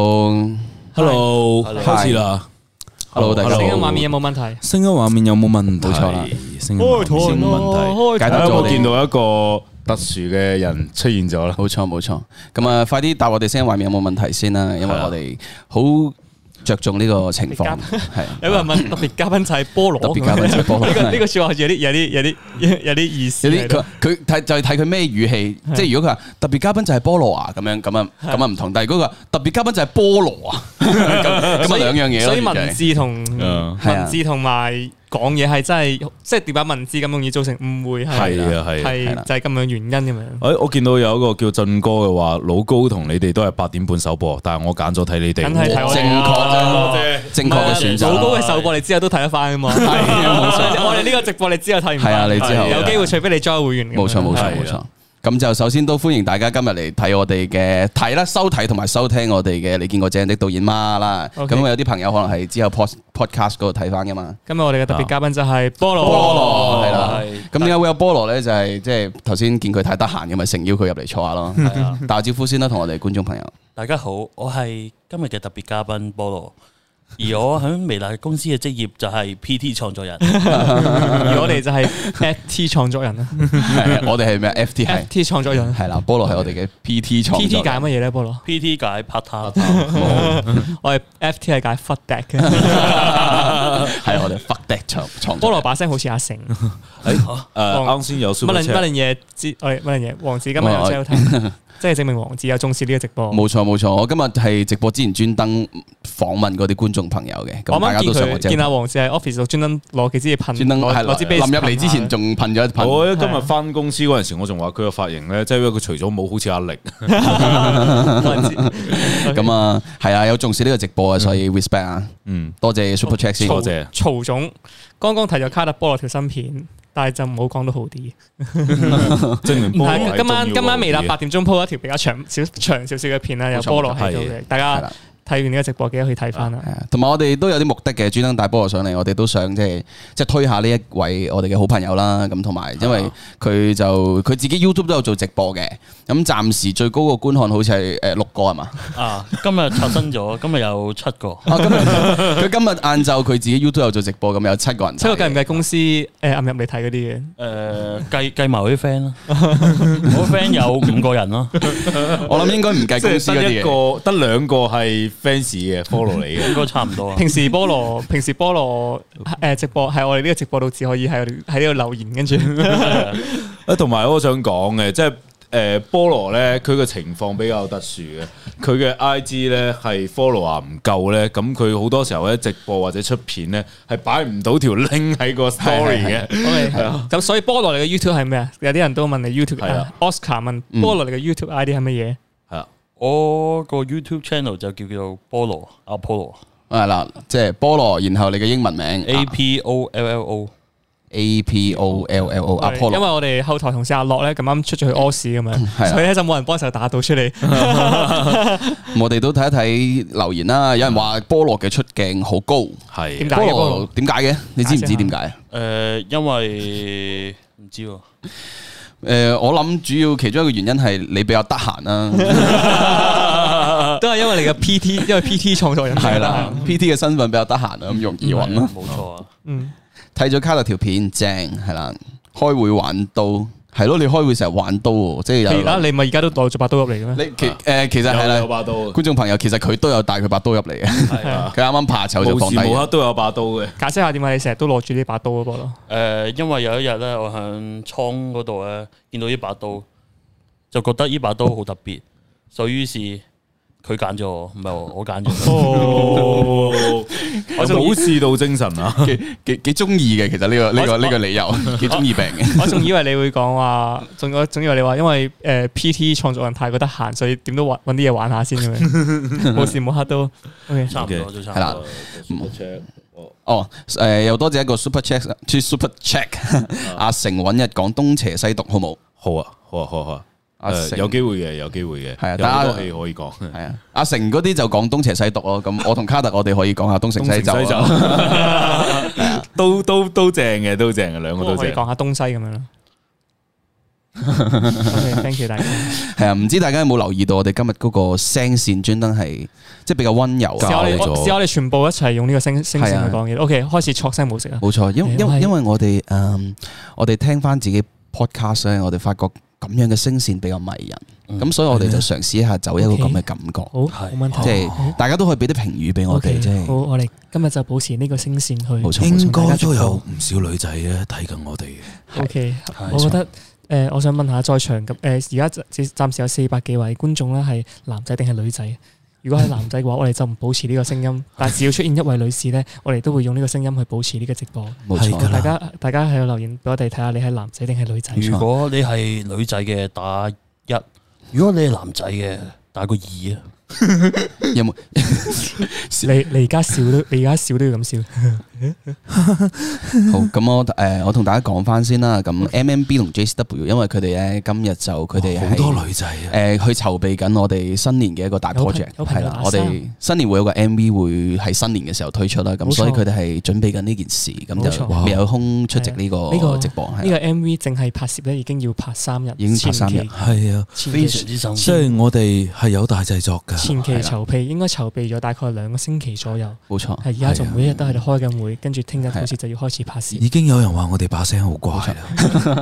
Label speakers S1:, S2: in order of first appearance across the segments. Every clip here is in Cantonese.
S1: Hello，Hello，
S2: Hello，
S3: Hello
S2: 開始啦，
S1: 大家
S2: 好
S3: 聲
S1: 好。
S3: 音畫面有冇問題？
S2: 聲音畫面有冇問題？
S1: 冇錯啦
S2: 聲音畫面
S1: 嗯先問題，解
S4: 大家
S1: 答
S4: 有
S1: 咗我
S4: 冇見
S1: 哋。
S4: 到一個特殊嘅人出現咗啦？
S1: 冇錯冇錯，咁啊，快啲答我哋聲音畫面有冇問題先啦，因為我哋好着重呢個情況，係啊
S3: 有個人問特別嘉賓就係菠蘿，
S1: 特別嘉賓就係菠蘿
S3: 呢個呢個說話有啲有啲有啲 有啲意思
S1: 有
S3: 喺
S1: 啲
S3: 度。
S1: 佢佢睇就係睇佢咩語氣，即係如果佢話特別嘉賓就係菠蘿啊咁樣咁啊
S3: 係
S1: 咁啊唔同，但係如果佢話特別嘉賓就係菠蘿啊 咁咁
S3: 所
S1: 啊
S3: 以
S1: 兩樣嘢咯，
S3: 所以
S1: 完全係
S3: 文字同
S2: 嗯
S1: 係啊
S3: 文字同埋講嘢係真係，即係點解文字咁容易造成誤會？
S2: 係啊係啊
S3: 係
S1: 係啦
S3: 就係咁樣原因咁樣。
S2: 哎誒，我見到有一個叫俊哥嘅話，老高同你哋都係八點半首播，但係我揀咗睇你哋。
S3: 梗係睇我哋啦
S1: 正確嘅選
S3: 老
S1: 擇，
S3: 高嘅首播你之後都睇得翻啊嘛。
S1: 冇錯
S3: 我哋呢個直播你之後睇唔返
S1: 係啊你之後
S3: 有機會除非你 join 會員咁樣。
S1: 冇錯冇錯
S2: 係啊
S1: 冇錯。咁就首先都歡迎大家今日嚟睇我哋嘅睇啦、收睇同埋收聽我哋嘅你見過正的導演嗎啦。
S3: OK
S1: 咁有啲朋友可能係之後 pod podcast 嗰度睇翻噶嘛。
S3: 今日我哋嘅特別嘉賓就係菠蘿，
S1: 啊菠蘿係啦
S3: 哦係。
S1: 咁點解會有菠蘿咧？就係即係頭先見佢太得閒嘅，咪誠邀佢入嚟坐下咯。
S5: 係啊，
S1: 打個招呼先啦，同我哋觀眾朋友。
S5: 大家好，我係今日嘅特別嘉賓菠蘿，而我喺微辣公司嘅職業就係 PT 創 作人，
S3: 而我哋 就係 FT 創作人啦
S1: 係啊我哋係咩？FT 係
S3: ，FT 創作人
S1: 係啦，菠蘿係我哋嘅 PT 創
S3: ，PT
S1: 作
S3: 解乜
S1: 人。
S3: 嘢咧？菠蘿，
S5: PT 解 part time，
S3: 我哋 FT 係解 fuck deck 嘅。
S1: 係我哋 fuck that 創創
S3: 菠
S1: 作
S3: 蘿
S1: 人。
S3: 把聲好似阿 成，乜
S2: 誒，呃啱先有 super
S3: 撚乜
S2: chat，
S3: 撚嘢知？我哋乜撚嘢？王子今日有 車好睇，即係證明王子有重視呢個直播。
S1: 冇錯冇錯，我今日係直播之前專登訪問嗰啲觀眾朋友嘅，咁
S3: 我
S1: 大家
S3: 哦啱
S1: 都
S3: 見
S1: 想我
S3: 佢
S1: 知
S3: 見阿啊王子喺 office 度專登攞幾支嘢噴，
S1: 專登
S3: 攞
S1: 係
S3: 攞支
S1: 臨
S3: 杯
S1: 臨入嚟之
S3: 啊
S1: 前仲噴咗一噴，
S2: 我今日翻公司嗰陣時，我仲話佢個髮型咧，即係因為佢除咗冇好似阿力，
S1: 咁啊係啊，有重視呢個直播啊，所以 respect 啊，
S2: 嗯，
S1: 多謝 Super Check 先，
S2: 多謝
S3: 曹總剛剛提咗卡特菠蘿條新片，但係就唔好講到好啲。
S2: 證明菠蘿係
S3: 係今
S1: 啊
S3: 晚
S2: 重要啊
S3: 今晚微辣
S2: 嘅
S3: 八點鐘 po 一條比較長少長少少嘅片啦，有
S1: 冇錯
S3: 菠蘿喺度
S2: 係
S3: 嘅，大
S1: 係
S3: 家
S1: 啦。
S3: 睇完呢個直播記得去睇翻啦。
S1: 係啊同埋我哋都有啲目的嘅，專登帶菠蘿上嚟，我哋都想即係即係推下呢一位我哋嘅好朋友啦。咁同埋因為
S3: 啊
S1: 佢就佢自己 YouTube 都有做直播嘅，咁暫時最高個觀看好似係誒六個係 嘛？
S5: 啊，今日刷新咗，今日有七個，
S1: 啊，今日佢今日晏晝佢自己 YouTube 有做直播，咁有七個人睇嘅。
S3: 七個計唔計公司誒暗入嚟睇嗰啲嘅？
S5: 誒呃 計計埋我啲 friend 啦，我啲 friend 有五個人 咯，
S1: 我諗應該唔計
S2: 即
S1: 公司嗰
S2: 係得一
S1: 啲嘢。
S2: 個，得兩個係 fans 嘅 follow 你嘅。
S5: 應該差唔
S1: 哦
S5: 多啊，
S3: 平時菠 蘿，平時菠蘿誒直播喺我哋呢個直播度只可以 喺我哋喺呢度留言，跟住
S2: 啊，同埋我想講嘅，即係誒菠蘿咧，佢嘅情況比較特殊嘅，佢嘅 I G 咧係 follow 啊唔夠咧，咁佢好多時候咧直播或者出片咧係擺唔到條 link 喺個 story 嘅，啊
S3: 咁所以菠蘿你嘅 YouTube 係咩啊？有啲人都問你 YouTube
S2: 係啊
S3: 啊，Oscar 問
S1: 嗯
S3: 菠蘿你嘅 YouTube ID 係乜嘢？
S2: 係啊，
S5: 我個 YouTube channel 就叫叫做菠蘿 Apollo
S1: 係啦，啊即係菠蘿，然後你嘅英文名啊
S5: A P O L L O，
S1: A P O L L O 啊
S3: 我哋因為
S1: Apollo。
S3: 我哋後台同事阿樂咧咁啱出咗去屙屎咁
S1: 係啊
S3: 樣，所以咧就冇人幫手打到出 嚟。
S1: 我哋都睇一睇留言啦，有人話菠蘿嘅出鏡好高，
S3: 點
S2: 係
S3: 解
S1: 菠
S3: 嘅
S1: 蘿
S3: 菠
S1: 點解嘅？你知唔知
S3: 解釋下
S1: 點解啊？
S5: 誒呃因為唔知喎，
S1: 誒、我諗主要其中一個原因係你比較得閒啊啦，
S3: 蘿都係因為你嘅 PT，因為 PT 創作人
S1: 係啦，PT 嘅身份比較得閒啊，咁容易揾
S5: 係
S1: 啦
S5: 啊。冇錯啊，
S3: 嗯，
S1: 睇咗卡特條片正係啦，開會玩刀係咯，你開會成日玩刀喎，即係
S3: 你而家
S1: 有
S3: 你咪而家都攞咗把刀入嚟嘅咩？
S1: 你其誒、其實係
S2: 啊有有
S1: 啦，
S2: 把刀，
S1: 觀眾朋友其實佢都有帶佢把刀入嚟嘅，
S5: 係啊。
S1: 佢啱啱怕醜就放
S2: 無
S1: 低
S2: 時無刻
S1: 咗。
S2: 都有把刀嘅，
S3: 解釋下點解你成日都攞住呢把刀嗰個咯？
S5: 誒、呃因為有一日咧，我喺倉嗰度咧見到呢把刀，就覺得呢把刀好特別，所以於是佢揀咗我，唔係我，我揀咗 佢。
S2: 哦，我
S3: 仲
S2: 冇試到精神 啊，
S1: 幾幾幾中意嘅，其實呢、個呢、個呢、個理由幾中意病 嘅。
S3: 我仲以為你會講話，仲我仲以為你話，因為誒、呃 PT 創作人太過得閒，所以點都玩揾啲嘢玩下先咁 樣，無時無刻都 OK。
S5: 差唔
S2: OK，
S5: 多就差唔
S1: 係啦
S5: 多。
S1: 哦，誒、又多謝一個 super check，to super check，阿
S2: 啊
S1: 成揾日講東邪西毒好冇？
S2: 好啊，好啊，好啊好啊。
S1: 阿
S2: 誒
S1: 成
S2: 有機會嘅，有機會嘅，
S1: 係啊
S2: 有好
S1: 但
S2: 多
S1: 係
S2: 戲可以講。
S1: 系啊，阿成嗰啲就講東邪西毒咯。咁我同卡特，我哋可以講下 東成西啊就啊
S2: 東成西
S1: 咯。
S2: 都都都正嘅，都正嘅，兩個
S3: 我
S2: 都
S3: 可以
S2: 正。
S3: 講下東西咁樣啦。 OK，thank you 大家。
S1: 係啊，唔知大家有冇留意到我哋今日嗰個聲線專登係即係比較温柔啊
S3: 試下
S1: 教
S3: 我哋
S1: 咗
S3: 試下我哋全部一齊用呢個聲聲線
S1: 係啊
S3: 去講嘢。OK，開始錯聲模式啊。
S1: 冇錯，因
S3: 係
S1: 因
S3: 我係
S1: 為因為我哋誒、嗯我哋聽翻自己 podcast 咧，我哋發覺咁樣嘅聲線比較迷
S5: 嗯
S1: 人，咁、所以我哋就嘗試一下走一個
S3: 嗯 OK
S1: 咁嘅感覺，
S3: 好，冇問題。
S1: 即係
S3: 好
S1: 大家都可以俾啲評語俾我
S3: OK，
S1: 哋，即
S3: 好，
S1: 係
S3: 我哋今日就保持呢個聲線去。
S1: 冇錯冇
S2: 應
S1: 錯。
S2: 該都有唔少女仔咧睇緊我哋嘅。
S3: O K，我覺得誒、呃我想問下在場咁誒，呃而家暫暫時有四百幾位觀眾啦，係男仔定係女仔？如果係男仔嘅話，我哋就唔保持呢個聲音，但係只要出現一位女士咧，我哋都會用呢個聲音去保持呢個直播。
S1: 冇
S2: 係㗎
S1: 錯，
S2: 啦
S3: 大家大家喺度留言俾我哋睇下，你係男仔定係女仔？
S1: 嗯
S5: 如果你係女仔嘅打一，如果你係男仔嘅打個二啊。
S1: 有冇
S3: 你你而家笑 都，你而家笑都要咁笑。
S1: 啊好咁我誒、呃我同大家講翻先啦。
S3: 嗯
S1: 咁 MMB 同 JCW 因為佢哋咧今日就佢哋
S2: 哇
S1: 係
S2: 好多女仔啊！
S1: 誒去籌備緊我哋新年嘅一個大
S3: 有朋
S1: project
S3: 有朋
S1: 係
S3: 友
S1: 啦，
S3: 打
S1: 我哋新年會有個 MV 會喺新年嘅時候推出啦，
S3: 冇
S1: 咁
S3: 錯
S1: 所以佢哋係準備緊呢件事，咁
S3: 冇
S1: 就
S3: 錯啊
S1: 未有空出席呢
S3: 呢個
S1: 個直播，
S3: 呢
S1: 係
S3: 個
S1: 啦
S3: M V 淨係拍攝咧，已經要拍三日，
S1: 已經拍三日
S3: 前期
S2: 係啊，
S3: 前
S5: 非
S3: 期
S5: 常之辛
S2: 即
S5: 苦。
S2: 係我哋係有大製作㗎。
S3: 前期
S1: 啊係啦
S3: 籌備應該籌備咗大概兩個星期左右，
S1: 冇錯，
S3: 係而家
S1: 啊
S3: 仲每一日都喺度開緊會，跟住聽日好似就要開始拍攝。
S2: 已經有人話我哋把聲好怪啦。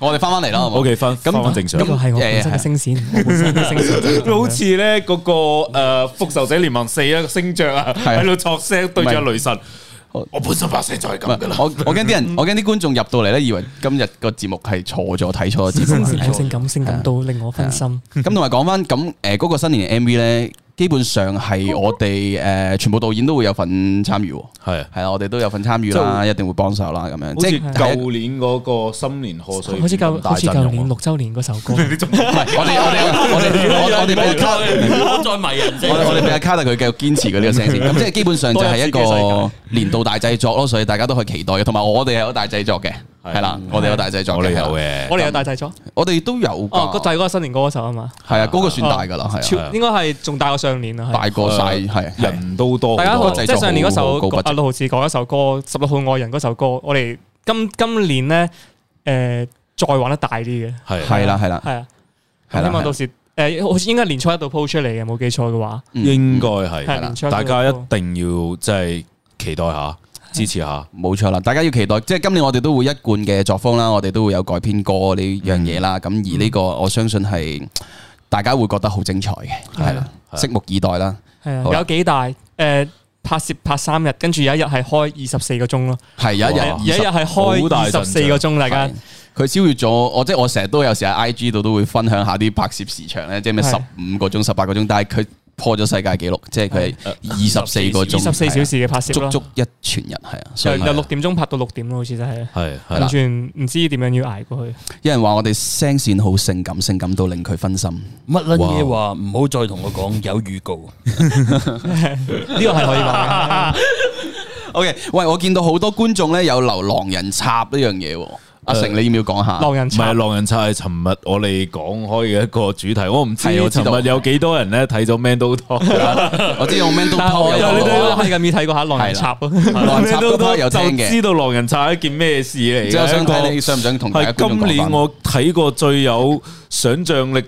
S1: 我哋翻翻嚟啦，好冇？
S2: 翻
S1: 咁翻返正
S3: 呢個係我本身嘅聲線，我本身嘅聲線就係 咁樣。
S4: 好似咧嗰個誒復仇者聯盟四啊個星爵啊，
S1: 啊
S4: 喺度作聲對住阿雷神，
S1: 唔係
S4: 我本身把聲就係
S1: 唔
S4: 咁㗎啦
S1: 係。我我驚啲人，我驚啲觀眾入到嚟咧，以為今日個節目係錯咗，睇錯咗節
S3: 聲
S1: 目。
S3: 線有性感，
S1: 啊
S3: 性感到令我分心。
S1: 咁同埋講翻咁誒嗰個新年嘅 MV 咧，基本上係我哋誒全部導演都會有份參與喎，
S2: 係
S1: 係啊啦，我哋都有份參與啦，一定會幫手啦，咁樣
S2: 好似
S1: 即係
S2: 舊年嗰個新年賀歲，
S1: 啊
S3: 好似舊好似舊年六周年嗰首 歌，
S1: 唔係我哋我哋我哋我哋我哋俾卡。
S5: 唔好再迷人
S1: 我哋我
S5: 啫。
S1: 哋俾阿卡特佢繼續堅持佢呢個聲線，咁即係基本上就係一個年度大製作咯，所以大家都可以期待嘅。同埋我哋係有大製作嘅，係啦，我哋有大製作
S2: 我哋
S1: 嘅，係
S2: 有
S1: 啦，
S2: 嘅。
S3: 我哋有大製作。
S1: 我哋都有㗎。
S3: 哦哦，個就係嗰個新年歌嗰首啊嘛，
S1: 係啊，嗰個算大㗎啦，係啊，
S3: 超應該係仲大過上年啊。係
S1: 大過晒係係
S2: 人都多好
S3: 大家
S2: 多，
S3: 可
S1: 個製
S3: 即
S1: 作
S3: 係上年嗰
S1: 好高
S3: 首
S1: budget
S3: 阿六毫子講一首歌《十六號愛人》嗰首歌，我哋今今年咧誒再玩得大啲嘅，
S2: 係
S1: 係啦係啦
S3: 係啊，
S1: 係
S3: 希
S1: 啦
S3: 望到時誒好似應該年初一度 po 出嚟嘅，冇記錯嘅話，
S1: 嗯
S2: 應該係
S3: 係年初一
S2: 大家一
S3: 嗰
S2: 定要即係期待下，支持下。
S1: 嗯冇錯啦，大家要期待，即係今年我哋都會一貫嘅作風啦，我哋都會有改編歌呢樣嘢
S3: 嗯
S1: 啦。咁而呢個我相信係大家會覺得好精彩嘅，係啦，
S2: 係
S1: 拭目以待啦，
S3: 啊係啊
S1: 好，啦
S3: 有幾大誒拍攝拍三日，跟住有一日係開二十四個鐘咯，
S1: 係有一日
S2: 哇
S3: 有一日係
S2: 好
S3: 開
S2: 大
S3: 二
S2: 陣仗
S3: 十四個鐘，大家
S1: 係佢超越咗我，即係我成日都有時喺 I G 度都會分享下啲拍攝時長咧，即係咩十
S3: 係
S1: 五個鐘、十八個鐘，但係佢破咗世界紀錄，即係佢係二十四個
S3: 二
S1: 鐘，啊
S3: 十四小時嘅拍攝
S1: 足
S3: 咯，
S1: 足一全日係啊！所
S3: 由
S1: 以
S3: 由六點鐘拍到六點咯，好似就係。
S2: 係係
S1: 啦
S3: 完全唔知點樣要捱過去，
S1: 有人話我哋聲線好性感，性感到令佢分心。
S5: 乜撚嘢話唔好再同我講有預告。
S3: 呢個係可以講嘅。
S1: O K，喂，我見到好多觀眾咧有留狼人插呢樣嘢喎，阿成你要唔要講 下？
S3: 狼人
S2: 唔係
S3: 插
S2: 狼人殺係尋日我哋講開嘅一個主題，我唔知
S1: 係我知道
S2: 尋日有幾多人咧睇咗《Man Do Talk》
S1: 我知道 Man Do
S3: 但係我
S1: Talk 有
S3: 有
S1: 講
S3: 我
S1: 過
S3: 係咁要睇過下狼人插咯，
S1: 狼人插
S2: Man Do
S1: Do
S2: Talk
S1: Talk 有聽
S2: 就
S1: 嘅
S2: 知道狼人殺係一件咩事嚟嘅。
S1: 即係我想睇
S2: 一
S1: 你
S2: 個
S1: 想唔想同大家
S2: 係
S1: 觀眾
S2: 今
S1: 講
S2: 年
S1: 翻
S2: 我睇過最有想像力，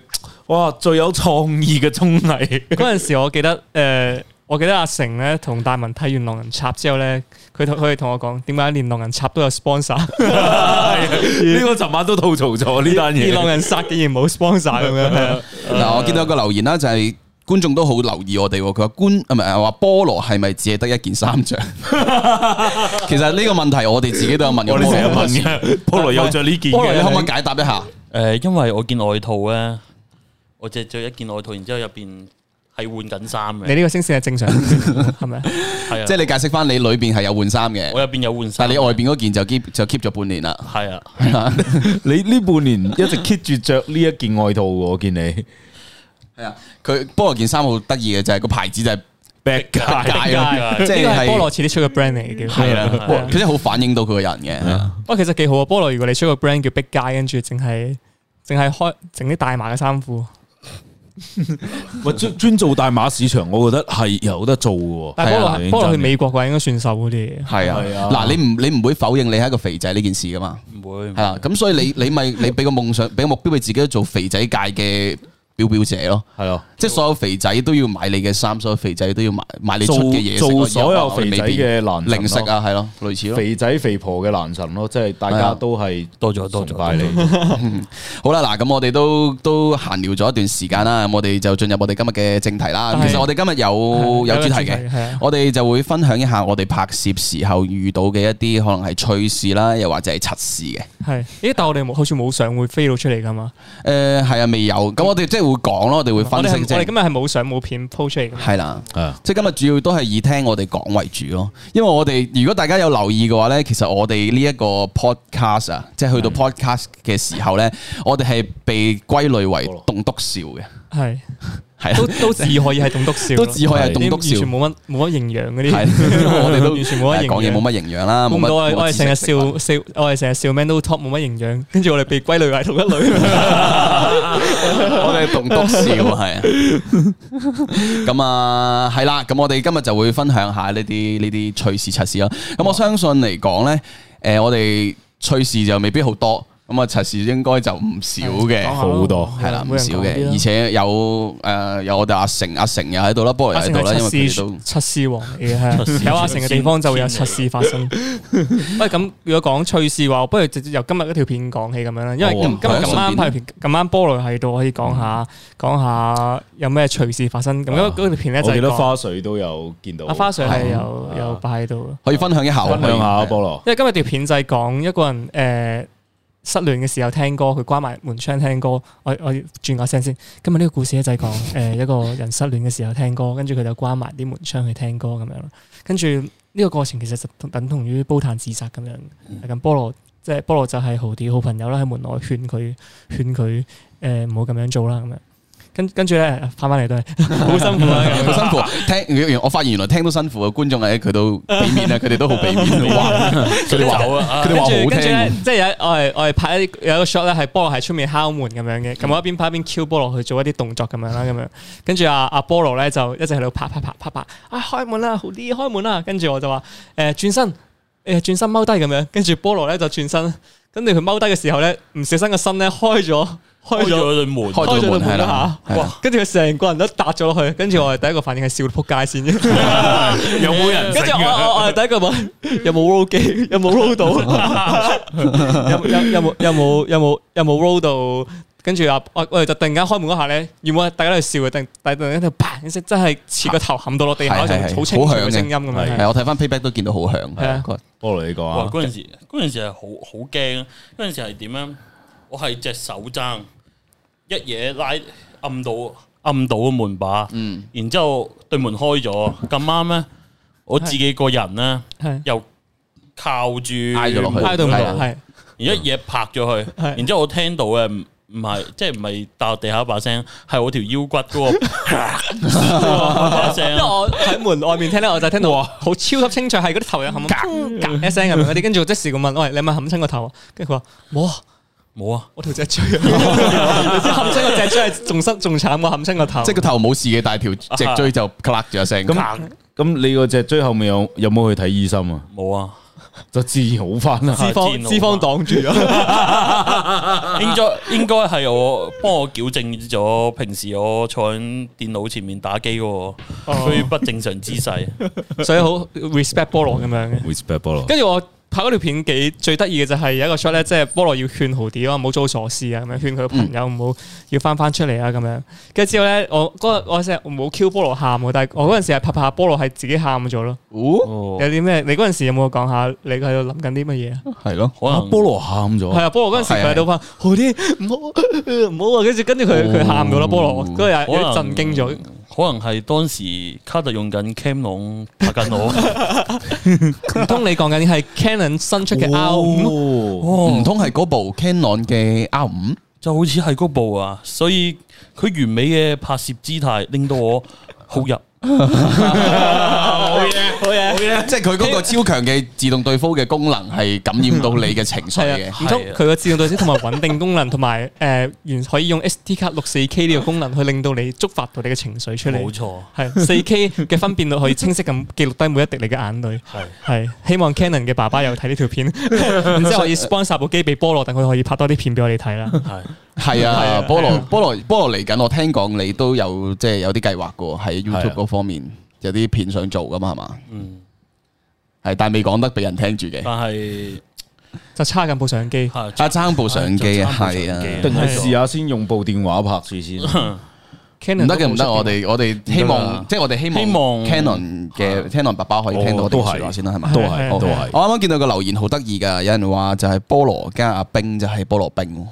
S2: 哇！最有創意嘅綜 藝。
S3: 嗰陣時我記得誒，我記得阿成咧同大文睇完狼人插之後咧，佢同佢哋同我講點解連狼人插都有 sponsor，
S2: 呢個尋晚都吐槽咗呢單
S3: 而狼
S2: 嘢。
S3: 人殺竟然冇 sponsor 咁樣係啊。
S1: 嗱，我見到有個留言啦，就係、觀眾都好留意我哋喎，佢話觀啊唔係話菠蘿係咪只係得一件衫着？其實呢個問題我哋自己都有問過
S2: 我哋成日
S1: 菠蘿
S2: 問嘅，菠蘿有着呢件
S1: 菠蘿，
S2: 嘅
S1: 你，可唔可以解答一下？
S5: 誒，呃因為我件外套咧，我只着一件外套，然之後入邊係換緊衫
S3: 你
S5: 嘅，
S3: 呢個聲線係 正常係咪？
S5: 係啊，
S1: 即係你解釋翻你裏邊係有換衫
S5: 我
S1: 嘅，
S5: 入邊有換衫，
S1: 但係你外邊嗰件就 keep 就 keep 咗半年啦。
S5: 係啊，
S2: 你呢半年一直 keep 住着呢一件外套喎，我見你。
S1: 係啊，佢菠蘿件衫好得意嘅就係、個牌子就係
S2: Bad guy
S1: 界啊，
S5: 界
S1: 即
S3: 呢個係
S1: 係
S3: 菠蘿似啲出嘅 brand 嚟嘅叫。
S1: 係啦，
S5: 係啊
S1: 佢真係好反映到佢個人嘅。係啊
S3: 哦，其實幾好啊！菠蘿如果你出個 brand 叫 Big Guy，跟住淨係淨係開整啲大碼嘅衫褲，
S2: 喂，專專做大馬市場，我覺得係有得做嘅喎。
S3: 但係菠
S1: 係啊
S3: 蘿菠蘿去美國嘅話，應該算瘦嗰啲嘢。
S1: 系啊，
S2: 係啊
S1: 嗱，你唔你唔會否認你係一個肥仔呢件事噶嘛？
S5: 唔會
S1: 係啦，咁所以你你咪你俾個夢想，俾個目標俾自己做肥仔界嘅表表者咯。
S2: 係咯，
S1: 即係所有肥仔都要買你嘅衫，所有肥仔都要買買你出
S2: 做
S1: 嘅嘢食咯
S2: 做所有肥仔嘅難
S1: 零食
S2: 神咯，
S1: 啊，係咯，類似咯。
S2: 肥仔肥婆嘅難神咯，即係大
S1: 係
S2: 家
S1: 啊
S2: 都係
S5: 多咗多咗
S2: 崇拜你。
S1: 好啦，嗱，咁我哋都都閒聊咗一段時間啦，咁我哋就進入我哋今日嘅正題啦。
S3: 係
S1: 其實我哋今日有有主題嘅。
S3: 係啊，
S1: 我哋就會分享一下我哋拍攝時候遇到嘅一啲可能係趣事啦，又或者係測試嘅。
S3: 係。咦？但係我哋冇好似冇相會飛到出嚟㗎嘛？
S1: 誒係啊，未有。咁我哋即係會講咯，我哋會
S3: 我
S1: 分
S3: 哋係
S1: 析即
S3: 我哋
S1: 係
S3: 今日係冇相冇片 po 出嚟㗎嘛。
S1: 係啦。
S2: 啊
S1: 即係今日主要都係以聽我哋講為主咯，因為我哋如果大家有留意嘅話呢，其實我哋呢一個 podcast 啊，即係去到 podcast 嘅時候呢，我哋係被歸類為棟篤笑嘅，
S3: 係
S1: 係
S3: 都
S1: 啦，
S3: 都只可以係棟篤笑咯。
S1: 都只可以係棟
S3: 呢完
S1: 篤
S3: 全
S1: 笑，
S3: 冇乜冇乜營養 嗰
S1: 係
S3: 啲。
S1: 我 哋都
S3: 完全冇乜營養
S1: 講嘢冇乜營養啦，
S3: 估
S1: 冇
S3: 唔
S1: 乜
S3: 到我
S1: 冇
S3: 哋我
S1: 乜
S3: 哋成日
S1: 知識啦
S3: 笑笑，我哋成日笑 man do top 冇乜營養，跟住我哋被歸類為同一類。
S1: 我哋棟篤笑 係啊，咁啊係啦，咁我哋今日就會分享下呢啲呢啲趣事測試啦。咁我相信嚟講咧，诶、我哋趣事就未必好多，咁啊測試應該就唔少嘅。
S2: 好多
S1: 係啦，唔少嘅，而且有诶、誒有我哋阿成，阿成又喺度啦，菠蘿又
S3: 阿
S1: 喺
S3: 成
S1: 度啦，
S3: 係
S1: 因為佢
S3: 測
S1: 哋都
S3: 試測試王嚟 嘅，係有阿啊成嘅地方就會有測試發生。喂，咁如果講趣事話，我不如直接由今日嗰條片講起咁樣啦，因為
S2: 好
S3: 今
S2: 啊
S3: 今日咁
S1: 好啊順便嗯
S3: 啱拍條片，咁啱菠蘿喺度可以講下講下有咩趣事發生。咁
S2: 啊
S3: 嗰嗰條片咧就
S2: 我記
S3: 係
S2: 得
S3: 講
S2: 花絮都有見到。
S3: 阿花水係有
S2: 啊
S3: 有擺喺度咯。
S1: 可以分享一下喎，
S2: 分享下菠
S1: 可以
S2: 蘿。
S3: 因為今日條片就係講一個人誒、呃失戀嘅時候聽歌，佢關埋門窗聽歌。我我轉個聲先。今日呢個故事咧就係講誒一個人失戀嘅時候聽歌，跟住佢就關埋啲門窗去聽歌咁樣咯。跟住呢個過程其實就同等同於煲炭自殺咁樣。咁菠蘿即係菠蘿就係豪啲好朋友啦，喺門外勸佢勸佢誒唔好咁樣做啦咁樣。跟跟住咧翻翻嚟都係好 辛苦啊！
S1: 好辛苦，聽我發現原來聽都辛苦嘅觀眾係佢都俾面啊，佢哋都好俾面，哇！ 佢哋話
S5: 走啊
S1: 佢哋話好
S3: 跟住跟住
S1: 聽
S3: 咧，。即係有一我係我係拍一啲有一個 shot 咧，係菠蘿喺出面敲門咁
S1: 嗯
S3: 樣嘅，咁我一邊拍一邊 Q 菠蘿去做一啲動作咁樣啦，咁樣跟住阿阿菠蘿咧就一直喺度拍拍拍拍拍，啊開門啦，好啲開門啦，跟住我就話誒轉身誒轉身踎低咁樣，跟住菠蘿咧就轉身，跟住佢踎低嘅時候咧，唔小心個身咧開咗開
S5: 開咗
S3: 咗
S5: 對門，
S1: 開咗
S3: 開
S1: 個
S3: 咗個
S1: 門係
S3: 門
S1: 啦
S3: 啦，
S1: 係啊啦
S3: 哇！跟住佢成個人都搭咗落去，跟住我係第一個反應係笑到撲街先嘅。
S4: 有冇人
S3: 跟住我我我係第一個問有冇 roll 機，有冇 roll 到，有有有冇有冇有冇有冇 roll 到？跟住啊，我我哋就突然間開門嗰下咧，原本大家都喺度笑嘅，突然但係突然間就砰一聲，真係似個頭冚到落地下，就好
S1: 뭐
S3: 清脆嘅聲音咁樣。
S1: 係我睇翻 payback 都見到好響，
S3: 係
S1: 嗰
S3: 啊
S1: 個
S2: 菠蘿你講
S5: 哇！
S2: 啊，
S5: 嗰陣時嗰陣時係好好驚，嗰陣時係點咧？我係隻手踭一嘢拉暗到暗到個門把，
S1: 嗯，
S5: 然之後對門開咗，咁啱咧，我自己個人咧
S3: 係
S5: 又靠住
S1: 嗯挨咗落去
S3: 挨到咁
S1: 係啊
S3: 樣，係
S5: 然之後一嘢拍咗佢，
S3: 係
S5: 然之後我聽到嘅唔唔係即係唔係搭地下把聲，係我條腰骨嗰個把聲
S3: 因為。我喺門外面聽咧，我就聽到好超級清脆，係嗰啲頭有冚冚一聲咁樣嗰啲，跟住我即時咁問：喂，你係咪冚親個頭啊？跟住佢話：哇！
S5: 冇啊，
S3: 我條脊 椎啊！你知冚親個脊椎係仲深仲慘過冚親個頭，
S1: 即係個頭冇事嘅，但係條脊椎就 clack 咗一聲。咁
S2: 咁咁你個脊椎後面有有冇去睇醫生啊？
S5: 冇啊，
S2: 就自然好啊翻 啦。
S3: 脂肪
S5: 煎
S3: 脂肪擋
S5: 腦
S3: 住咗。
S5: 應該應該係我幫我矯正咗平時我坐喺電腦前面打機
S3: 哦
S5: 嗰個佢不正常姿勢。
S3: 所以好 respect 菠蘿咁樣嘅。
S2: respect 菠蘿，
S3: 跟住我拍嗰條片幾最得意嘅就係有一個 shot 咧，即係菠蘿要勸豪啲啊，唔好做傻事啊，咁樣勸佢嘅朋友唔好要翻翻出嚟啊，咁樣。跟住之後咧，我嗰日我成日冇 Q 菠蘿喊喎，但係我嗰陣時係拍拍下菠蘿係自己喊咗咯。
S1: 哦，
S5: 哦
S3: 有，啲咩？你嗰陣時有冇講下你喺度諗緊啲乜嘢啊？
S1: 係咯，
S5: 可能
S2: 菠蘿
S3: 係
S2: 喊咗，
S3: 啊，菠蘿嗰陣時
S1: 係係
S3: 佢喺度翻豪啲，唔好 唔好啊！跟住跟住佢佢喊咗啦，菠
S1: 哦
S3: 蘿嗰日有啲
S5: 可
S3: 震
S5: 能
S3: 驚咗。
S5: 可能係當時卡特用緊 Cam 龍拍緊我，
S3: 唔通你講緊係 Canon 新出嘅 R 五？啊
S2: 哦
S1: 唔通係嗰部 Canon 嘅 R 五？
S5: 就好似係嗰部啊，所以佢完美嘅拍攝姿態令到我好入，
S1: 即係佢嗰個超強嘅自動對付嘅功能係感染到你嘅情緒
S3: 係
S1: 嘅
S3: 啊，。唔通佢個自動對焦同埋穩定功能，同埋 誒原可以用 SD 卡六四 K 呢個功能去令到你觸發到你嘅情緒出
S5: 冇
S3: 嚟。
S5: 錯，
S3: 係四 K 嘅分辨率可以清晰咁記錄低每一滴你嘅眼淚。
S5: 係
S3: 係希望 Canon 嘅爸爸有睇呢 條片，然之後可以 sponsor 部機俾菠蘿，等佢可以拍多啲片俾我哋睇啦。
S5: 係
S1: 係啊
S3: 啊，
S1: 菠蘿菠蘿菠蘿嚟緊，我聽講你都有即係有啲計劃嘅喎，喺
S2: 係
S1: YouTube
S2: 啊
S1: 嗰方面有啲片想做噶嘛，係嘛？
S5: 嗯，啊
S1: 係，但係未講得俾人聽住嘅。
S5: 但係
S3: 就差緊部相機，
S5: 係
S1: 啊，爭部相機啊，係啊，
S2: 定係
S3: 係
S2: 試下先用部電話拍住先。
S3: Canon
S1: 唔得嘅唔
S3: 都冇
S1: 得，
S3: 出
S1: 我哋我哋希
S5: 唔得
S1: 望
S5: 啦
S1: 即係我哋希望
S5: 希望
S1: Canon 嘅 Canon 爸爸可以聽到我哋
S2: 哦都
S1: 嘅
S2: 係
S1: 説話先啦，係咪？
S2: 都
S3: 啊係
S2: 係
S3: 係
S2: 都
S1: 我
S2: 係，
S1: 啱啱見到個留言好得意㗎，有人話就係菠蘿加阿冰就係菠蘿冰喎，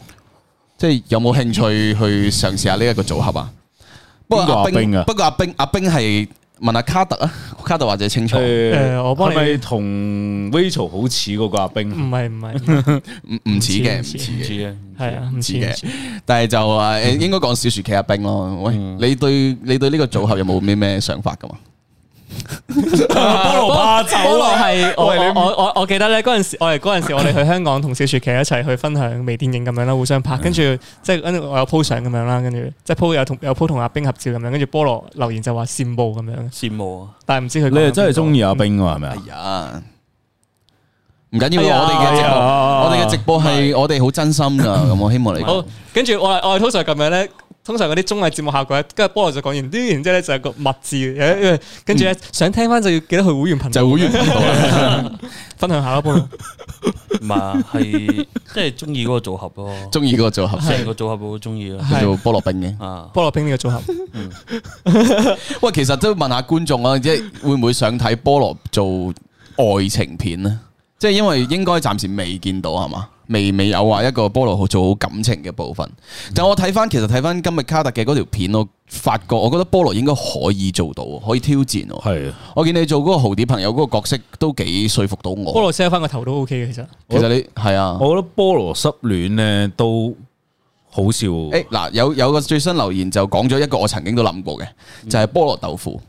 S1: 即係有冇興趣去嘗試下呢一個組合啊？不過
S2: 邊個
S1: 阿
S2: 阿
S1: 冰
S2: 冰啊
S1: 不過阿冰阿冰係問下卡特啊，卡特或者清楚，唔
S2: 誒
S3: 誒我幫你
S2: 係咪同 Rachel 好似嗰個阿冰？啊
S3: 唔係唔係，
S1: 唔似嘅，唔
S3: 唔
S1: 似
S3: 似
S5: 唔知
S1: 嘅。
S5: 嘅，
S3: 係啊，唔似
S1: 唔知嘅
S3: 唔似
S1: 但係就話誒，應該講小薯茄阿冰咯。喂，你對你對呢個組合有冇咩咩想法㗎嘛？
S5: 菠蘿怕
S3: 菠
S5: 走
S3: 蘿
S5: 啊，
S3: 係我我我我我記得咧嗰陣時，我哋嗰陣時我哋去香港同小薯茄一齊去分享微電影咁樣啦，互相拍，跟住即係跟住我有 po 相咁樣啦，跟住即係 po 有同有 po 同阿冰合照咁樣，跟住菠蘿留言就話羨慕咁樣，
S5: 羨慕啊，
S3: 但係唔知佢
S2: 你係真係中意嗯阿
S3: 阿
S2: 冰喎，係咪啊
S1: 哎？呀，唔緊要，
S3: 哎呀
S1: 我哋嘅直播，
S2: 哎
S1: 我哋嘅直
S2: 呀
S1: 播係我哋好真心㗎。咁我希望你
S3: 好，跟住我係我係通常咁樣咧。通常嗰啲綜藝節目效果，跟住菠蘿就講完，啲然之後咧就有個密字，跟住咧想聽翻就要記得去會員頻道
S1: 就 會員頻道啦。
S3: 分享下啦，菠蘿。
S5: 唔係 啊係即係中意嗰個組合咯，
S1: 中意嗰個組合
S5: 成個組合我好中意咯，
S1: 叫做菠蘿冰嘅。
S5: 啊，
S3: 菠蘿冰呢個組合，
S1: 喂，其實都問下觀眾啊，即係會唔會想睇菠蘿做愛情片呢？即係因為應該暫時未見到係嘛，未未有話一個菠蘿做好感情嘅部分。但我睇翻其實睇翻今日卡特嘅嗰條片，我發覺我覺得菠蘿應該可以做到，可以挑戰喎。
S2: 係啊，
S1: 我見你做嗰個豪啲朋友嗰個角色都幾說服到
S3: 菠
S1: 我。
S3: 蘿 sell 翻個頭都 OK 嘅，其實
S1: 其實你係啊。
S2: 我覺得菠蘿失戀咧都好笑。
S1: 誒嗱，有有個最新留言就講咗一個我曾經都諗過嘅，就係菠蘿豆腐。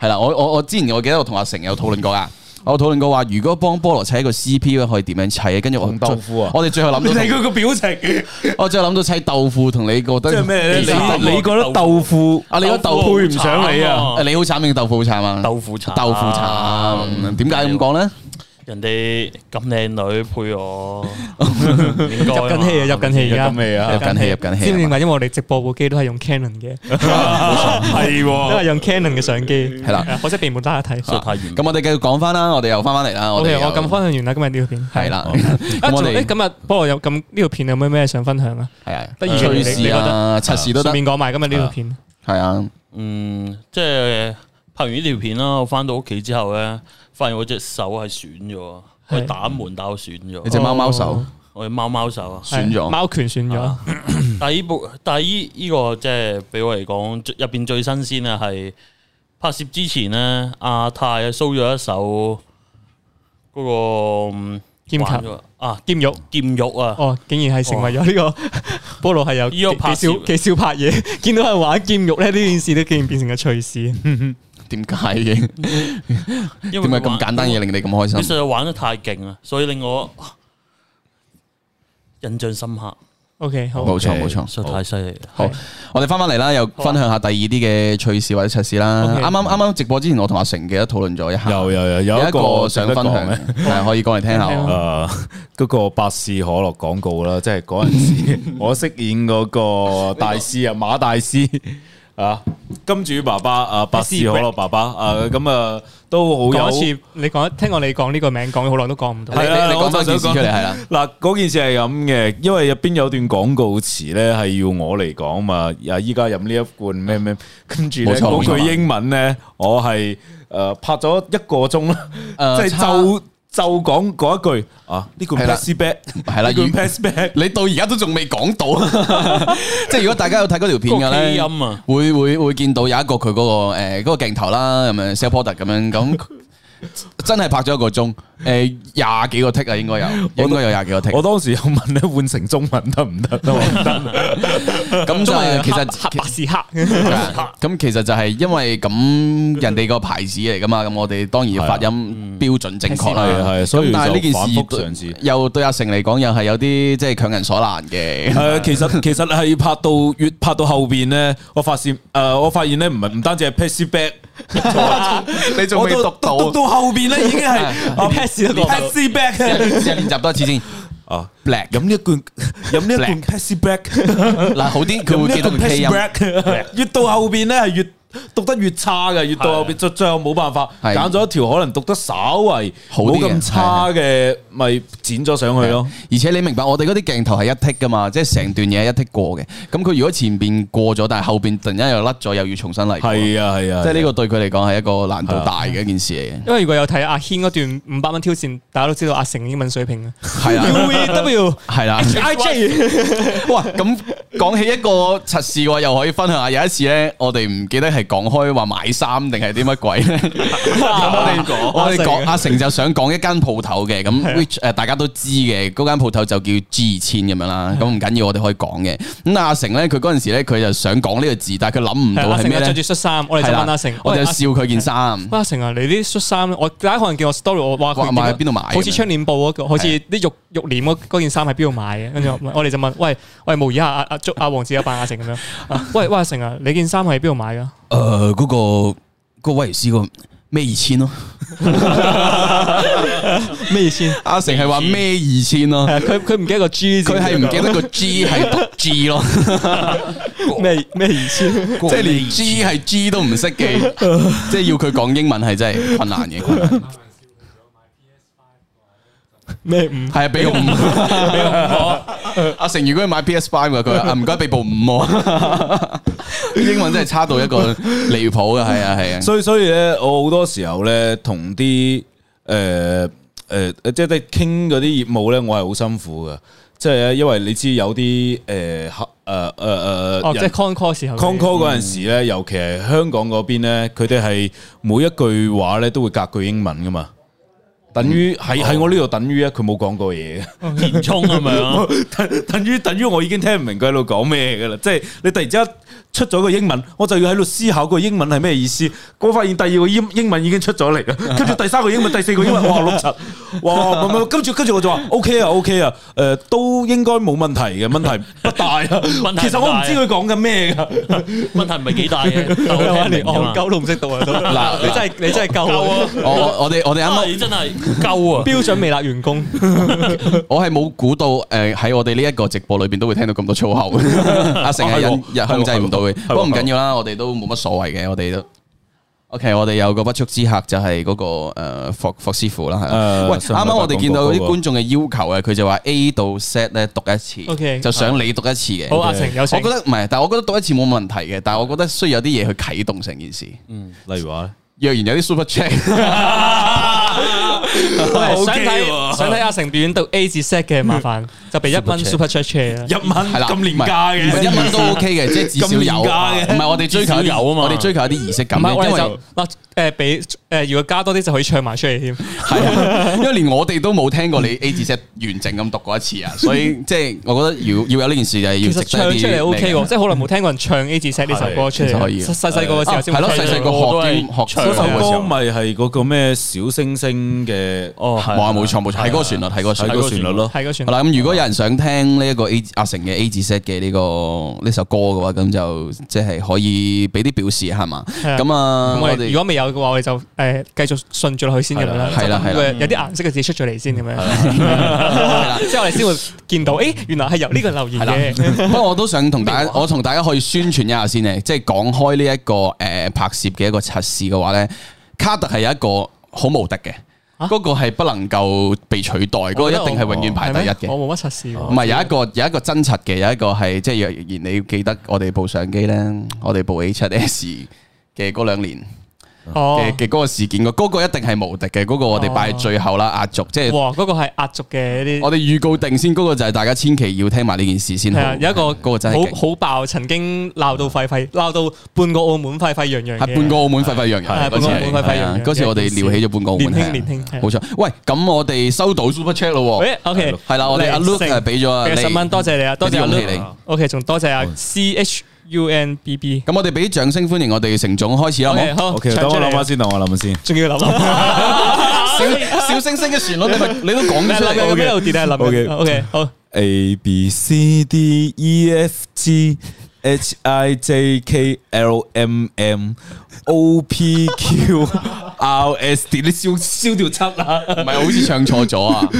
S1: 係啦，我我我之前我記得我同阿成有討論過啊，我討論過話如果幫菠蘿砌一個 CP 可以點樣砌？跟住我
S2: 同豆腐啊
S1: 我哋最後諗到同，
S4: 佢個表情，
S1: 我最後諗到砌豆腐同你覺得
S2: 即係咩咧？
S1: 其實
S2: 你你覺得豆腐
S1: 啊，你覺得豆腐
S2: 配唔上你啊？
S1: 你好慘定豆腐好慘啊？
S5: 哦豆腐茶，
S1: 豆腐慘，點解咁講咧？
S5: 人哋咁靚女 配我，應該
S3: 入緊戲啊，入緊戲而家
S2: 入緊戲啊
S1: 入緊戲入緊戲
S3: 知唔知點解？因為我哋直播部機都係用 Canon 嘅，
S5: 係
S3: 都係用 Canon 嘅相機。
S1: 哦
S3: 係啊
S1: 啦，
S3: 可惜並冇大家睇。
S5: 實
S3: 咁
S5: 太遠。
S1: 咁我哋繼續講翻啦，我哋又翻翻嚟啦，
S3: 我
S1: 哋
S3: 哋
S1: 又
S3: 我咁分享完啦，今日呢條片
S1: 係。啦，
S3: 啊，
S1: 咁我
S3: 仲誒，
S1: 哋
S3: 今日菠蘿有咁呢條片有咩咩想分享啊？
S1: 係啊，
S3: 得意嘅
S1: 趣
S3: 你你
S1: 事
S3: 覺
S1: 啊，
S3: 得
S1: 測試都
S3: 順
S1: 得，
S3: 便講埋今日呢條片。
S1: 係啊，
S5: 嗯，即係拍完呢條片啦，我翻到屋企之後咧，發現我隻手係損咗，
S3: 係
S5: 佢打門打到損
S1: 你
S5: 咗，
S1: 隻貓貓手
S3: 哦
S5: 我隻貓貓手啊。
S1: 損咗
S3: 係貓拳選咗
S5: 啊。但係呢部，但係依依個即係俾我嚟講，最入邊最新鮮啊，係拍攝之前咧，阿泰啊 show 咗一首嗰、個嗯
S3: 劍琴
S5: 玩咗啊
S3: 劍玉
S5: 劍玉啊，
S3: 哦，竟然係成為咗呢 個菠蘿係有
S5: 呢個拍
S3: 幾少
S5: 攝
S3: 幾少拍嘢， 見到係玩劍玉咧呢件事都竟然變成個趣事。
S1: 點解嘅？
S5: 因為
S1: 點解
S5: 佢
S1: 咁
S5: 玩
S1: 簡單嘢令你咁開
S5: 佢
S1: 心？
S5: 實在玩得太勁啦，所以令我印象深刻，
S3: OK，好。
S1: 冇錯冇錯。
S5: 實在太犀利。
S1: 好，我哋翻翻嚟啦，又分享下第二啲嘅趣事或者測試啦。
S3: OK
S1: 啱啱啱啱直播之前，我同阿成記得討論咗一下，
S2: 有有有
S1: 有
S2: 有
S1: 一
S2: 一
S1: 個
S2: 個
S1: 想
S2: 想
S1: 分
S2: 分
S1: 享
S2: 享
S1: 嘅，係可以講嚟聽下
S3: 聽
S1: 喎。
S3: 下
S2: 誒呃嗰個百事可樂廣告啦，即係嗰陣 時我飾演嗰個大師啊，馬大師啊，金主爸爸啊，百事可樂爸爸啊，咁啊都好
S3: 講
S2: 有
S3: 一次，你講聽我你講呢個名講咗好耐都講唔到。
S1: 你
S2: 係啊
S1: 你你
S2: 我
S1: 講翻
S2: 就
S1: 件
S2: 想
S1: 事出嚟係啦，
S2: 嗱，嗰件事係咁嘅，因為入邊有段廣告詞咧係要我嚟講嘛，啊依家飲呢一罐咩咩，跟住咧
S1: 冇錯
S2: 嗰句
S1: 冇錯
S2: 英文咧，我係誒拍咗一個鐘啦，
S1: 誒
S2: 即係
S1: 差
S2: 就就講嗰一句啊，
S1: 係
S2: 呢罐
S1: 啦
S2: pass back，
S1: 係啦
S2: 呢罐
S1: 語
S2: pass back。
S1: 你到而家都仲未講到，即係如果大家有睇嗰條片嘅
S5: 個基
S1: 咧，
S5: 因啊
S1: 會會會見到有一個佢嗰個誒嗰個鏡頭啦，咁樣 sell product 咁樣咁，真係拍咗一個鐘，诶廿幾個 tick 啊，應該有，應該有廿幾個 tick
S2: 我。當時有問咧，換成中文 得唔得？
S1: 咁就係其實
S3: 黑白是黑，
S1: 咁其實就係因為咁人哋個牌子嚟噶嘛，咁我哋當然要發音標準正確
S2: 係啊
S1: 啦。
S2: 係啊所以
S1: 咁但係呢件
S2: 就反覆嘗
S1: 事
S2: 試
S1: 對又對阿成嚟講，又係有啲即係強人所難嘅。
S2: 诶，其實其實係拍到越拍到後边咧，我發現诶，我發現咧唔係唔單止係 p a s s back，
S1: 你仲
S2: 我
S1: 未讀到，
S2: 讀到後边咧 已經係啊 p a s s
S1: 讀到
S2: pass back
S1: 試下練習多一次先。
S2: 啊
S1: Black
S2: 飲 一罐飲一罐 p a s s back，
S1: 嗱，好啲佢會
S2: 飲
S1: 記
S2: 一
S1: 到
S2: 罐
S1: 個
S2: p
S1: 拼
S2: a s
S1: 音
S2: s。back，越到後边咧係越讀得越差嘅，越到後边最最後冇辦法
S1: 啊係
S2: 揀咗一條可能讀得稍為
S1: 好啲
S2: 冇
S1: 嘅
S2: 咁差嘅，咪剪咗上去咯。
S1: 而且你明白我哋嗰啲鏡頭係一剔噶嘛，即係成段嘢一剔過嘅。咁佢如果前邊過咗，但係後邊突然間又甩咗，又要重新嚟過。
S2: 係啊係啊，
S1: 即係呢個對佢嚟講係一個難度大嘅一件事嚟嘅。
S3: 因為如果有睇阿軒嗰段五百蚊挑戰，大家都知道阿成嘅英文水平啊。
S1: 係啦
S3: U V W
S1: 係 啦。
S3: I J
S1: 哇，咁講起一個測試喎，又可以分享下。有一次咧，我哋唔記得係講開話買衫定係啲乜鬼咧。 咁我哋我哋講啊阿成啊就想講一間鋪頭嘅，咁 which 呃誒大家都知嘅，嗰間鋪頭就叫 G 二千咁樣啦。咁唔緊要，我哋可以講嘅。咁阿成咧，佢嗰陣時咧，佢就想講呢個字，但係佢諗唔
S3: 係阿
S1: 到係
S3: 成
S1: 咩
S3: 啊，
S1: 咧
S3: 着住？恤衫，我哋就
S1: 係啦
S3: 問阿成，
S1: 我
S3: 喂
S1: 就
S3: 阿
S1: 笑佢件衫。
S3: 喂阿成啊，你啲恤衫咧，我大家可能見我 story，我話
S1: 話
S3: 佢
S1: 買
S3: 點解
S1: 邊度買嘅
S3: 好似窗簾布嗰個，好似啲肉肉簾嗰嗰件衫喺邊度買嘅？跟住我我哋就問，喂喂，模擬下阿阿祝阿黃子啊扮阿成咁樣， 啊喂喂阿成啊，你件衫係邊度買噶？
S1: 誒呃嗰個嗰個威尼斯個咩二千咯？
S3: 咩意思？係
S1: 阿成係話咩二千 咯？
S3: 啊佢佢唔記得個 G 字，
S1: 佢係唔記得個 G 係讀 G 咯。
S3: 咩咩意思？
S1: 即係連 G 係 G 都唔識嘅， 即係要佢講英文係真係困難嘅，困難嘅
S3: 咩唔
S1: 係啊， 俾個五，俾個五我。阿成如果要買 PS Five 嘅，佢話啊唔該俾部五 我。英文真係差到一個離譜嘅，係啊
S3: 嗯
S1: 係啊。
S2: 所以所以咧，我好多時候咧，同啲誒誒，即係傾嗰啲業務咧，我係好辛苦嘅。即係因為你知有啲呃誒合誒誒
S3: 哦，
S2: 誒
S3: 即係
S2: 呃
S3: 嗯
S2: 人
S3: con call 時候嘅
S2: con call 嗰陣時咧，尤其係香港嗰邊咧，佢哋係每一句話咧都會隔句英文噶嘛。等於喺喺我呢度等於咧，佢冇講過嘢嘅。
S5: 填充咁樣，
S2: 等等於等於我已經聽唔明佢喺度講咩嘅啦，即係你突然之間出咗個英文，我就要喺度思考個英文係咩意思。我發現第二個英英文已經出咗嚟 啦，跟住第三個英文、第四個英文，哇六七，哇咁樣，跟住跟住我就話 OK 啊 OK 啊，誒、都應該冇問題嘅，問 題不大啊。
S5: 問題
S2: 其實我唔知佢講緊咩㗎，
S5: 問題唔係幾大嘅，但
S3: 我
S5: 我
S3: 連
S5: 聽唔
S3: 戇
S5: 明啫嘛
S3: 鳩都唔識讀啊！都
S1: 嗱
S3: 你真係你真係夠
S5: 夠
S3: 啊！
S5: 啊！
S1: 我我我哋我哋
S5: 因
S1: 啱
S5: 為真係 夠啊！
S3: 標準微辣員工，
S1: 啱，我係冇估到誒喺我哋呢一個直播裏邊都會聽到咁多粗 口，阿成係
S2: 哦
S1: 忍忍
S2: 係喎
S1: 控制唔到嘅，
S2: 係喎
S1: 不過唔緊要啦，我哋都冇乜所謂嘅，我哋都 OK，我哋有個不速之客就係嗰個誒霍霍師傅啦，係啦。
S2: 誒
S1: 喂，
S2: 上
S1: 啱
S2: 個
S1: 啱我
S2: 廣
S1: 哋
S2: 告
S1: 見到
S2: 嗰
S1: 啲
S2: 個
S1: 觀眾嘅要求啊，佢就話 A 到 set 咧讀一次
S3: OK
S1: 就想你讀一次嘅。
S3: 好阿成有
S1: 我
S3: 請
S1: 覺。得唔係，但係我覺得讀一次冇問題嘅，但係我覺得需要有啲嘢去啟動成件事。
S2: 例如話咧。
S1: 若然有啲 super check，
S3: 喂想
S2: OK
S3: 睇
S2: 喎
S3: 想睇阿成表演到 A 至 set 嘅，麻煩就俾一蚊
S1: Super
S3: super chat share 啦。
S2: 一蚊
S1: 係啦，
S2: 咁廉
S1: 唔係
S2: 價
S1: 唔係
S2: 嘅，
S1: 一蚊都 OK 嘅，即係至少
S2: 咁廉
S1: 有。
S2: 價嘅
S1: 唔係我哋追求一啲
S5: 至少有啊嘛
S1: 我哋追求一啲儀式
S3: 唔
S1: 感
S3: 係，我
S1: 嘅，因
S3: 哋
S1: 為
S3: 就嗱誒俾誒，如果加多啲就可以唱埋出嚟添。
S1: 係啊因為連我哋都冇聽過你 A 字 set 完整咁讀過一次啊，所以即係我覺得要要有呢件事就係
S3: 其
S1: 要
S3: 實
S1: 值
S3: 唱
S1: 得一
S3: 出
S1: 啲
S3: 嚟 OK
S1: 咩
S3: 喎，
S1: 嘅
S3: 即係好耐冇聽過人唱 A 字 set 呢首歌出
S1: 其實可
S3: 嚟。
S1: 以
S3: 細細個嘅時候先
S1: 啊係
S3: 會
S1: 咯，
S3: 聽
S1: 細
S3: 到
S1: 細個學啲學唱歌嘅時
S2: 嗰首歌
S1: 候，
S2: 咪係嗰個咩小星星嘅哦
S5: 哦，係
S1: 冇啊冇錯冇錯，係嗰個旋律，係嗰個旋
S2: 睇
S1: 律
S5: 係嗰。
S2: 個旋律咯。
S3: 係嗰旋
S1: 好
S3: 律。
S1: 啦，咁如果有人想聽呢一個 A 阿成嘅 A 字 set 嘅呢個呢首歌嘅話，咁就即係可以俾啲表示係嘛？
S3: 係啊
S1: 咁啊，我
S3: 咁我哋如
S1: 哋
S3: 果未有嘅話，我哋就誒繼續順住落去先咁樣啦。
S1: 係啦係啦嗯
S3: 就等佢有啲顏色嘅字出咗嚟先咁樣。係 啦之後我哋先會見到，誒原來係由呢個留言
S1: 係
S3: 嘅。
S1: 啦， 不過我都想同大家，我同大家可以宣傳一下先嘅，即係講開呢一個誒拍攝嘅一個測試嘅話咧，卡特係有一個好無敵嘅，
S3: 啊
S1: 嗰個係不能夠被取代，嗰個一定係永遠排第一
S3: 哦係咩
S1: 嘅。哦
S3: 我冇乜測試喎。
S1: 唔係有一個有一個真實嘅，有一個係即係若然你要記得我哋部相機咧，我哋部 A 七 S 嘅嗰兩年。
S3: 哦，
S1: 嘅嘅嗰個事件嗰、個一定係無敵嘅，嗰、個我哋擺喺最後啦，壓軸，即係
S3: 哇，嗰個係壓軸嘅一啲，
S1: 我哋預告定先，嗰、個就係大家千祈要聽埋呢件事先
S3: 係
S1: 好。
S3: 啊，有一個
S1: 嗰個真係勁
S3: 好好爆，曾經鬧到沸沸，鬧到半個澳門沸沸揚揚嘅，
S1: 係半個澳門沸沸揚揚
S3: 係
S1: 嗰次係，
S3: 半個澳門沸沸
S1: 係
S3: 揚揚
S1: 啊嗰次我哋撩起咗半個澳門，
S3: 年輕
S1: 係啊
S3: 年輕係啊
S1: 冇錯。喂，咁我哋收到 super check 咯喎，
S3: 喂，OK，
S1: 係啦，我哋阿
S3: 靚
S1: Luke
S3: 聲
S1: 係俾咗啊
S3: 俾十蚊，
S1: 你。
S3: 多謝你啊，多謝阿
S1: 俾啲勇氣你
S3: Luke，OK，仲多謝阿 C H U N B B，
S1: 咁我哋俾啲掌聲歡迎我哋成總開始啦，好
S3: OK，
S1: 冇？
S3: 好
S2: O K，
S3: 唱
S2: 等
S3: 出
S2: 我
S3: 嚟
S2: 諗下先，等我諗下先。
S3: 仲要 諗。
S1: 小小星星嘅旋律， 你咪你都講咗出
S3: 諗緊
S1: 嚟。
S3: 個 melody 定係諗
S2: OK
S3: 緊？OK，好，
S2: A B C D E F G H I J K L M M O P Q R S T，你笑笑條七啊
S1: 唔係好似唱錯咗啊！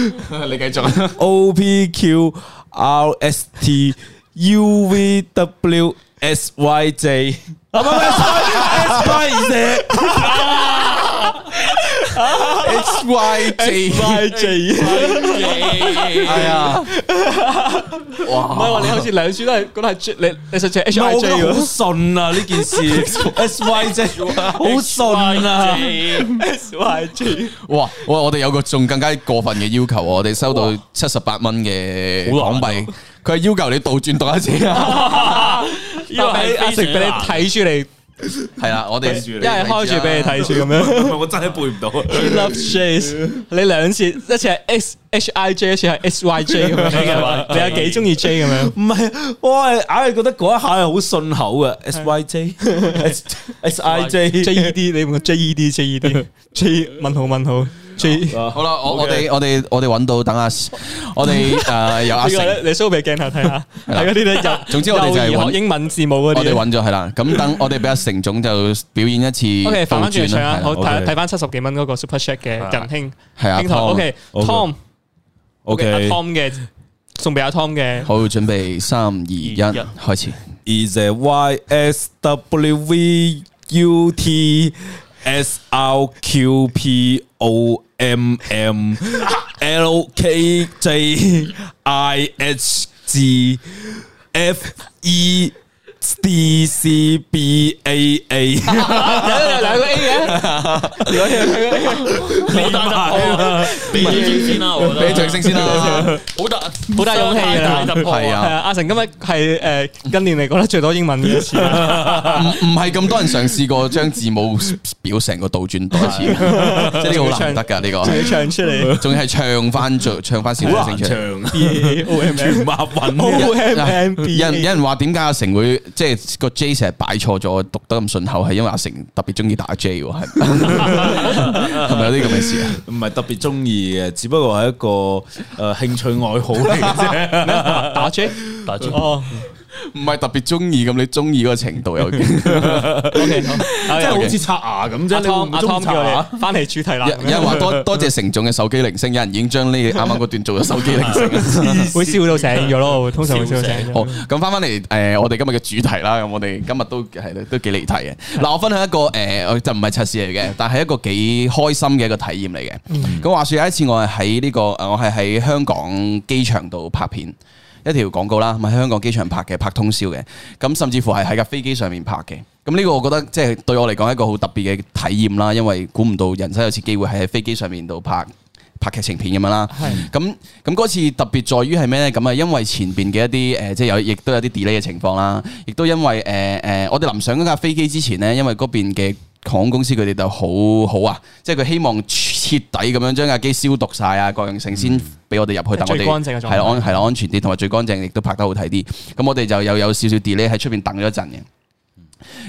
S1: 你繼續。
S2: ！O P Q R S T U V W S Y J，啊唔係唔係 S Y Z
S1: X Y J，
S3: 快 J，唔
S1: 係啊，
S3: 係
S1: 哇！
S3: 話你好似兩書都係覺得係 J，你你想唱 H
S2: 我
S3: I
S2: 覺
S3: J
S2: 得好
S3: 喎
S2: 順啊呢件事 S Y J 好順啊！
S3: ，H I J，
S1: 哇！我我哋有個仲更加過分嘅要求喎，我哋收到七十八蚊嘅港幣，佢係要求你倒轉讀一次啊！
S5: 呢
S3: 但
S5: 個
S3: 俾
S5: 係
S3: 阿食
S5: 非
S3: 俾你
S5: 常難
S3: 睇住嚟，
S1: 係啦，我哋
S3: 一 係開住俾你睇住咁樣。
S2: 唔係我真係背唔到。
S3: He loves J's，你兩次，一次係 X H I J，一次係 S Y J Dạ. 咁樣嘅話，你有幾中意 J 咁樣？
S2: 唔係，我係硬係覺得嗰一下係好順口嘅。S Y J S S I J
S3: J E D，你用個 J E D J E D Ờ, J 問號問號 J。E
S1: 好啦，我我哋我哋我哋揾到，等阿我哋 誒有阿
S3: 呢個
S1: 成
S3: 咧，，你 show 俾鏡頭睇下，係嗰啲咧又，
S1: 總之我哋就係
S3: 幼兒
S1: 揾
S3: 學英文字母嗰
S1: 我哋
S3: 啲。
S1: 揾咗係啦。咁等我哋俾阿成總就表演一次
S3: O K，
S1: 倒
S3: 反翻轉嚟
S1: 轉
S3: 唱啊
S1: 啦，，
S3: 好
S1: 係啦
S3: 睇
S2: OK
S3: 睇翻七十幾蚊嗰個 Super Chat 嘅仁兄，
S1: 係啊
S3: 兄
S1: Tom
S3: 台。O K，Tom，
S2: O
S3: 阿
S2: K
S3: Tom 嘅送俾阿 Tom 嘅，
S1: 好，準備三二一，
S5: 二一
S1: 開始。
S2: is a Y S W V U T S R Q P O M M L K J I H G F E D C B A A。
S3: 兩個 A 嘅，啊
S5: 好大突破，俾掌聲先啦，我覺得
S1: 俾掌聲先啦，
S5: 好大
S3: 好大勇氣㗎啦
S5: 大突破
S1: 係
S3: 係
S1: 啊
S5: 啊！
S3: 啊，阿成今日係誒近年嚟講得最多英文嘅一次，
S1: 唔唔係咁多人嘗試過將字母表成個倒轉多一 次，即係呢個好難得㗎呢
S3: 仲
S1: 個。
S3: 要 唱出嚟
S1: 仲要係唱翻做唱翻小 星星出嚟。
S3: B O M
S2: 全麻煩
S3: O M M
S1: 有
S3: B，
S1: 人啊有人話點解阿成會即係個 J 成日擺錯咗，讀得咁順口，係因為阿成特別中意打 J 喎，係係咪有啲咁嘅事啊？
S2: 唔係特別中意嘅，只不過係一個誒、呃、興趣愛好嚟 嘅啫。
S3: 打 J，
S5: 大突破
S3: 哦
S1: 唔係特別中意咁，你中意嗰個程度有幾？
S3: ，O K，即
S2: 即係
S3: 係
S2: 好似刷牙咁啫，
S3: 阿
S2: 你會唔
S3: Tom
S2: 會
S3: 阿
S2: 中意
S3: Tom
S2: 刷
S3: 叫
S2: 牙？
S3: 我哋翻嚟主題啦
S1: 有，有人話多多謝成總嘅手機鈴聲，有人已經將呢啱啱嗰段做咗手機鈴聲。
S3: 會笑到醒咗咯，會通常會笑到醒咗。
S1: 好，咁翻翻嚟誒，我哋今日嘅主題啦，咁我哋今日都係都幾離題嘅。嗱，我分享一個誒、我就唔係測試嚟嘅，但係一個幾開心嘅一個體驗嚟嘅。咁、話説有一次我係喺呢個誒，我係喺香港機場度拍片。一條廣告啦，咪喺香港機場拍嘅，拍通宵嘅，咁甚至乎係喺架飛機上面拍嘅。咁呢個我覺得即係對我嚟講係一個好特別嘅體驗啦，因為估唔到人生有次機會係喺飛機上面度拍拍劇情片咁樣啦。咁咁嗰次特別在於係咩呢？咁啊，因為前邊嘅一啲誒、呃即係有亦都有啲 delay 嘅情況啦，亦都因為誒誒、呃呃我哋臨上嗰架飛機之前呢，因為嗰邊嘅航空公司佢哋就好好啊，即係佢希望徹底咁樣將架機消毒晒啊，各樣成先俾我哋入去，但我
S3: 嗯最乾淨
S1: 哋
S3: 嘅狀態
S1: 係啦安係啦安全啲，同埋最乾淨，亦都拍得好睇啲。咁我哋就又有少少 delay 喺出邊等咗一陣嘅。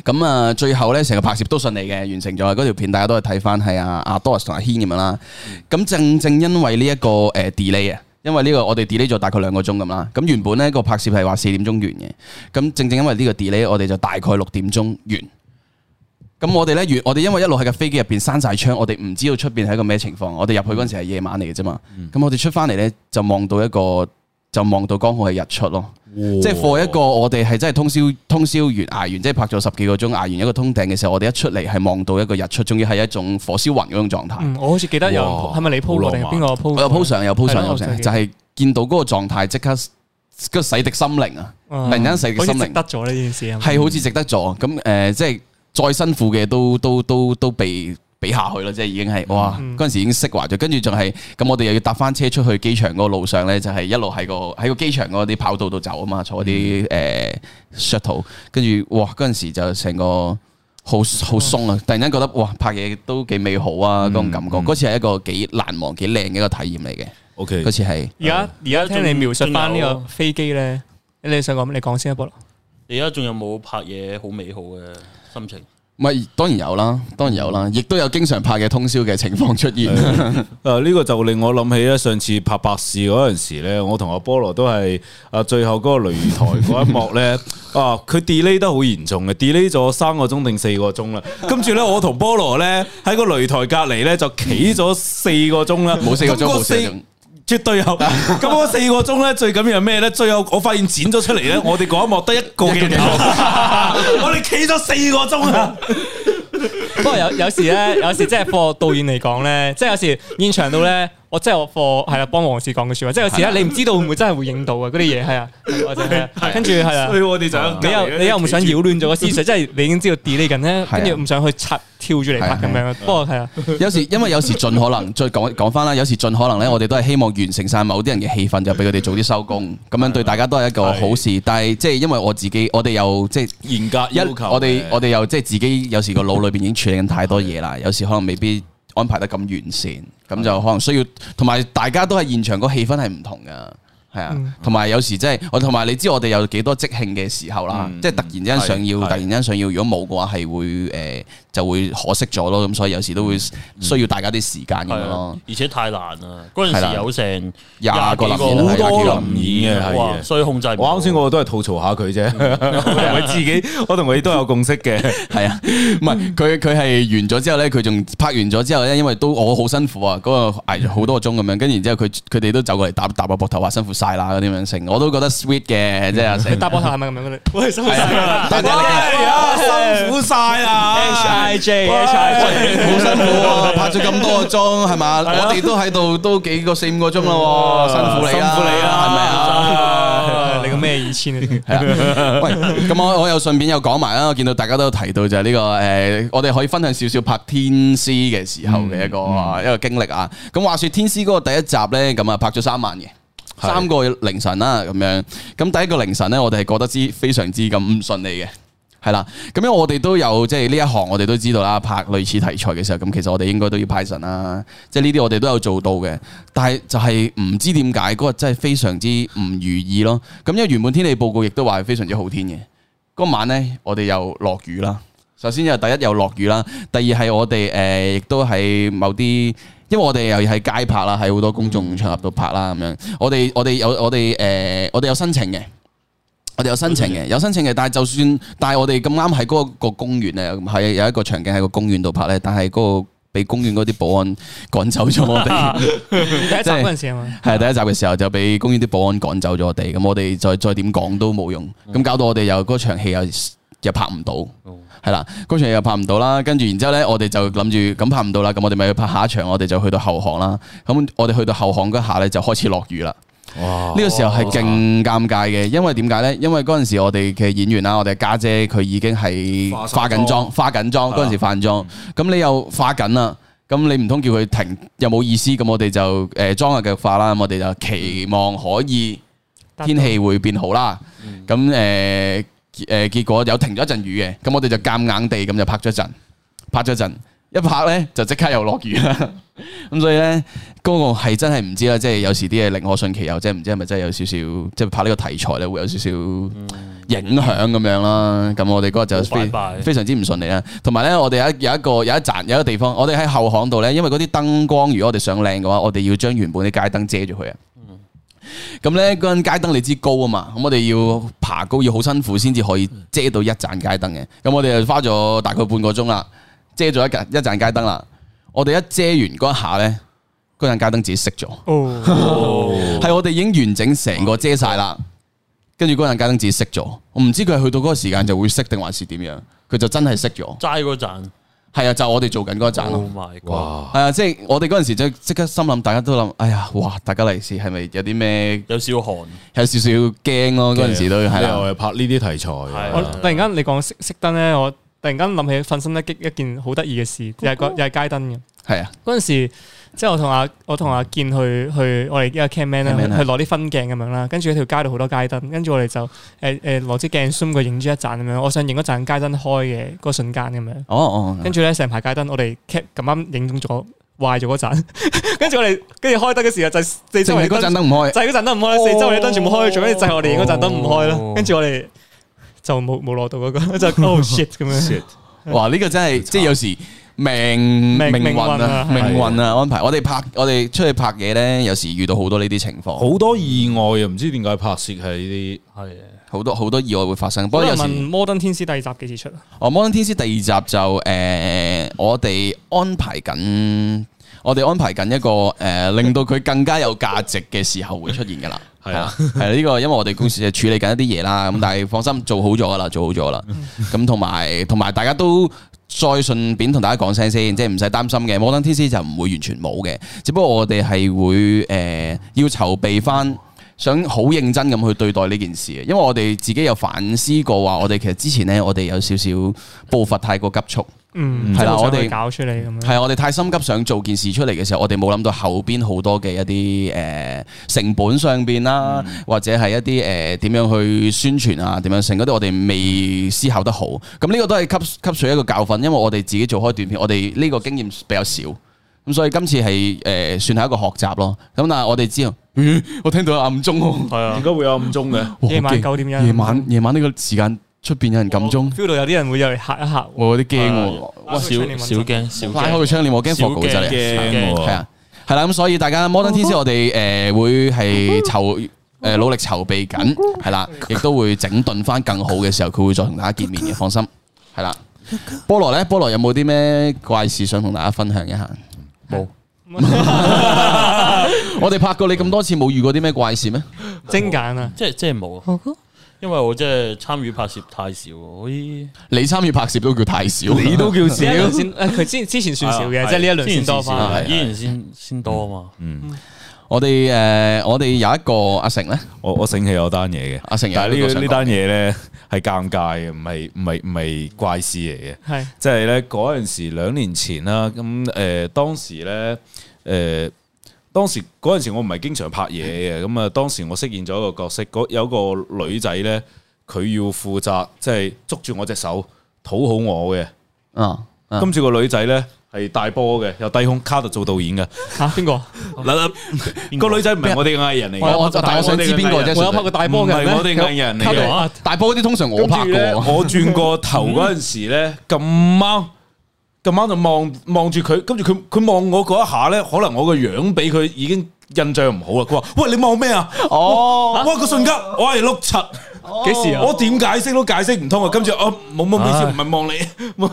S1: 咁啊，最後咧成個拍攝都順利嘅，完成咗嗰條片，大家都係睇翻係啊阿阿 Doris 同阿軒咁樣啦。咁正正因為呢一個誒 delay 啊，因為呢個我哋 delay 咗大概兩個鐘咁啦。咁原本呢個拍攝係話四點鐘完嘅，咁正正因為呢個 delay，我哋就大概六點鐘完。咁我哋咧，越我哋因為一路喺架飛機入邊閂晒窗，我哋唔知道出邊係一個咩情況。我哋入去嗰陣時係夜晚嚟嘅啫嘛。咁我哋出翻嚟咧，就望到一個就望到剛好係日出咯。即係 for 一個我哋係真係通宵通宵完捱完，即係拍咗十幾個鐘捱完一個通頂嘅時候，我哋一出嚟係望到一個日出，仲要係一種火燒雲嗰種狀態。
S3: 嗯，我好似記得有人 po-
S2: 哇
S3: 係咪你 po 過定係邊個 po 過？
S1: 我有 po 相，有 po 相，
S3: 係咯
S1: 有
S3: 我就
S1: 相，
S3: 記
S1: 就
S3: 得
S1: 係見到嗰個狀態，即刻個洗滌心靈啊！
S3: 嗯，
S1: 突然間洗滌
S3: 好似
S1: 心
S3: 值
S1: 靈，
S3: 得咗呢件事係咪
S1: 係好似值得咗咁誒，即係再辛苦嘅都都都都被比下去啦，即係已經
S3: 嗯
S1: 係哇！嗰陣時已經釋懷咗，跟住仲係咁，我哋又要搭翻車出去機場嗰個路上咧，就係一路喺個喺個機場嗰啲跑道度走啊嘛，坐
S3: 嗯
S1: 啲誒 shuttle，跟住哇嗰陣時就成個好好
S3: 嗯
S1: 鬆啊！突然間覺得哇拍嘢都幾美好啊嗰種
S3: 嗯
S1: 感覺，嗰次係一個幾難忘幾靚嘅一個體驗嚟嘅，
S2: O K，
S1: 嗰次係。
S3: 而家而家聽你描述翻呢個飛機咧，你想講咩？你講先一波啦。
S5: 你而家仲有冇拍嘢好美好嘅心情？
S1: 唔系，當然有啦，當然有啦，亦都有經常拍嘅通宵嘅情況出現。
S2: 誒呢個就令我諗起咧，上次拍白事嗰陣時咧，我同阿菠蘿都係啊最後嗰個擂台嗰一幕 咧，啊佢 delay 得好嚴重嘅，delay 咗三個鐘定四個鐘啦。 跟住咧，我同菠蘿咧喺個擂台隔離咧就企咗四個鐘啦，
S1: 冇四個鐘
S2: 咁嗰
S1: 冇四個鐘
S2: 絕對 有。咁嗰四個鐘咧最緊要係咩咧？最後我發現剪咗出嚟 咧，我哋嗰一幕得一個鏡頭， 我哋企咗四個鐘啊！
S3: 不過有有時咧， 有時即係 for 導演嚟講咧，即係有時現場度咧，我即係我 for 係啦，幫黃氏講嘅説話，即係有時咧，你唔知道會唔會真係會影到啊嗰啲嘢係啊，或者係啊跟住係啊
S2: 所。以我哋就喺
S3: 你
S2: 隔離
S3: 又
S2: 咧
S3: 你又唔想擾亂咗個思緒，即係你已經知道 delay 緊
S1: 係
S3: 咧，
S1: 啊
S3: 跟住唔想去拆跳住嚟拍咁樣。不過係啊，
S1: 有時因為有時盡可能， 再講講翻啦，有時盡可能咧，我哋都係希望完成晒某啲人嘅氣氛，就俾佢哋早啲收工，咁樣對大家都係一個好事。但係即係因為我自己，我哋又即係。
S2: 嚴格
S1: 一
S2: 要求嘅，
S1: 我哋我哋又即係自己有時個腦裏邊已經處理緊太多嘢啦，有時可能未必安排得咁完善，咁就可能需要同埋大家都係現場個氣氛係唔同噶。係啊，
S2: 嗯
S1: 同埋有時即係我同埋你知我哋有幾多即興嘅時候啦，即係突然之間想要，
S2: 嗯係
S1: 突然之間想要，如果冇嘅話係會誒就會可惜咗咯，咁所以有時
S2: 嗯
S1: 都會需要大家啲時間咁
S5: 係
S1: 樣咯
S5: 啊，。而且太難啦！嗰陣
S1: 係啦
S5: 時有成
S1: 廿個
S5: 幾
S1: 臨演
S2: 好
S1: 係啊
S2: 多
S1: 廿幾個
S2: 臨演嘅係
S5: 哇，
S2: 嘅。
S5: 所以控制唔到。
S2: 我啱先我都係吐槽下佢啫，我自己 我同佢都有共識嘅，
S1: 係啊，唔係佢佢係完咗之後咧，佢仲拍完咗之後咧，因為都我好辛苦啊，嗰、個捱咗好多個鐘咁樣，跟住然之後佢佢哋都走過嚟搭搭我膊頭話辛苦晒啦嗰啲咁樣成，我都覺得 sweet 嘅，即係阿成
S3: 你搭膊頭係咪咁樣嘅 你？喂，辛苦
S2: 啊
S3: 晒啦
S1: 多謝你
S2: 辛苦晒啊
S3: ！H I J H I J，
S1: 好辛苦啊，拍咗咁多個鐘係啊嘛，我哋都喺度都幾個四五個鐘咯喎，辛苦你啦，
S2: 辛苦你啦
S1: 係咪啊？
S3: 啊 你個咩二千啊？
S1: 係啊， 喂，咁我我又順便又講埋啦，我見到大家都有提到就係呢、個呃我哋可以分享少少拍天師嘅時候嘅一個、一個經歷啊。咁話說天師嗰個第一集呢，咁啊拍咗三晚嘅。
S2: 係
S1: 三個凌晨啦，咁樣咁第一個凌晨呢，我哋係覺得之非常之咁唔順利嘅，係啦。咁因為我哋都有即係呢一行，我哋都知道啦，拍類似題材嘅時候，咁其實我哋應該都要派神啦，即係呢啲我哋都有做到嘅。但係就係唔知點解嗰日真係非常之唔如意咯。咁因為原本天氣報告亦都話係非常之好天嘅，嗰晚呢，我哋又落雨啦。首先就第一又落雨啦，第二係我哋誒、呃亦都係某啲，因為我哋又係街拍啦，喺好多公眾場合度拍啦咁樣。我哋我哋有我哋誒、呃我哋有申請嘅。我哋有申請嘅，有申請嘅，但係就算，但係我哋咁啱喺嗰個公園咧，係有一個場景喺個公園度拍咧，但係嗰個被公園嗰啲保安趕走咗我哋。
S3: 第一集嗰陣時係嘛？
S1: 係第一集嘅時候就俾公園啲保安趕走咗我哋，咁我哋再再點講都冇用，咁搞到我哋又嗰場戲又又拍唔到，係啦，嗰場戲又拍唔到啦，跟住然之後咧，我哋就諗住咁拍唔到啦，咁我哋咪去拍下一場，我哋就去到後巷啦，咁我哋去到後巷嗰下咧就開始落雨啦。
S2: 哇！
S1: 呢個時候係勁尷尬嘅，因為點解呢？因為嗰陣時我哋嘅演員啦，我哋家姐佢已經係
S2: 化
S1: 化
S2: 曬
S1: 緊妝，化緊妝嗰陣時化緊妝，咁你又化緊啦，咁你唔通叫佢停又冇意思，咁我哋就誒妝又繼續化啦，咁我哋就期望可以天氣會變好啦，咁誒誒結果有停咗一陣雨嘅，咁我哋就夾硬地咁就拍咗一陣，拍咗一陣，一拍呢，就即刻又落雨啦。咁所以咧，嗰、個係真係唔知啦，即係有時啲嘢令我信其有，即係唔知係咪真係有少少，即係拍呢個題材咧會有少少影響咁樣啦。咁我哋嗰日就
S5: 嗯好拜
S1: 非
S5: 拜
S1: 非常之唔順利啦。同埋咧，我哋有一有一個有一站有一個地方，我哋喺後巷度咧，因為嗰啲燈光，如果我哋想靚嘅話，我哋要將原本啲街燈遮住佢啊。咁咧嗰陣街燈你知高啊嘛，咁我哋要爬高要好辛苦先至可以
S5: 嗯
S1: 遮到一盞街燈嘅。咁我哋就花咗大概半個鐘啦，遮咗一盞一盞街燈啦。我哋一遮完嗰一下咧，嗰盞街燈自己熄咗，
S3: 哦，
S1: 係我哋已經完整成個遮晒啦。跟住嗰盞街燈自己熄咗，我唔知佢係去到嗰個時間就會熄定還是點樣，佢就真係熄咗。
S5: 齋嗰陣
S1: 係啊，就我哋做緊嗰一盞咯。
S5: ，Oh my god！
S1: 係啊，即係我哋嗰陣時即即刻心諗，大家都諗，哎呀，哇！大家嚟時係咪有啲咩
S5: 有少寒，
S1: 有少少驚咯？嗰陣時都係啊
S2: 係啊
S1: 啦。
S2: 我哋拍呢啲題
S5: 係
S2: 材，啊
S3: 我突然間你講熄熄燈咧，我突然間諗起瞓身一激一件好得意嘅事，又係個又係街燈嘅。
S1: 系啊，
S3: 嗰陣時，即係我同阿我同阿健去去我哋依家 camman 啦，
S1: Camman 啊
S3: 去攞啲分鏡咁樣啦，跟住喺條街度好多街燈，跟住我哋就誒誒攞支鏡 zoom 佢影咗一盞咁樣，我想影嗰盞街燈開嘅嗰瞬間咁樣，
S1: 哦哦，
S3: 跟住咧成排街燈我哋 cap 咁啱影中咗壞咗嗰盞， 跟住我哋跟住開燈嘅時候就四周
S1: 淨
S3: 圍
S1: 係
S3: 啲
S1: 嗰
S3: 燈
S1: 陣燈唔開，
S3: 就係嗰陣燈唔開，四周圍啲燈全部開咗，跟住就係我哋影嗰陣燈唔開啦
S5: 哦，
S3: 跟住我哋就冇冇攞到嗰個，就 oh shit 咁樣。
S1: 哇！呢個真係即係有時命
S3: 命
S1: 命運啊，
S3: 命運啊
S1: 命運啊安排。我哋拍我哋出去拍嘢咧，有時遇到好多呢啲情況，
S2: 好多意外啊！唔知點解拍攝係呢啲，
S5: 係啊
S1: 好多好多意外會發生。不
S3: 我
S1: 過
S3: 有
S1: 有
S3: 人
S1: 時。
S3: 問《摩登天使》第二集幾時出啊？
S1: 哦，《摩登天師》第二集就诶、呃我哋安排緊，我哋安排緊一個诶、呃令到佢更加有價值嘅時候會出現㗎啦。
S2: 係啊
S1: 係啦，系呢個因為我哋公司就處理緊一啲嘢啦，咁但係放心，做好咗㗎啦，做好咗㗎啦。
S2: 嗯
S1: 咁同埋同埋大家都再順便同大家講聲先，即係唔使擔心嘅，《摩登天師》就唔會完全冇嘅，只不過我哋係會诶、呃要籌備翻。想好認真咁去對待呢件事嘅，因為我哋自己有反思過話，我哋其實之前呢，我哋有少少步伐太過急促，
S3: 嗯，
S1: 係啦
S3: 即好想
S1: 我哋
S3: 去搞出嚟咁樣。
S1: 係啊我哋太心急想做件事出嚟嘅時候，我哋冇諗到後邊好多嘅一啲誒、呃成本上邊啦，或者係一啲誒點樣去宣傳啊，點樣成嗰啲我哋未思考得好。咁呢個都係吸吸取一個教訓，因為我哋自己做開短片，我哋呢個經驗比較少。咁所以今次係誒、呃算係一個學習咯。咁但係我哋知道，咦我聽到有暗鐘喎。
S5: 係啊
S2: 點，解會有暗鐘嘅？
S1: 哇
S3: 夜晚
S1: 好驚
S3: 9點一嗯
S1: 夜晚夜晚呢個時間出邊有人撳鐘，
S3: feel 到有啲人會有嚟嚇一嚇喎。
S1: 我有啲驚喎。
S5: 少少驚少
S1: 拉開
S5: 驚
S1: 個窗簾，我驚放稿
S5: 少
S1: 真
S5: 驚
S1: 係。
S2: 驚
S1: 係
S2: 喎
S1: 啊，係啦，咁所以大家摩登天師，我哋誒會係籌誒努力籌備緊，係啦，亦都會整頓翻更好嘅時候，佢會再同大家見面嘅，放心。係啦，菠蘿咧，菠蘿有冇啲咩怪事想同大家分享一下？
S5: 冇。
S1: 我哋拍過你咁多次，冇遇過啲咩怪事咩？
S3: 精簡啊，
S5: 即係即係冇啊，因為我即係參與拍攝太少，我依
S1: 你參與拍攝都叫太少，你都
S2: 叫
S3: 呢一輪先，誒佢之前之前算少嘅，
S2: 係
S3: 即係呢一輪先多
S1: 少
S3: 翻。
S1: 啊係嗯
S5: 依然先先多啊嘛。
S1: 我哋誒，我哋有一個阿成咧，
S2: 我我醒起有單嘢嘅，
S1: 阿成有
S2: 但係
S1: 呢個
S2: 呢
S1: 想
S2: 呢
S1: 講
S2: 單嘢咧係尷尬嘅，唔係唔係唔係怪事嚟嘅。
S3: 係
S2: 即係咧嗰陣時兩年前啦，咁誒、呃、當時咧誒、呃、當時嗰陣時我唔係經常拍嘢嘅，咁啊當時我飾演咗一個角色，嗰有個女仔咧，佢要負責即係捉住我隻手討好我嘅，
S1: 啊，啊
S2: 跟住個女仔咧係大波嘅，有低胸卡特做導演嘅，
S3: 嚇邊個？
S2: 嗱嗱個女仔唔係我哋嘅藝人嚟
S1: 哦我
S2: 嘅，
S1: 我但我想知邊個啫，
S3: 我有拍過大波嘅
S2: 唔係我哋藝人嚟
S1: 卡
S2: 嘅
S1: 特。大波嗰啲通常我
S2: 跟
S1: 拍
S2: 住咧，
S1: 過喎，
S2: 我轉個頭嗰陣時咧，咁啱咁啱就望望住佢，跟住佢佢望我嗰一下咧，可能我個樣俾佢已經印象唔好啦。佢話：喂，你望咩啊？
S1: 哦，
S2: 哇！個瞬間我係碌柒，
S3: 幾時啊？
S2: 我點解釋都解釋唔通啊！跟住我冇冇意思，
S5: 唉
S2: 唔係望你望，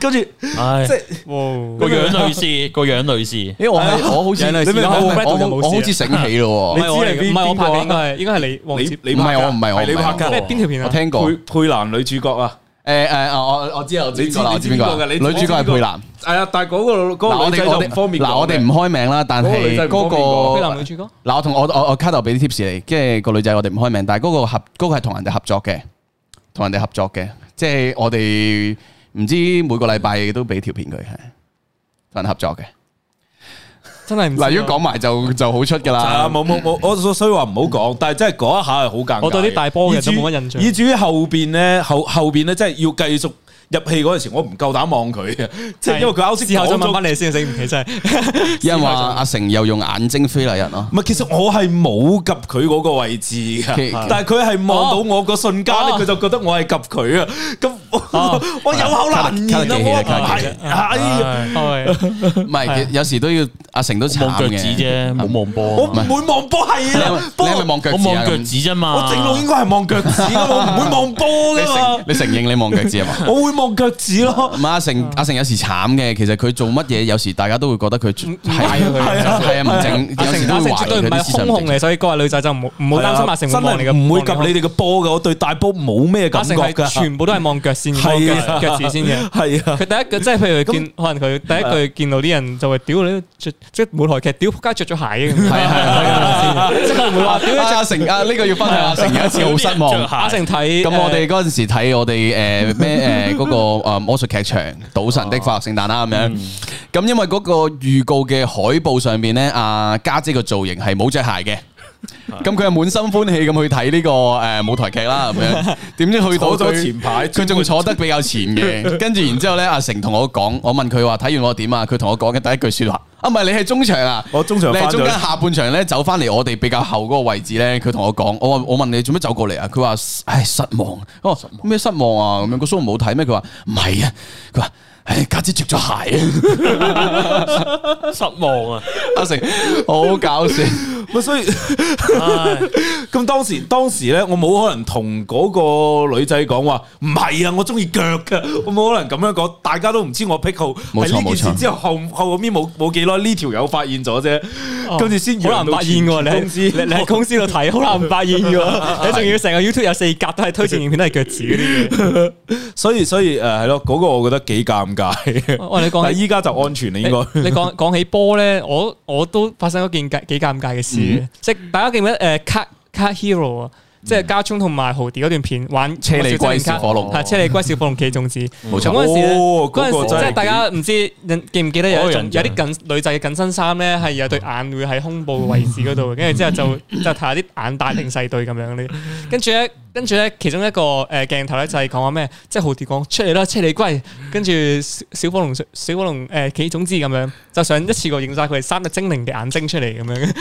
S2: 跟住即
S1: 嗯
S5: 唉，
S2: 係
S3: 哇
S5: 個樣類似，個樣類似。
S1: 因為我係我好似
S3: 人類
S1: 你明
S3: 時
S1: 唔明
S3: 間
S1: 我
S3: 我
S1: 好我好似醒起咯
S3: 你
S1: 喎，
S3: 知
S2: 我係
S3: 係
S2: 邊
S3: 唔係我拍
S2: 邊個
S3: 嘅
S2: 啊
S3: 應該係應該係你黃
S2: 你
S3: 子
S2: 你
S1: 唔係我唔係我
S2: 係你
S1: 唔係
S2: 拍
S3: 咩
S2: 㗎
S3: 邊條片
S1: 我
S3: 啊？
S1: 聽過
S2: 喎，配配男女主角啊！
S1: 誒誒我我我知啊，我知邊個啦，我
S2: 你
S1: 知
S2: 知
S1: 邊個啦，
S2: 你知邊個㗎
S1: 女
S2: 你
S1: 主角係佩蘭。
S2: 係啊，但係嗰個嗰
S1: 嗱
S2: 個
S1: 我
S2: 女
S1: 哋
S2: 仔
S1: 我
S2: 就
S1: 哋
S2: 唔方便講嘅。
S1: 嗱我哋唔開名啦，但
S2: 嗰個女
S1: 係
S2: 仔唔
S1: 嗰
S3: 佢
S2: 方便講
S1: 個
S3: 男女主角
S1: 嗱我同我我我卡頭俾啲 tips 你，跟住個女仔我哋唔開名，但係嗰個合嗰個係同人哋合作嘅，同人哋合作嘅，即係我哋唔知每個禮拜都俾條片佢係同人合作嘅。
S3: 真係唔知啊
S1: 嗱如果講埋就就好出㗎
S2: 啊，
S1: 啦。
S2: 冇冇冇，我所所以話唔好講，但係真係嗰一下係好尷尬。
S3: 我對啲大波嘅
S2: 以至於
S3: 就冇乜印象
S2: 以至於後邊咧，後後邊咧，真係要繼續入戲嗰陣時，我唔夠膽望佢 嘅，即係因為佢啱先
S3: 之後再
S2: 講咗
S3: 問翻你先醒唔起真係。
S1: 有人話阿成又用眼睛啊飛嚟人 咯。
S2: 唔係，其實我係冇及佢嗰個位置
S1: 其
S3: 啊
S2: 㗎，但係佢係望到我個瞬間咧，
S3: 哦
S2: 佢就覺得我係及佢啊！咁我我有口難言啊！我 係啊係，
S3: 係
S1: 唔係，有時都要阿成都慘
S5: 望腳
S1: 嘅。
S5: 趾啫，冇望
S2: 我
S5: 波啊
S2: 唔
S5: 嘛。
S2: 會望波係
S1: 你
S2: 啊
S1: 係咪，
S2: 波
S1: 你係咪望腳
S5: 我
S1: 趾啊
S5: 望腳趾啫嘛。
S2: 我正路應該係望腳趾㗎，我唔會望波㗎
S1: 咁
S2: 啊嘛，
S1: 你承你承認你望腳趾係啊嘛？
S2: 我會望腳趾咯。
S1: 唔係阿成，阿成有時慘嘅，其實佢做乜嘢，有時大家都會覺得佢係係啊唔正，
S3: 阿
S1: 有時
S3: 成
S1: 都
S3: 阿
S1: 會
S3: 成絕
S1: 懷
S3: 對
S1: 疑
S3: 唔
S1: 佢啲
S3: 係
S1: 思想唔
S3: 空 控
S1: 正。
S3: 嚟，所以嗰個女仔就唔好唔好擔心阿成會
S2: 真
S3: 望你
S2: 係
S3: 嘅。
S2: 唔
S3: 望
S2: 會
S3: 你嘅
S2: 及你哋嘅波嘅，我對大波冇咩
S3: 阿
S2: 感
S3: 成
S2: 覺㗎。
S3: 係全部都係望腳趾善幫
S2: 係
S3: 腳
S2: 啊
S3: 腳趾先嘅。
S2: 系啊，
S3: 佢第一句即係譬如佢見，可能佢第一句見到啲人就會屌你着，即係舞台劇屌仆街着咗鞋嘅咁樣。係係係，即係唔會話屌你着
S1: 阿成啊，呢個要分享阿成有一次好失望。
S3: 阿成睇。
S1: 咁
S2: 呃
S1: 我哋
S3: 誒
S1: 嗰陣時睇我哋誒咩呃誒嗰 個誒魔術劇場《賭神的快樂聖誕》啦咁
S2: 嗯
S1: 樣，咁因為嗰個預告嘅海報上邊咧，阿家姐個造型係冇着鞋嘅。咁佢係滿心歡喜咁去睇呢個誒舞台劇啦，咁 樣點知去到
S2: 坐咗
S1: 佢
S2: 前排
S1: 佢仲坐得比較前嘅，跟住然之後咧，阿成同我講，我問佢話睇完我點啊，佢同我講嘅第一句説話，啊唔係你係中場啊，
S2: 我中場
S1: 你係
S2: 翻咗
S1: 中間下半場咧走翻嚟我哋比較後嗰個位置咧，佢同我講，我話我問你做咩走過嚟啊？佢話唉失望，我話咩失望啊？咁樣個 show 唔好睇咩？佢話唔係啊，佢話唉家姐着咗鞋啊，
S5: 失望啊！
S1: 阿成好搞笑，
S2: 咪所以
S5: 唉，
S2: 咁當時當時咧，我冇可能同嗰個女仔講話，唔係啊，我中意腳噶，我冇可能咁樣講，大家都唔知我癖好。
S1: 冇錯
S2: 係呢件
S1: 冇
S2: 事
S1: 錯
S2: 之後後後面冇冇幾耐，呢條友發現咗啫，跟住先
S3: 哦好難發現喎，你喺
S2: 公司
S3: 你你喺公司度睇，好難發現嘅 喎。你仲要成個 YouTube 有四格都係推薦影片，都係腳趾 嗰啲
S2: 所以所以誒係咯，嗰個我覺得幾尷尬。
S3: 嘢。喂，哦你講
S2: 但
S3: 起
S2: 係依家就安全啦， 應該
S3: 你你講講起波咧，我我都發生咗件尷幾尷尬嘅事嘅，即係大家記唔記得誒 Car Car Hero 啊？即係家聰同埋豪迪嗰段片玩
S1: 車厘龜小火龍
S3: 係車厘龜小火龍騎種子。
S1: 冇錯
S3: 咁嗰陣時咧
S2: 哦
S3: 嗰
S2: 嗰個
S3: 陣時
S2: 真係
S3: 即係大家唔知記唔記得有一
S5: 我有
S3: 種
S5: 印
S3: 有
S5: 象
S3: 啲緊女仔嘅緊身衫咧，係有對眼會喺胸部嘅位置嗰度，跟住之後就就睇下啲眼大定細對咁樣咧。跟住咧，跟住咧，其中一個誒鏡頭咧就係講話咩？即係豪迪講出嚟啦，車厘龜，跟住小小火龍小火龍誒企種子咁樣，就想一次過影晒佢哋三隻精靈嘅眼睛出嚟咁樣。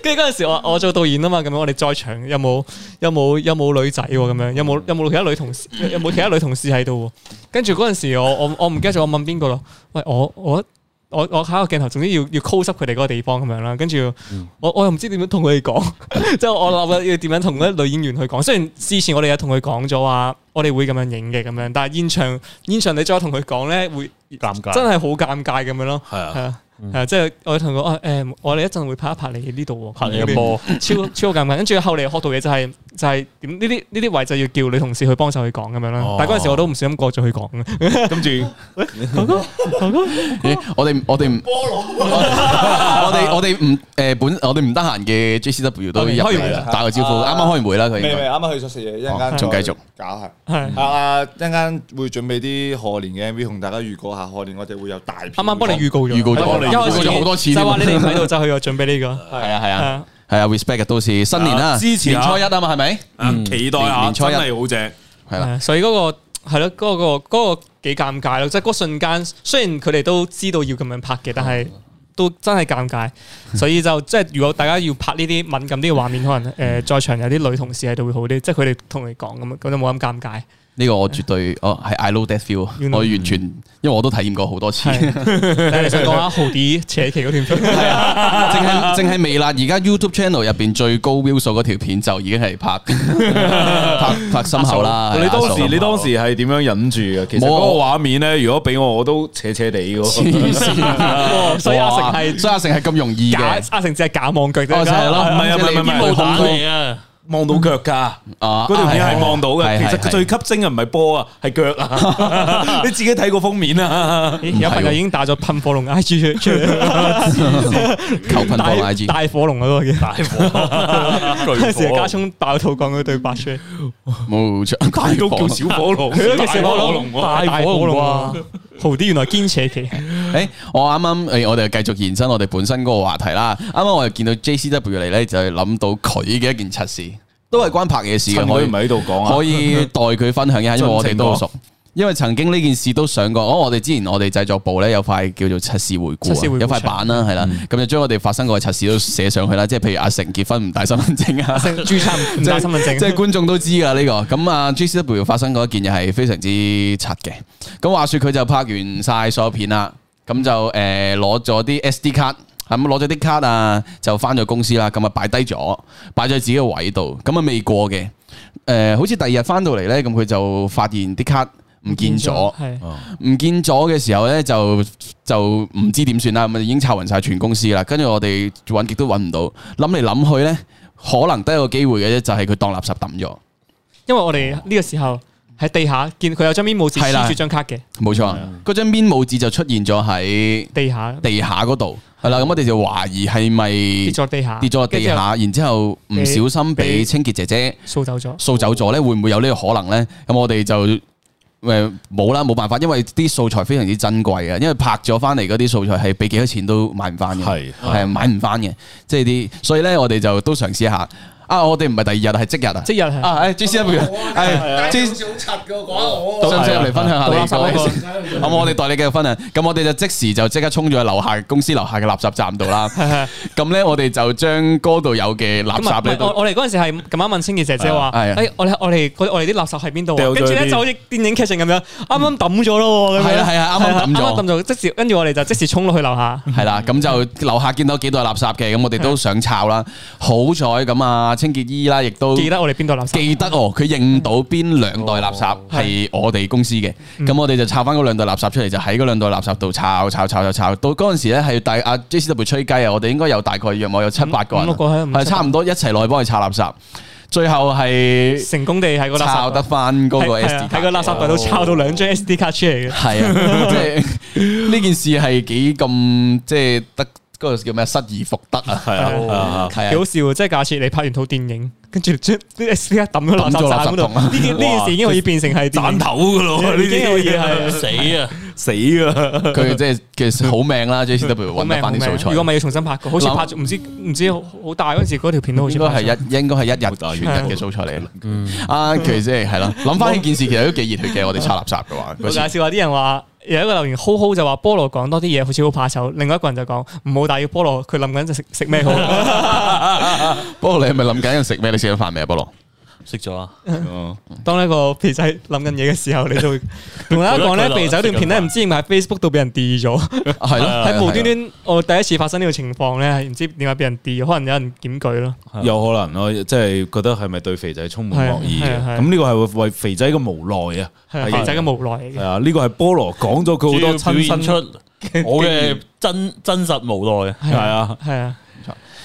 S3: 跟住嗰陣時我我做導演啊嘛，咁樣我哋在場有冇有冇有冇女仔喎？咁樣有冇有冇其他女同事有有冇其他女同事喺度喎？跟住嗰陣時我我我唔記得咗我問邊個咯，喂我我。我我喺個鏡頭，總之要要 close up 佢哋嗰個地方咁樣啦，跟住我我又唔知點樣同佢哋講， 即係我諗緊要點樣同嗰啲女演員去講。雖然之前我哋有同佢講咗話，我哋會咁樣影嘅咁樣，但係現場現場你再同佢講咧，會
S5: 尷尬
S3: 真係好尷尬咁樣咯。
S2: 係啊
S3: 係啊，係啊，即係我同佢話誒，我哋一陣會拍一拍你呢度喎，
S5: 拍你個波，
S3: 超超尷尬。跟住後嚟學到嘢就係就係點呢啲呢啲位就要叫女同事去幫手去講咁樣啦
S2: 哦。
S3: 但係嗰陣時我都唔小心過咗去講嘅，
S1: 哎
S2: 跟住
S1: 咦我哋我哋唔 我哋我哋唔誒本我哋唔得閒嘅 JCW 都入
S3: 開完會
S1: 嚟
S3: 啦
S1: 打個招呼，啱
S6: 啊
S1: 啱開完會啦佢應
S6: 未未
S1: 該。
S6: 啱啱去咗食嘢，一陣
S1: 哦
S6: 間
S1: 仲繼續
S6: 搞下。
S3: 係
S6: 啊啊！一陣間會準備啲賀年嘅 MV 同大家預告下，賀年我哋會有大片。
S3: 啱啱幫你預告咗，
S1: 哦預告咗
S3: 一開始
S1: 預告咗好多次
S3: 就
S1: 添啊
S3: 話你哋唔喺度就去我準備呢個。
S1: 係啊係
S3: 係
S1: 啊。
S3: 啊
S1: 系啊，respect 嘅都市新年啦，
S2: 啊支持
S1: 年
S2: 啊
S1: 初一啊嘛，係咪？
S2: 啊期待
S1: 年
S2: 下，
S1: 年初一
S2: 真係好正。
S1: 係
S3: 係
S1: 啦，
S3: 啊，所以嗰個係咯，嗰個嗰個幾尷尬咯，即係嗰瞬間，雖然佢哋都知道要咁樣拍嘅，但
S1: 哦
S3: 係都真係尷尬，所 以就即係如果大家要拍呢啲敏感啲嘅畫面，可能誒呃在場有啲女同事喺度會好啲，即係佢哋同你講咁，咁就冇咁尷尬。
S1: 呢個我絕對，哦係 I know that feel，
S3: You know
S1: 我完全，因為我都體驗過好多次，
S3: 係
S1: 淨
S3: 但係你想講下豪啲扯旗嗰段 片，
S1: 係 淨係微辣而家 YouTube channel 入邊最高 view 數嗰條片就已經係拍 拍拍心口啦。係
S2: 你
S1: 啊
S2: 當
S1: 阿
S2: 時
S1: 嫂
S2: 你當時係點樣忍住嘅？其實
S1: 冇啊
S2: 嗰個
S1: 我
S2: 畫面咧，如果俾我我都扯扯地嘅。
S1: 黐 線，
S3: 所以阿成
S1: 哇
S3: 係
S1: 所以阿成係咁容易
S3: 假
S1: 嘅，
S3: 阿成只係假望腳啫，
S1: 哦就係咯，
S2: 唔係啊
S1: 即
S2: 唔係唔
S1: 你
S2: 係
S5: 冇
S2: 唔
S5: 打
S2: 係
S5: 你啊！
S2: 望到腳噶，
S1: 啊
S2: 嗰條片係望到
S1: 係
S2: 嘅。
S1: 係
S2: 其實最吸睛嘅唔係波啊，係腳 啊。你自己睇個封面 啊。
S1: 嗯
S3: 咦有朋友已經打咗噴火龍 I G 出出嚟，
S1: 求噴放 IG，
S3: 大火龍啊嗰個嘅，
S5: 大 火，
S3: 嗰陣時
S5: 巨火
S3: 家，聰爆肚講嗰對白出嚟。
S1: 冇錯，
S2: 大都叫小 火龍，
S3: 佢都叫小火
S2: 大
S3: 龍，
S2: 喎
S3: 大火龍啊！豪啲原來堅扯旗，
S1: 诶，我啱啱诶，誒我哋繼續延伸我哋本身嗰個話題啦。啱啱我哋見到 JCW 嚟咧，就係諗到佢嘅一件測事，都係關拍嘢事嘅。
S2: 趁
S1: 可
S2: 佢
S1: 以
S2: 唔喺度講啊
S1: 可以代佢分享一下， 因為我哋都好熟。因為曾經呢件事都上過，哦，我哋之前我哋製作部咧有塊叫做測試回嗯顧
S3: 測試
S1: 啊，
S3: 回顧
S1: 有塊板啦，係啦，咁就將我哋發生過嘅測試都寫上去啦，即係譬如阿成結婚唔帶身份證啊，
S3: 註冊唔帶身份
S1: 即係
S3: 證，
S1: 觀眾都知㗎呢個。咁啊，JCW 發生過一件嘢係非常之柒嘅。咁話說佢就拍完晒所有片啦，咁就誒攞咗啲 SD 卡。咁攞咗啲卡啊，就翻咗公司啦，咁啊擺低咗，擺咗喺自己嘅位度，咁啊未過嘅，誒、好似第二日翻到嚟咧，咁佢就發現啲卡唔見咗，哦
S3: 係
S1: 唔見咗嘅時候咧，就就唔知點算啦，咁啊已經拆暈晒全公司啦。跟住我哋揾極都揾唔到，諗嚟諗去咧，可能得一個機會嘅啫，就係佢當垃圾抌咗。
S3: 因為我哋呢個時候喺地下見佢有張面冇紙
S1: 係啦
S3: 黐住張卡嘅
S1: 冇錯，
S3: 啊
S1: 嗰張邊帽紙就出現咗喺
S3: 地下
S1: 地下嗰度，係啦，咁我哋就懷疑係咪
S3: 跌咗地下，
S1: 跌咗落地下，然之後唔小心俾
S3: 被
S1: 清潔姐姐
S3: 掃走咗。
S1: 掃走咗咧，會唔會有呢個可能咧？咁我哋就誒冇啦，冇辦法，因為啲素材非常之珍貴嘅，因為拍咗翻嚟嗰啲素材係俾幾多錢都買唔翻嘅，
S2: 係
S1: 係買唔翻嘅，即係啲，所以咧我哋就都嘗試一下。啊！我哋唔係第二日，係即日啊！
S3: 即日係哦
S1: 啊！誒，J C 不如誒，J
S7: 好柒嘅講我
S1: 想唔想入嚟分享下你
S3: 倒垃
S1: 嗰
S3: 圾嗰
S1: 個
S3: 個？
S1: 咁我哋代你繼續分享，咁我哋就即時就即刻衝咗去樓下公司樓下嘅垃圾站度 啦。咁咧，我哋就將嗰度有嘅垃
S3: 咁啊
S1: 圾咧
S3: 唔係我
S1: 都
S3: 我哋嗰陣時係咁啱問清潔姐姐話：，
S1: 係
S3: 哎
S1: 啊
S3: 誒，我哋我哋我哋啲垃圾喺邊度啊？
S2: 掉咗
S3: 跟住
S2: 去邊
S3: 咧就好似電影劇情咁樣，啱啱抌咗咯喎，咁樣
S1: 係啦係啊啱啱抌咗
S3: 係啊啱啱抌咗，即時跟住我哋就即時衝落去樓下。
S1: 係啦，咁就樓下見到幾袋垃圾嘅，咁我哋都想抄啦。好彩咁啊，清潔姨啦，亦都
S3: 記得我哋邊度垃圾？
S1: 記得哦，佢認到邊兩袋垃圾
S3: 嗯
S1: 係我哋公司嘅，咁我哋就抄翻嗰兩袋垃圾出嚟，就喺嗰兩袋垃圾度抄抄抄抄抄，到嗰陣時咧係大阿 JCW 吹雞啊，我哋應該有大概約莫有七八個人，
S3: 嗯五六個係
S1: 係
S3: 五七八
S1: 差唔多一齊落去幫佢抄垃圾，最後係
S3: 成功地喺個垃圾
S1: 抄得翻嗰個
S3: 係係
S1: SD
S3: 啊
S1: 卡
S3: 喺個垃圾
S1: 哦
S3: 袋度抄到兩張 SD 卡出嚟嘅。
S1: 係 啊，即係呢件事係幾咁即係得嗰個叫咩失而復得啊，
S2: 係啊啊，
S1: 係
S3: 幾好
S1: 啊，
S3: 笑喎！即係假設你拍完套電影，跟住將啲 SD 卡抌咗垃
S1: 抌咗
S3: 圾
S1: 垃圾
S3: 站嗰度，
S1: 桶啊
S3: 呢件呢件事已經可以變成係電
S2: 斬
S3: 影
S2: 頭噶咯，呢
S3: 已經
S2: 啲
S3: 可以係
S5: 死啊！
S2: 死噶。
S1: 佢即係其實好命啦，JCW
S3: 好
S1: 揾得
S3: 咩好
S1: 翻
S3: 咩
S1: 啲素材
S3: 如果。咪要重新拍過，好似拍咗唔知唔知好好大嗰陣時嗰條片都好似
S1: 應該係
S3: 拍咗
S1: 一應該係一日全日嘅素材嚟啦。啊，其實即係係啦，諗翻呢件事其實都幾熱血嘅。我哋拆垃圾嘅話，
S3: 我
S1: 嗰
S3: 介
S1: 時
S3: 紹話啲人話有一個留言好好就話菠蘿講多啲嘢好似好怕醜，另外一個人就講唔好打擾菠蘿，佢諗緊就食食 咩好。
S1: 菠蘿你係咪諗緊要食咩？你食咗飯未啊，菠蘿？
S5: 識咗啊！
S3: 當呢個肥仔諗緊嘢嘅時候，你就會同大家 講咧，肥仔段片咧唔知點解喺 Facebook 度俾人 delete 咗，
S1: 啊係咯，
S3: 喺無端端我第一次發生呢個情況咧，係唔知點解俾人 delete，可能有人檢舉咯。
S2: 有可能咯，即係覺得係咪對肥仔充滿惡意嘅？
S3: 係啊係啊
S2: 咁呢個係為肥仔嘅無奈啊，
S3: 係肥仔嘅無奈嚟
S2: 係
S3: 嘅。
S2: 啊，呢個係菠蘿講咗佢好多
S5: 主要
S2: 親身
S5: 表現
S1: 啊
S5: 出我嘅真真實 無奈啊！
S2: 係啊，
S3: 係啊，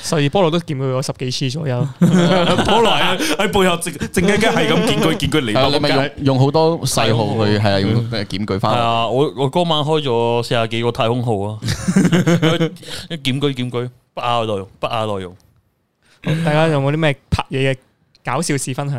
S3: 所以菠蘿都檢舉我十幾次左右。
S2: 菠蘿喺背後靜靜雞雞係咁見佢見佢嚟
S1: 係啊
S2: 到
S1: 你咪
S2: 咁哦
S1: 用用好多細號去係啊，用檢舉
S5: 係
S1: 翻。
S5: 啊，我我嗰晚開咗四廿幾個太空號 啊！一檢舉檢舉不雅內容，不雅內容。
S3: 大家有冇啲咩拍嘢嘅搞笑事分享？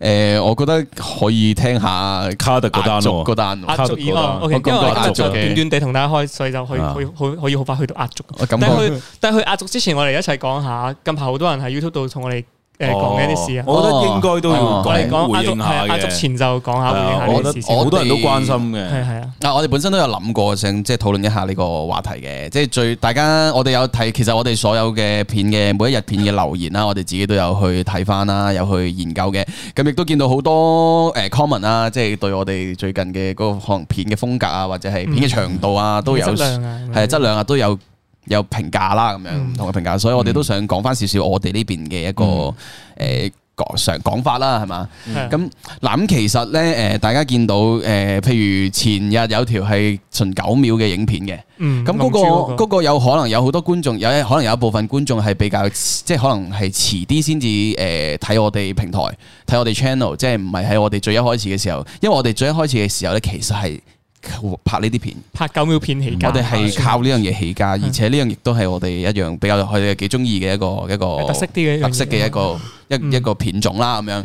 S1: 誒，我覺得可以聽下
S2: 卡特嗰單
S1: 壓軸嗰
S2: 喎，
S1: 單
S3: 壓
S1: 喎。
S3: 軸以哦，OK，
S1: 啊我感
S3: 因
S1: 覺
S3: 為我今
S1: 壓
S3: 日
S1: 軸
S3: 就
S1: 嘅
S3: 短短地同大家開，所以就可以
S2: 啊
S3: 可以可以可以好快去到壓軸。
S1: 我感
S3: 但係
S1: 覺
S3: 去但係去壓軸之前，我哋一齊講下近排好多人喺 YouTube 度同我哋誒講嘅一啲事啊。
S2: 我覺得應該都要
S1: 哦
S3: 我哋
S2: 講
S3: 講壓
S2: 回
S3: 軸
S2: 應
S3: 係
S2: 下
S3: 啊壓軸
S2: 嘅。
S3: 前就講下回應
S2: 啊
S3: 下
S2: 我
S3: 呢
S2: 覺
S3: 啲
S2: 得
S3: 事
S1: 我
S3: 先。
S2: 好多人都關心
S3: 係
S2: 嘅，
S3: 係啊，
S1: 啊！我哋本身都有諗過，想即係討論一下呢個話題嘅，即係最大家我哋有睇，其實我哋所有嘅片嘅每一日片嘅留言啦，我哋自己都有去睇翻啦，有去研究嘅，咁亦都見到好多誒 comment 啦，即係對我哋最近嘅嗰個可能片嘅風格啊，或者係片嘅長度啊，都有
S3: 質量啊嗯
S1: 係質量啊都有有評價啦，咁樣唔同嘅評價，所以我哋都想講翻少少我哋呢邊嘅一個
S3: 嗯
S1: 誒講常講法啦，係嘛？
S3: 係啊
S1: 咁嗱，咁其實咧，誒、大家見到誒、譬如前日有條係純九秒嘅影片嘅，
S3: 嗯，
S1: 咁嗰、
S3: 龍
S1: 個
S3: 珠
S1: 嗰、
S3: 嗰個
S1: 個有可能有好多觀眾，有可能有一部分觀眾係比較，即係可能係遲啲先至誒睇我哋平台，睇我哋 channel，即係唔係喺我哋最一開始嘅時候，因為我哋最一開始嘅時候咧，其實係拍呢啲片。
S3: 拍九秒片起家，
S1: 我哋係靠呢樣嘢起家，
S3: 嗯
S1: 而且呢樣亦都係我哋一樣比較佢哋幾中意嘅一個一個
S3: 特色啲嘅一樣嘢嗯
S1: 特色嘅一個一一個片種啦咁樣。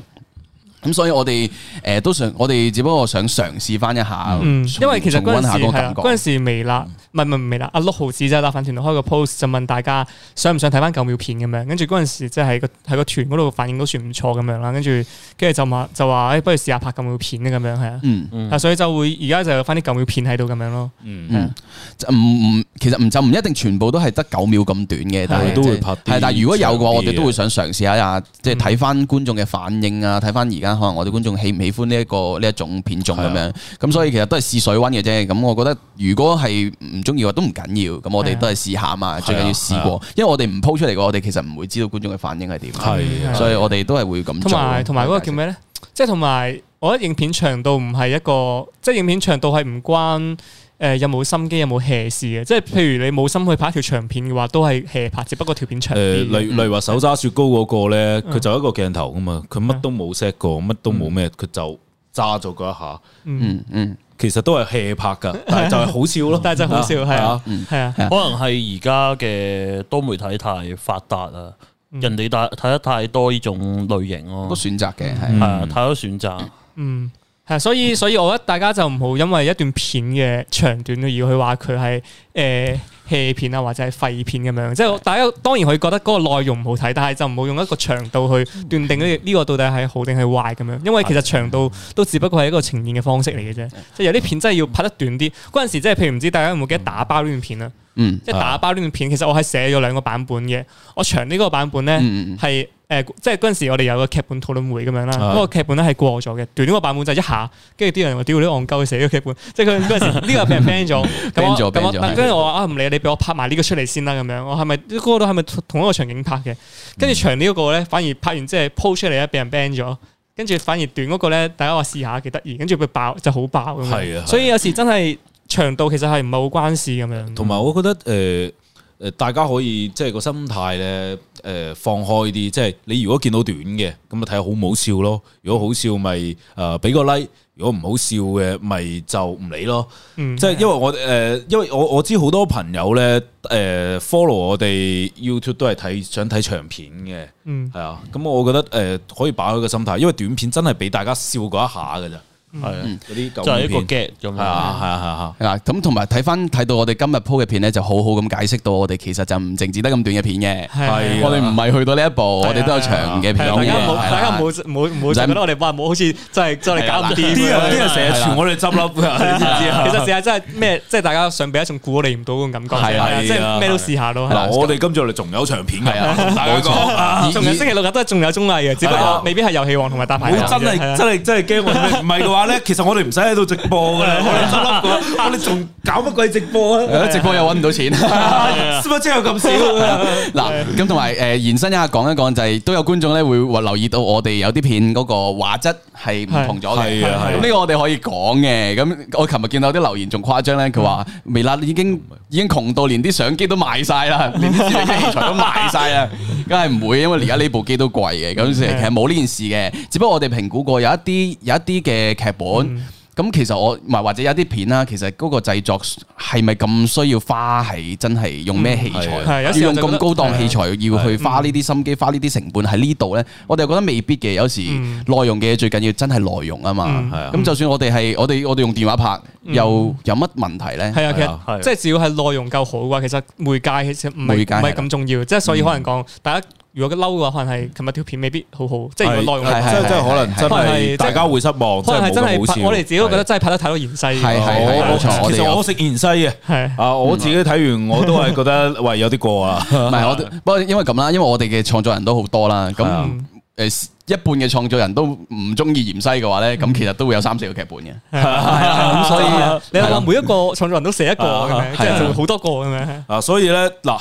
S1: 咁所以我哋誒都想，我哋只不過想嘗試翻一下，
S3: 嗯，
S1: 重
S3: 因為其實
S1: 重溫
S3: 嗰陣
S1: 下
S3: 時
S1: 嗰個
S3: 係啊
S1: 感覺
S3: 嗰陣時微辣，唔係唔係唔微辣，阿六毫子就係辣飯團度開個 post 就問大家想唔想睇翻九秒片咁樣，跟住嗰陣時即係喺個喺個團嗰度反應都算唔錯咁樣啦，跟住跟住就話就話哎誒，不如試下拍九秒片啊咁樣係啊，
S1: 嗯
S3: 啊所以就會而家就有翻啲九秒片喺度咁樣咯，
S1: 嗯，就唔唔，其實唔就唔一定全部都係得九秒咁短嘅，但係
S2: 都會
S1: 即係
S2: 拍啲
S1: 係，但係如果有嘅話，
S2: 長啲嘅
S1: 我哋都會想嘗試一下，啊即係睇翻觀眾嘅反應啊，睇翻而家可能我哋觀眾喜唔喜歡呢一個呢一種片種咁樣。咁所以其實都係試水温嘅啫。咁我覺得如果係唔中意嘅話都唔緊要，咁我哋都係試下嘛，最緊要試過，因為我哋唔鋪出嚟嘅話，我哋其實唔會知道觀眾嘅反應係點。
S2: 係啊
S1: 所以我哋都係會咁做。
S3: 同埋同埋嗰個叫咩咧？即係同埋我覺得影片長度唔係一個，即係影片長度係唔關。誒、有冇心機有冇 hea 事嘅，即係譬如你冇心去拍一條長片嘅話，都係啊 hea 拍，只不過條片長
S2: 誒，
S3: 啲。
S2: 例例如話
S3: 嗯
S2: 手揸雪糕嗰個咧，佢就一個鏡頭噶嘛，佢乜都冇 set 過，乜都冇咩，佢就揸咗嗰一下，
S1: 嗯嗯，
S2: 其實都係 hea 拍㗎，但係就係好笑咯。
S3: 但係真係好笑，係啊，係啊，
S5: 可能係而家嘅多媒體太發達啊，
S2: 嗯
S5: 人哋睇睇得太多呢種類型
S1: 好
S5: 咯
S1: 多，選擇嘅
S5: 係
S1: 係。
S5: 啊，太多選擇。
S3: 嗯，係，所以所以我覺得大家就唔好因為一段片嘅長短而去話佢係誒 hea 片啊，或者係廢片咁樣。即係大家當然可以覺得嗰個內容唔好睇，但係就唔好用一個長度去斷定呢呢個到底係好嗯定係壞咁樣。因為其實長度都只不過係一個呈現嘅方式嚟嘅啫。即係有啲片真係要拍得短啲。嗰陣時即係譬如唔知大家有冇記得打包呢段片啊？
S1: 嗯
S3: 即係打包呢段片，其實我係寫咗兩個版本嘅。我長呢個版本咧
S1: 嗯嗯
S3: 係誒，即係嗰陣時我哋有個劇本討論會咁樣啦。
S2: 啊
S3: 嗰個劇本咧係過咗嘅，短嗰個版本就一下，跟住啲人話：屌你戇鳩寫咗劇本，即係佢嗰陣時呢個俾人 ban 咗。咁
S1: ban 咗
S3: 我
S1: ban
S3: 咁
S1: 咗
S3: 我
S1: 係
S3: 跟住我話啊唔理你，俾我拍埋呢個出嚟先啦咁樣。我係咪嗰個係咪同一個場景拍嘅？跟住長呢個咧反而拍完之後 po 出嚟咧，俾人 ban 咗。跟住反而短嗰個咧，大家話試下幾得意，跟住佢爆就好爆咁
S2: 係啊係啊
S3: 樣。所以有時真係長度其實係唔係好關事咁樣。
S2: 同埋我覺得誒誒、呃大家可以即係個心態咧誒、呃放開啲，即係你如果見到短嘅，咁咪睇下好唔好笑咯。如果好笑，咪誒俾個 like；如果唔好笑嘅，咪就唔理咯。
S3: 嗯
S2: 即係因為我誒、呃因為我我知好多朋友咧誒、呃 follow 我哋 YouTube 都係睇想睇長片嘅，
S3: 嗯
S2: 係啊。咁我覺得誒、呃可以擺開個心態，因為短片真係俾大家笑嗰一下嘅咋，係啊，嗰啲
S5: 就係
S2: 舊
S5: 一個
S2: 片
S5: get 咁
S2: 係啊
S5: 樣。
S2: 係啊係啊。
S1: 嗱，咁同埋睇翻睇到我哋今日鋪嘅片咧，就好好咁解釋到我哋其實就唔淨止得咁短嘅片嘅，
S3: 係啊
S2: 係啊
S1: 我哋唔係去到呢一步，我哋都有長嘅片
S3: 係啊大家冇，
S1: 嘅。
S3: 大家冇冇冇就覺得我哋哇冇好似真係真係搞唔掂
S5: 啊
S2: 啲人
S3: 咁樣
S2: 啲人成日傳我哋執笠 㗎，你知唔知啊？
S3: 其實試下真係咩，即係大家想俾一種估我哋唔到嘅感覺，
S1: 係啊
S3: 係啊即係咩都試下咯。係啊
S2: 嗱，我哋今朝嚟仲有長片㗎，同大家講。
S1: 以
S3: 仲有星期六日都係仲有綜藝嘅，只不
S2: 係啊
S3: 過未必係遊戲王同埋大牌
S2: 如
S3: 友
S2: 果真係
S3: 係啊
S2: 真係真係驚我哋唔係嘅話咧，其實我哋唔使喺度直播㗎啦，我哋執笠㗎，我哋仲搞乜鬼直播啊？
S1: 直播又揾唔到 錢。
S3: 啊
S2: 乜真有咁少？
S1: 嗱，
S2: 啊
S1: 咁同埋誒延伸一下講一講，就係都有觀眾咧會話留意到我哋有啲片嗰個畫質係唔同咗嘅，
S2: 係係啊係啊
S1: 咁呢個我哋可以講嘅。咁我琴日見到有啲留言仲誇張咧，佢話微辣已
S2: 嗯
S1: 經已經窮到連啲相機都賣晒 啦，連啲攝影器材都賣晒啦，梗係唔會，因為而家呢部機都貴嘅，咁其
S2: 嗯
S1: 實冇呢件事嘅，只不過我哋評估過有一啲有一啲嘅劇
S2: 嗯
S1: 本。咁其實我唔係或者有一啲片啦，其實嗰個製作係咪咁需要花係真係用咩器
S2: 嗯係啊
S1: 材，
S3: 係啊嗯有
S1: 要
S3: 時候
S1: 用
S3: 就覺
S1: 咁
S3: 得
S1: 高檔器材？要去花呢啲心機、花呢啲成本喺呢度呢，我哋又覺得未必嘅。有時
S3: 嗯
S1: 內容嘅嘢最緊要真係內容啊嘛
S3: 嗯
S2: 係啊。
S1: 咁就算我哋係我哋我哋用電話拍，又有乜問題呢？
S3: 係啊，其
S2: 係啊
S5: 係啊
S3: 實即係只要係內容夠好嘅話，其實媒介其實唔係
S1: 媒
S3: 唔
S1: 介係啦
S3: 係咁重要，即係所以可能講大家如果嬲嘅話，可能係琴日條片未必好好，即係如果內容
S1: 係係
S3: 係
S2: 真真係可能真係大家會失望，真
S3: 可能
S2: 係
S3: 係真
S2: 冇咁好
S3: 係
S2: 笑。
S3: 拍我哋自己都覺得真係拍得太多哦芫荽
S1: 係
S3: 嘅，
S1: 係係冇錯我哋
S2: 我其
S1: 有
S2: 實我食芫荽嘅。
S3: 係
S2: 啊！我自己睇完我都係覺得，喂，有啲過啊！
S1: 唔係我哋不過因為咁啦，因為我哋嘅創作人都好多啦，咁
S2: 啊
S1: 誒一半嘅創作人都唔中意芫荽嘅話
S3: 嗯
S1: 呢，咁其實都會有三四個劇本嘅。
S3: 啊
S2: 啊
S3: 咁
S1: 所以
S3: 你話每一個創作人都寫一個咁樣，即係就會好多個咁樣。
S2: 啊，所以咧嗱，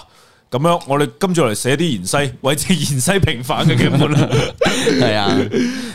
S2: 咁樣我哋今朝嚟寫啲芫荽，為正芫荽平反嘅劇本啦。
S1: 係啊，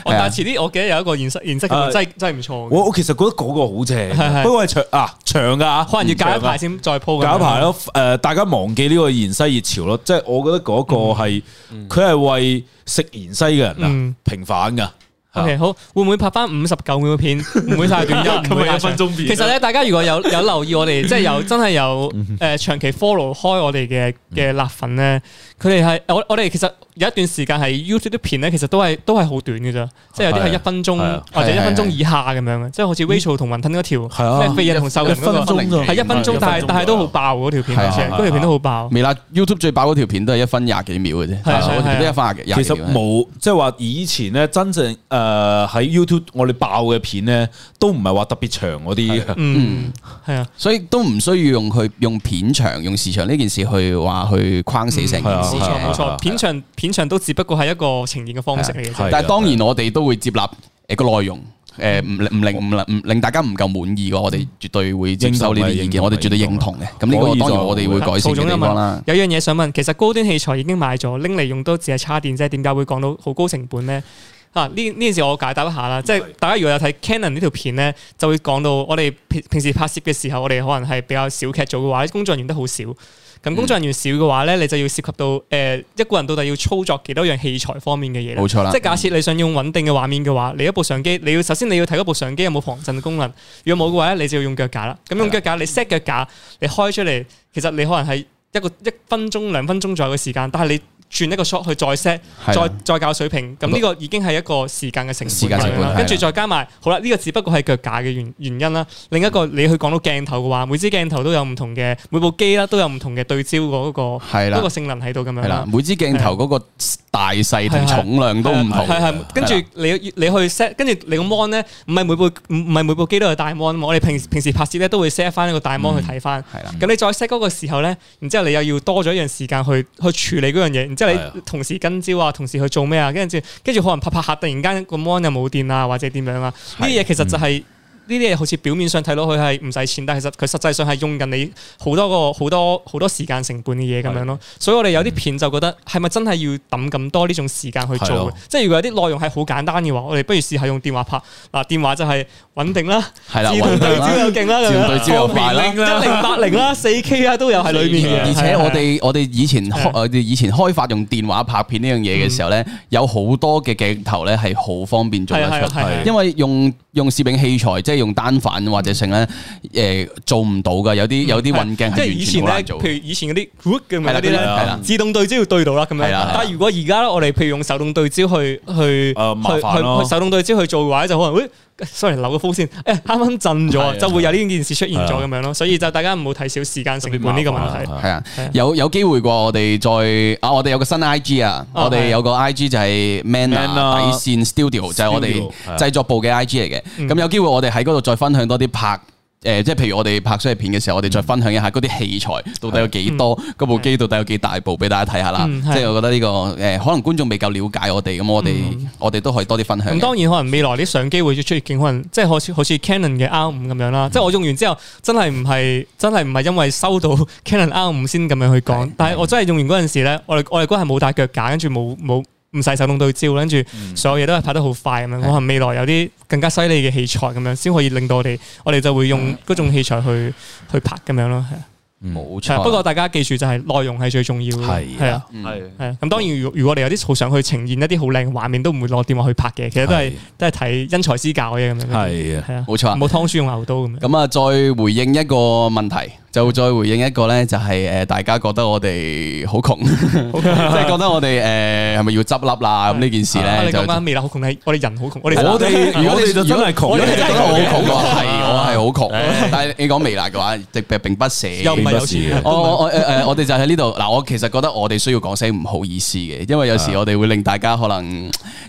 S3: 我哦但係遲啲我記得有一個現實現實
S2: 啊
S3: 嘅真係真係唔錯嘅，
S2: 我我其實覺得嗰個好
S3: 係
S2: 正，
S3: 係
S2: 不過係長啊長噶，
S3: 可能要
S2: 搞
S3: 隔一排，先再鋪咁樣。
S2: 啊搞一排咯。誒，大家忘記呢個芫荽熱潮咯，即係我覺得嗰個
S1: 嗯
S2: 係佢係為食芫荽嘅人啊
S3: 嗯
S2: 平反噶。
S3: OK，好，會唔會拍翻五十九秒嘅 片？唔會太短休，唔會太長。
S2: 啊
S3: 其實咧，大家如果有有留意我哋，即係有真係有
S2: 嗯
S3: 誒長期 follow 開我哋嘅嘅辣粉咧，佢哋係我我哋其實有一段時間係 YouTube 啲片咧，其實都係都係好短嘅咋，即係有啲係一分
S2: 係啊嗯
S3: 鐘或者一分鐘以下咁樣嘅，即係好似 Rachel 同雲吞嗰
S2: 係
S3: 條
S2: 啊
S3: 咩肥人同瘦人嗰個，
S1: 分鐘
S3: 係一分鐘，但係但係都好爆嗰條片，
S1: 係啊
S3: 嗰
S1: 係啊
S3: 條片都好爆。
S1: 微辣 YouTube 最爆嗰條片都係一分廿幾秒嘅啫，
S3: 係啊係啊
S1: 我條片都一分廿幾
S2: 其
S1: 廿幾
S2: 實
S1: 秒。
S2: 冇，即係話以前咧，真正誒喺 YouTube 我哋爆嘅片咧，都唔係話特別長嗰啲嘅。
S3: 嗯，係啊，
S1: 所以都唔需要用佢用片長、用時長呢件事去話去框死成件事
S3: 冇錯冇
S1: 嘅。
S2: 係啊
S3: 錯，片長片長都只不過係一個呈現嘅方式嚟嘅啫
S2: 係。啊
S1: 但係當然我哋都會接納誒個內容。誒唔唔令唔令唔令大家唔夠滿意嘅，我哋絕對會接收呢啲意
S2: 認
S1: 見，
S2: 同
S1: 我哋絕對認同嘅。咁呢
S2: 可
S1: 個
S2: 以
S1: 當然
S2: 再
S1: 我哋會改善嘅地方啦。
S3: 啊有樣嘢想問，其實高端器材已經買咗，拎嚟用都只係叉電啫，點解會講到好高成本咧？啊呢呢件事我解答一下啦，即係大家如果有睇 Canon 呢條片咧，就會講到我哋平平時拍攝嘅時候，我哋可能係比較少劇組嘅話，工作人員都好少。
S1: 嗯
S3: 咁工作人員少嘅話咧，你就要涉及到誒、呃一個人到底要操作幾多樣器材方面嘅嘢啦
S1: 冇錯啦
S3: 即係假設你想用穩定嘅畫面嘅話，你一部相機，你要首先你要睇嗰部相機有冇防震功能。如果冇嘅話咧，你就要用腳架啦。咁用腳架，你 set 腳架，你開出嚟，其實你可能係一個一分鐘兩分鐘左右嘅時間，但係你轉一個 shot 去再 set。
S1: 係
S3: 再
S1: 啦
S3: 再教水平，咁呢個已經係一個時間嘅成
S1: 時間
S3: 本嚟
S1: 成本
S3: 啦
S1: 係。啊
S3: 跟住
S1: 啦
S3: 再加埋，好啦，呢個只不過係腳架嘅原原因啦。另一個你去講到鏡頭嘅話，每支鏡頭都有唔同嘅，每部機啦都有唔同嘅對焦嗰個
S1: 係啦
S3: 嗰個性能喺度咁樣
S2: 啊
S1: 係啦
S3: 啦，。
S1: 每支鏡頭嗰個大細同重量都唔同。
S3: 係係，跟住你你去 set，跟住你個 mon 咧，唔係每部唔唔係每部機都有大 mon 啊嘛。我哋平平時拍攝咧都會 set 翻一個大 mon 去睇翻。
S1: 嗯係啦，
S3: 咁你再 set 嗰個時候咧，然之後你又要多咗一樣時間去去處理嗰樣嘢，然之後
S2: 係啊
S3: 你同時跟焦啊，同時去做咩啊，跟住跟住可能拍拍下，突然間個 mon 又冇電啊，或者點樣啊？呢啲嘢其實就係呢啲嘢，好似表面上睇落去係唔使錢，但其實佢實際上係用緊你好多個好多好多時間成本嘅嘢咁樣咯。所以我哋有啲片就覺得係咪真係要抌咁多呢種時間去
S2: 係
S3: 做
S2: 咯
S3: 嘅？即係如果有啲內容係好簡單嘅話，我哋不如試下用電話拍。嗱，電話就係穩定啦。
S1: 係啦，
S3: 自動
S1: 穩定
S3: 對
S1: 啦
S3: 焦又勁啦，
S1: 自
S3: 咁
S1: 動
S3: 樣
S1: 對焦又快啦
S3: 一零八零啦，四 K 啊都有喺裏面嘅。
S1: 而且
S3: 係啊嗯
S1: 我哋我哋以前開我哋以前開發用電話拍片呢樣嘢嘅時候咧，有好多嘅鏡頭咧係好方便做得
S3: 係啊
S1: 出
S3: 係啊係啊，
S1: 因為用用攝影器材即係用單反或者成咧，誒做唔到噶，有啲有啲運鏡係
S3: 嗯即係
S1: 完
S3: 以
S1: 全
S3: 前
S1: 好
S3: 咧，
S1: 難
S3: 譬
S1: 做
S3: 如。以前嗰啲 hook 咁樣
S1: 係
S3: 嗰
S1: 啦
S3: 啲
S1: 係啦係
S3: 咧
S1: 啦，
S3: 自動對焦要對到啦咁樣。
S1: 係啦係啦
S3: 但係如果而家咧，我哋譬如用手動對焦去去
S1: 呃
S2: 誒麻
S3: 去
S2: 煩
S3: 去
S2: 咯
S3: 去手動對焦去做嘅話，就可能會 sorry 留個風先， 誒啱啱震
S1: 啊
S3: 咗，啊就會有呢件事出現咗咁樣咯。所以就大家唔好睇少時間成本呢個問題。
S1: 係啊
S3: 係啊，
S1: 有有機會啩，我哋再啊，我哋有個新 I G 啊，
S3: 哦
S1: 我哋有個 I G 就係 Man
S2: Man 啊
S1: 啊底線 Studio，就係我哋
S2: Studio，係啊
S1: 製作部嘅 I G 嚟嘅。
S3: 嗯
S1: 咁有機會我哋喺嗰度再分享多啲拍。誒，即係譬如我哋拍商業片嘅時候，我哋再分享一下嗰啲器材到底有幾多，嗰部機到底有幾大部，俾大家睇下啦。
S3: 嗯係
S1: 即係我覺得呢個誒，可能觀眾未夠了解我哋，咁我哋我哋都可以多啲分享
S3: 嗯咁
S1: 嘅。
S3: 當然可能未來啲相機會出現，可能即係好似好似 Canon 嘅 R 五咁樣啦。即係我用完之後，真係唔係真係唔係因為收到 Canon R 五先咁樣去講。但係我真係用完嗰陣時咧，我哋我哋嗰日係冇帶腳架，跟住冇冇唔使手動對焦，跟住所有嘢都係拍得好快咁樣。可能未來有啲更加犀利嘅器材咁樣，先可以令到我哋我哋就會用嗰種器材去去拍咁樣咯。係啊
S1: 嗯冇
S3: 係
S1: 錯
S3: 啊，。不過大家記住就係內容係最重要嘅。係啊。
S5: 系
S3: 係啊咁當然，如果如果我哋有啲好想去呈現一啲好靚嘅畫面，都唔會攞電話去拍嘅，其實都係
S2: 係
S3: 都係睇因材施教嘅咁樣。
S2: 係啊
S3: 係啊，
S1: 冇錯啊
S3: 唔好劏書用牛刀咁樣。
S1: 咁啊，再回應一個問題，就再回應一個咧，就係誒大家覺得我哋好窮， 即係覺得我哋誒係咪要執笠啊啦？咁呢件事
S3: 我
S1: 咧
S3: 哋
S1: 就
S3: 啊講翻未來好窮係我哋人好窮，我哋
S2: 我 哋
S1: 如果
S2: 我
S1: 你
S2: 哋就真係
S1: 我
S2: 窮
S1: 哋
S2: 嘅，
S1: 覺得我好窮嘅話，係
S5: 啊
S1: 我係好窮，但係你講微辣嘅話，並並不捨。
S3: 又唔係有
S2: 並不是
S3: 錢
S2: 嘅
S1: 我我我哦誒誒，我哋就喺呢度嗱，我其實覺得我哋需要講聲唔好意思嘅，因為有
S2: 啊
S1: 時我哋會令大家可能，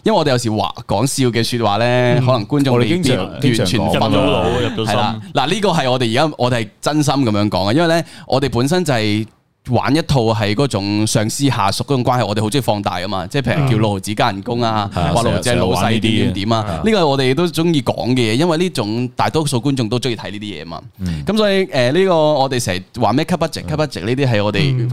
S1: 因為我哋有時話講笑嘅説話咧，可能觀眾
S2: 嗯我
S1: 未
S2: 哋經
S1: 必
S2: 常
S1: 完
S2: 經常
S1: 全
S2: 講
S5: 入
S1: 分
S5: 咗
S1: 到
S5: 腦，入
S1: 係
S5: 咗
S1: 啦
S5: 心，，
S1: 嗱呢個係我哋而家我哋係真心咁樣講嘅，因為咧我哋本身就係玩一套係嗰種上司下屬嗰種關係，我哋好中意放大啊嘛，即係譬如叫老子加人工啊，
S2: 嗯係啊
S1: 話老子
S2: 成日
S1: 老細點點點
S2: 成日玩呢
S1: 啊，
S2: 啲嘢
S1: 呢個係我哋都中意講嘅嘢，因為呢種大多數觀眾都中意睇呢啲嘢嘛。咁所以誒呢個我哋成日話咩 cut budget cut budget 呢啲係我哋
S3: 嗯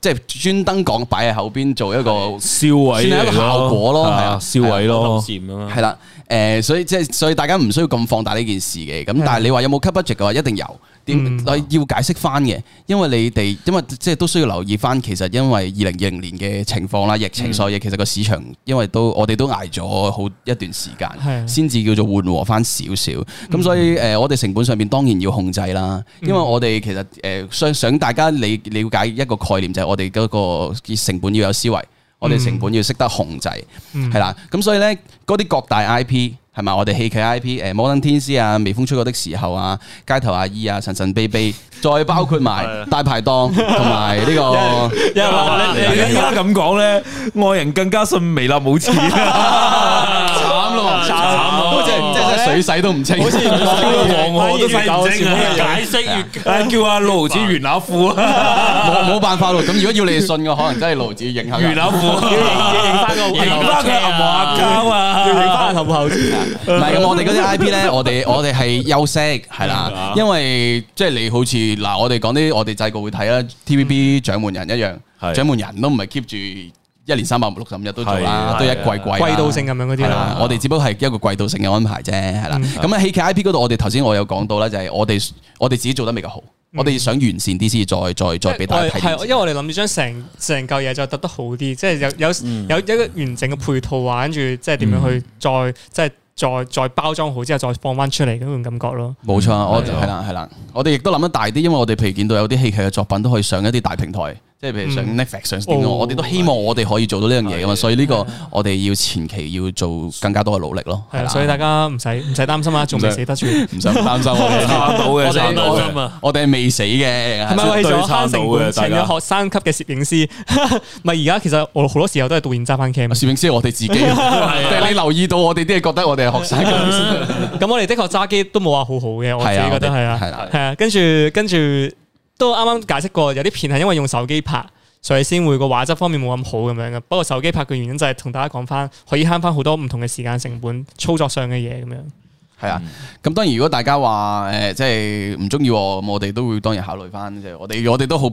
S1: 即係專登講擺喺後邊做一個。
S2: 燒毀
S1: 算係一個效果咯
S2: 係
S1: 係
S2: 啊
S1: 啊，
S2: 燒毀咯，
S5: 咁樣啊
S1: 係啦，誒、所以即係所以大家唔需要咁放大呢件事嘅。咁但係你話有冇 cut budget 嘅話，一定有。點
S3: 嗯
S1: 我要解釋翻嘅，因為你哋因為即係都需要留意翻，其實因為二零二零年嘅情況啦，疫情所有嘢，其實個市場因為都我哋都捱咗好一段時
S3: 係
S1: 間，先至叫做緩和翻少少。咁所以誒，我哋成本上面當然要控制啦，因為我哋其實誒想想大家理了解一個概念，就係我哋嗰個成本要有思維，我哋成本要識得控制。係啦，咁所以咧，嗰啲各大 IP 係咪？我哋戲劇 IP，誒摩登天師啊，微風吹過的時候啊，街頭阿姨啊，神神秘 秘，再包括埋大排檔同埋 呢個。
S3: 有人 話
S2: 你而家咁講咧，外人更加信微辣 冇錢
S1: 慘咯，慘
S5: 咯
S1: 即係即係真係水洗都唔清。
S2: 黃河都睇唔清啊！
S5: 解釋越
S2: 誒叫阿盧子元lão富啊，
S1: 冇冇辦法咯，咁如果要你哋信嘅，可能真係盧子影響。
S2: 元lão富，
S5: 認
S2: 認翻佢銀行交啊！
S3: 要影翻後後先。
S1: 唔係咁，我哋嗰啲 I P 咧，我哋我哋係休息係
S3: 嗯
S1: 啦，因為即係你好似嗱，我哋講啲我哋細個會睇啦，T
S3: 嗯
S1: V B 掌門人一樣，
S2: 係
S1: 掌門人都唔係 keep 住一年三百六十五日都做啦，
S2: 係
S1: 都一季季啦
S3: 季度性咁樣嗰啲
S1: 係
S3: 啦啊嗯
S1: 啦，。我哋只不過係一個季度性嘅安排啫，係啦。咁啊，戲劇 I P 嗰度，我哋頭先我有講到啦，就係我哋我哋自己做得未夠好，我哋想完善啲先，再再再俾大家睇呢
S3: 嗯係係
S1: 件事。
S3: 因為我哋諗住將成成嚿嘢再揼得好啲，即係有有有一個完整嘅配套啊，跟住即係點樣去再即係再再包裝好之後再放翻出嚟嗰種感覺咯。
S1: 冇錯啊，我
S2: 係啊
S1: 係啦係啦，我哋亦都諗得大啲，因為我哋譬如見到有啲戲劇嘅作品都可以上一啲大平台，即係譬如上
S3: 嗯
S1: Netflix 上 Steam，啊
S3: 哦
S1: 我哋都希望我哋可以做到呢樣嘢噶嘛，
S2: 係
S1: 所以呢個我哋要前期要做更加多嘅努力咯。
S3: 係
S1: 啦
S3: 啦，所以大家唔使唔使擔心啊，仲未死得住。
S1: 唔使擔心我哋，
S2: 撐到嘅
S1: 我
S5: 撐到嘅
S1: 哋我我哋係未死嘅，
S3: 係咪為啊咗
S2: 絕
S3: 慳成
S2: 對
S3: 本，
S2: 撐到嘅大
S3: 請
S2: 家
S3: 咗學生級嘅攝影師？ 咪而家其實我好多時候都係導演揸 翻 cam。
S1: 攝影師係我哋自己，但係你留意到我哋啲嘢，覺得我哋係學生咁。
S3: 咁我哋的確揸機都冇話好好嘅，我自
S1: 係啊
S3: 己覺得
S1: 我哋
S3: 係啊，
S1: 係啦
S3: 係啊。跟住跟住都啱啱解釋過，有啲片係因為用手機拍，所以先會個畫質方面冇咁好咁樣嘅。不過手機拍嘅原因就係同大家講翻，可以慳翻好多唔同嘅時間成本、操作上嘅嘢咁樣。
S1: 係
S3: 嗯
S1: 啊，咁當然如果大家話誒、呃即係唔中意我，咁我哋都會當然考慮翻，即係我哋我哋都好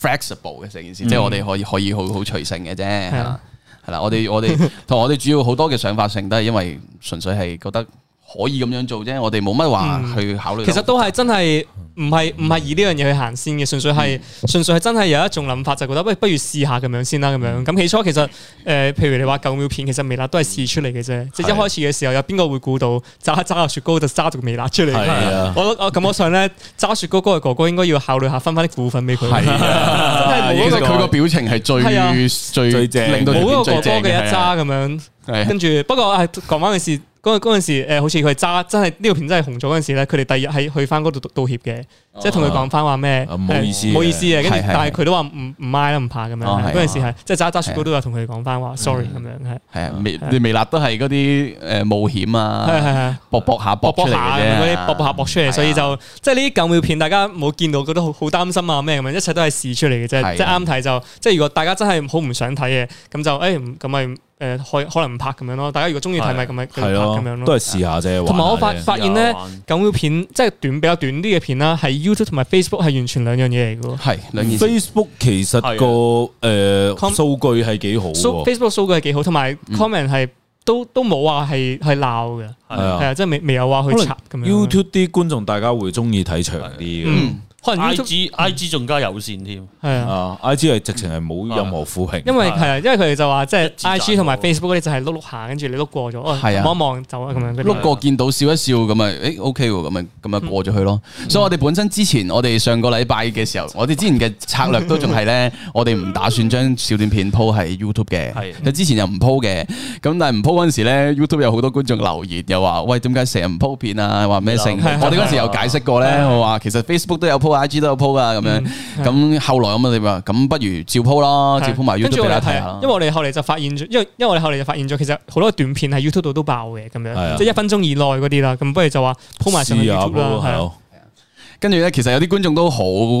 S1: flexible 嘅成件事，
S3: 嗯
S1: 即係我哋可以可以好好隨性嘅啫，
S3: 啊
S1: 係啦，係啦，我哋我 哋同我哋主要好多嘅想法性都係因為純粹係覺得可以咁樣做啫，我哋冇乜話
S3: 嗯
S1: 去考慮。
S3: 其 實都 係真係唔係唔係以呢樣嘢去行先嘅，純粹係純粹係真係有一種諗法，就覺得喂，不如試下咁樣先啦咁樣。咁起初其實誒、呃譬如你話九秒片，其實微辣都係試出嚟嘅啫，即係一開始嘅時候有邊個會估到揸揸下雪糕就揸到微辣出嚟？
S2: 係啊
S3: 我我感覺上咧揸雪糕嗰個哥哥應該要考慮下分翻啲股份俾佢，
S1: 係
S3: 啊
S1: 其實佢個表情係
S3: 係啊
S1: 最最
S2: 最正
S1: 令到
S3: 冇
S1: 條片
S3: 嗰個哥
S1: 最
S3: 哥
S1: 正
S3: 嘅一
S1: 係啊
S3: 揸咁樣。
S1: 係啊
S3: 跟住不過係講翻件事，嗰嗰陣時誒，好似佢係揸真係呢條片真係紅咗嗰陣時咧，佢哋第二日係去翻嗰度道道歉嘅，
S1: 哦
S3: 即係同佢講翻話咩
S2: 啊唔好意思
S3: 誒唔好意思啊嘅，跟
S1: 係
S3: 住
S1: 係
S3: 但係佢都話唔唔嗌啦，唔怕咁樣。
S1: 哦係嗯
S3: 嗰陣時係即係揸揸雪糕都有同佢哋講翻話 sorry 咁樣係
S1: 係啊，微你微辣都係嗰啲誒冒險
S3: 係係
S1: 啊，
S3: 係。
S1: 搏搏下
S3: 搏
S1: 搏
S3: 搏
S1: 出嚟
S3: 下
S1: 嘅
S3: 咁樣嗰
S1: 啫，
S3: 啲搏搏下搏出
S1: 係
S3: 嚟，
S1: 啊
S3: 所以就即係呢啲舊妙片，大家冇見到，覺得好好擔心啊咩咁樣，一切都係試出嚟嘅
S1: 係啊
S3: 啫。即係啱睇就，即係如果大家真係好唔想睇嘅，咁就誒咁咪誒可可能唔拍咁樣咯。大家如果中意睇咪咁咪繼
S2: 係
S3: 續
S2: 咯
S3: 拍咁樣，咯
S2: 都。係試下啫。
S3: 同埋我發
S2: 玩下啫
S3: 發現咧
S5: 有玩，
S3: 咁嘅片即係短比較短啲嘅片啦，係 YouTube 同埋 Facebook 係完全兩樣嘢嚟嘅喎。
S1: 係兩件事。啊
S2: Facebook 其實個誒
S3: Com-
S2: 數據係幾好
S3: So-
S2: 喎，
S3: Facebook 數據係幾好，同埋 comment 係都都冇話係係鬧嘅，
S2: 係啊
S3: 係啊，即係未未有話去插咁樣。
S2: YouTube 啲觀眾大家會中意睇長啲嘅。
S3: 嗯，可能 YouTube
S5: IG 啊 IG 仲加友善添，
S3: 係啊。
S2: 啊！I G 係直情係冇
S1: 啊
S2: 任何負評，
S3: 因為係啊，因為佢哋就話即係
S5: 致讚
S3: I G 同埋 Facebook 嗰啲就係碌碌下，跟住你碌過咗，哦
S1: 係啊
S3: 望一望走啊咁樣嗰啲。
S1: 碌過見到笑一笑咁啊，誒 OK 喎，咁啊咁啊過咗去咯。
S3: 嗯
S1: 所以我哋本身之前我哋上個禮拜嘅時候，我哋之前嘅策略都仲係
S3: 嗯
S1: 咧，我哋唔打算將小短片鋪喺 YouTube 嘅，
S5: 係
S1: 佢之前又唔鋪嘅。咁但係唔鋪嗰陣時咧，YouTube 有好多觀眾留言又話：喂，點解成日唔鋪片啊？話咩成？
S5: 係係
S1: 我哋嗰時有解釋過咧，我話其實 Facebook 都有鋪，IG 都有鋪啊咁樣。
S3: 嗯
S1: 咁後來咁我哋話咁不如照鋪咯，照鋪埋
S3: 跟住
S1: YouTube
S3: 我
S1: 俾大
S3: 哋
S1: 家睇
S3: 係
S1: 下
S3: 啊
S1: 啦，
S3: 因為。我哋後嚟就發現咗，因為因為我哋後嚟就發現咗，其實好多短片喺 YouTube 度都爆嘅咁
S2: 係啊
S3: 樣，即係一分鐘以內嗰啲啦。咁不如就話鋪埋上去
S2: 試下
S3: YouTube 啦，係啊
S2: 咯，
S1: 跟住咧，其實有啲觀眾都好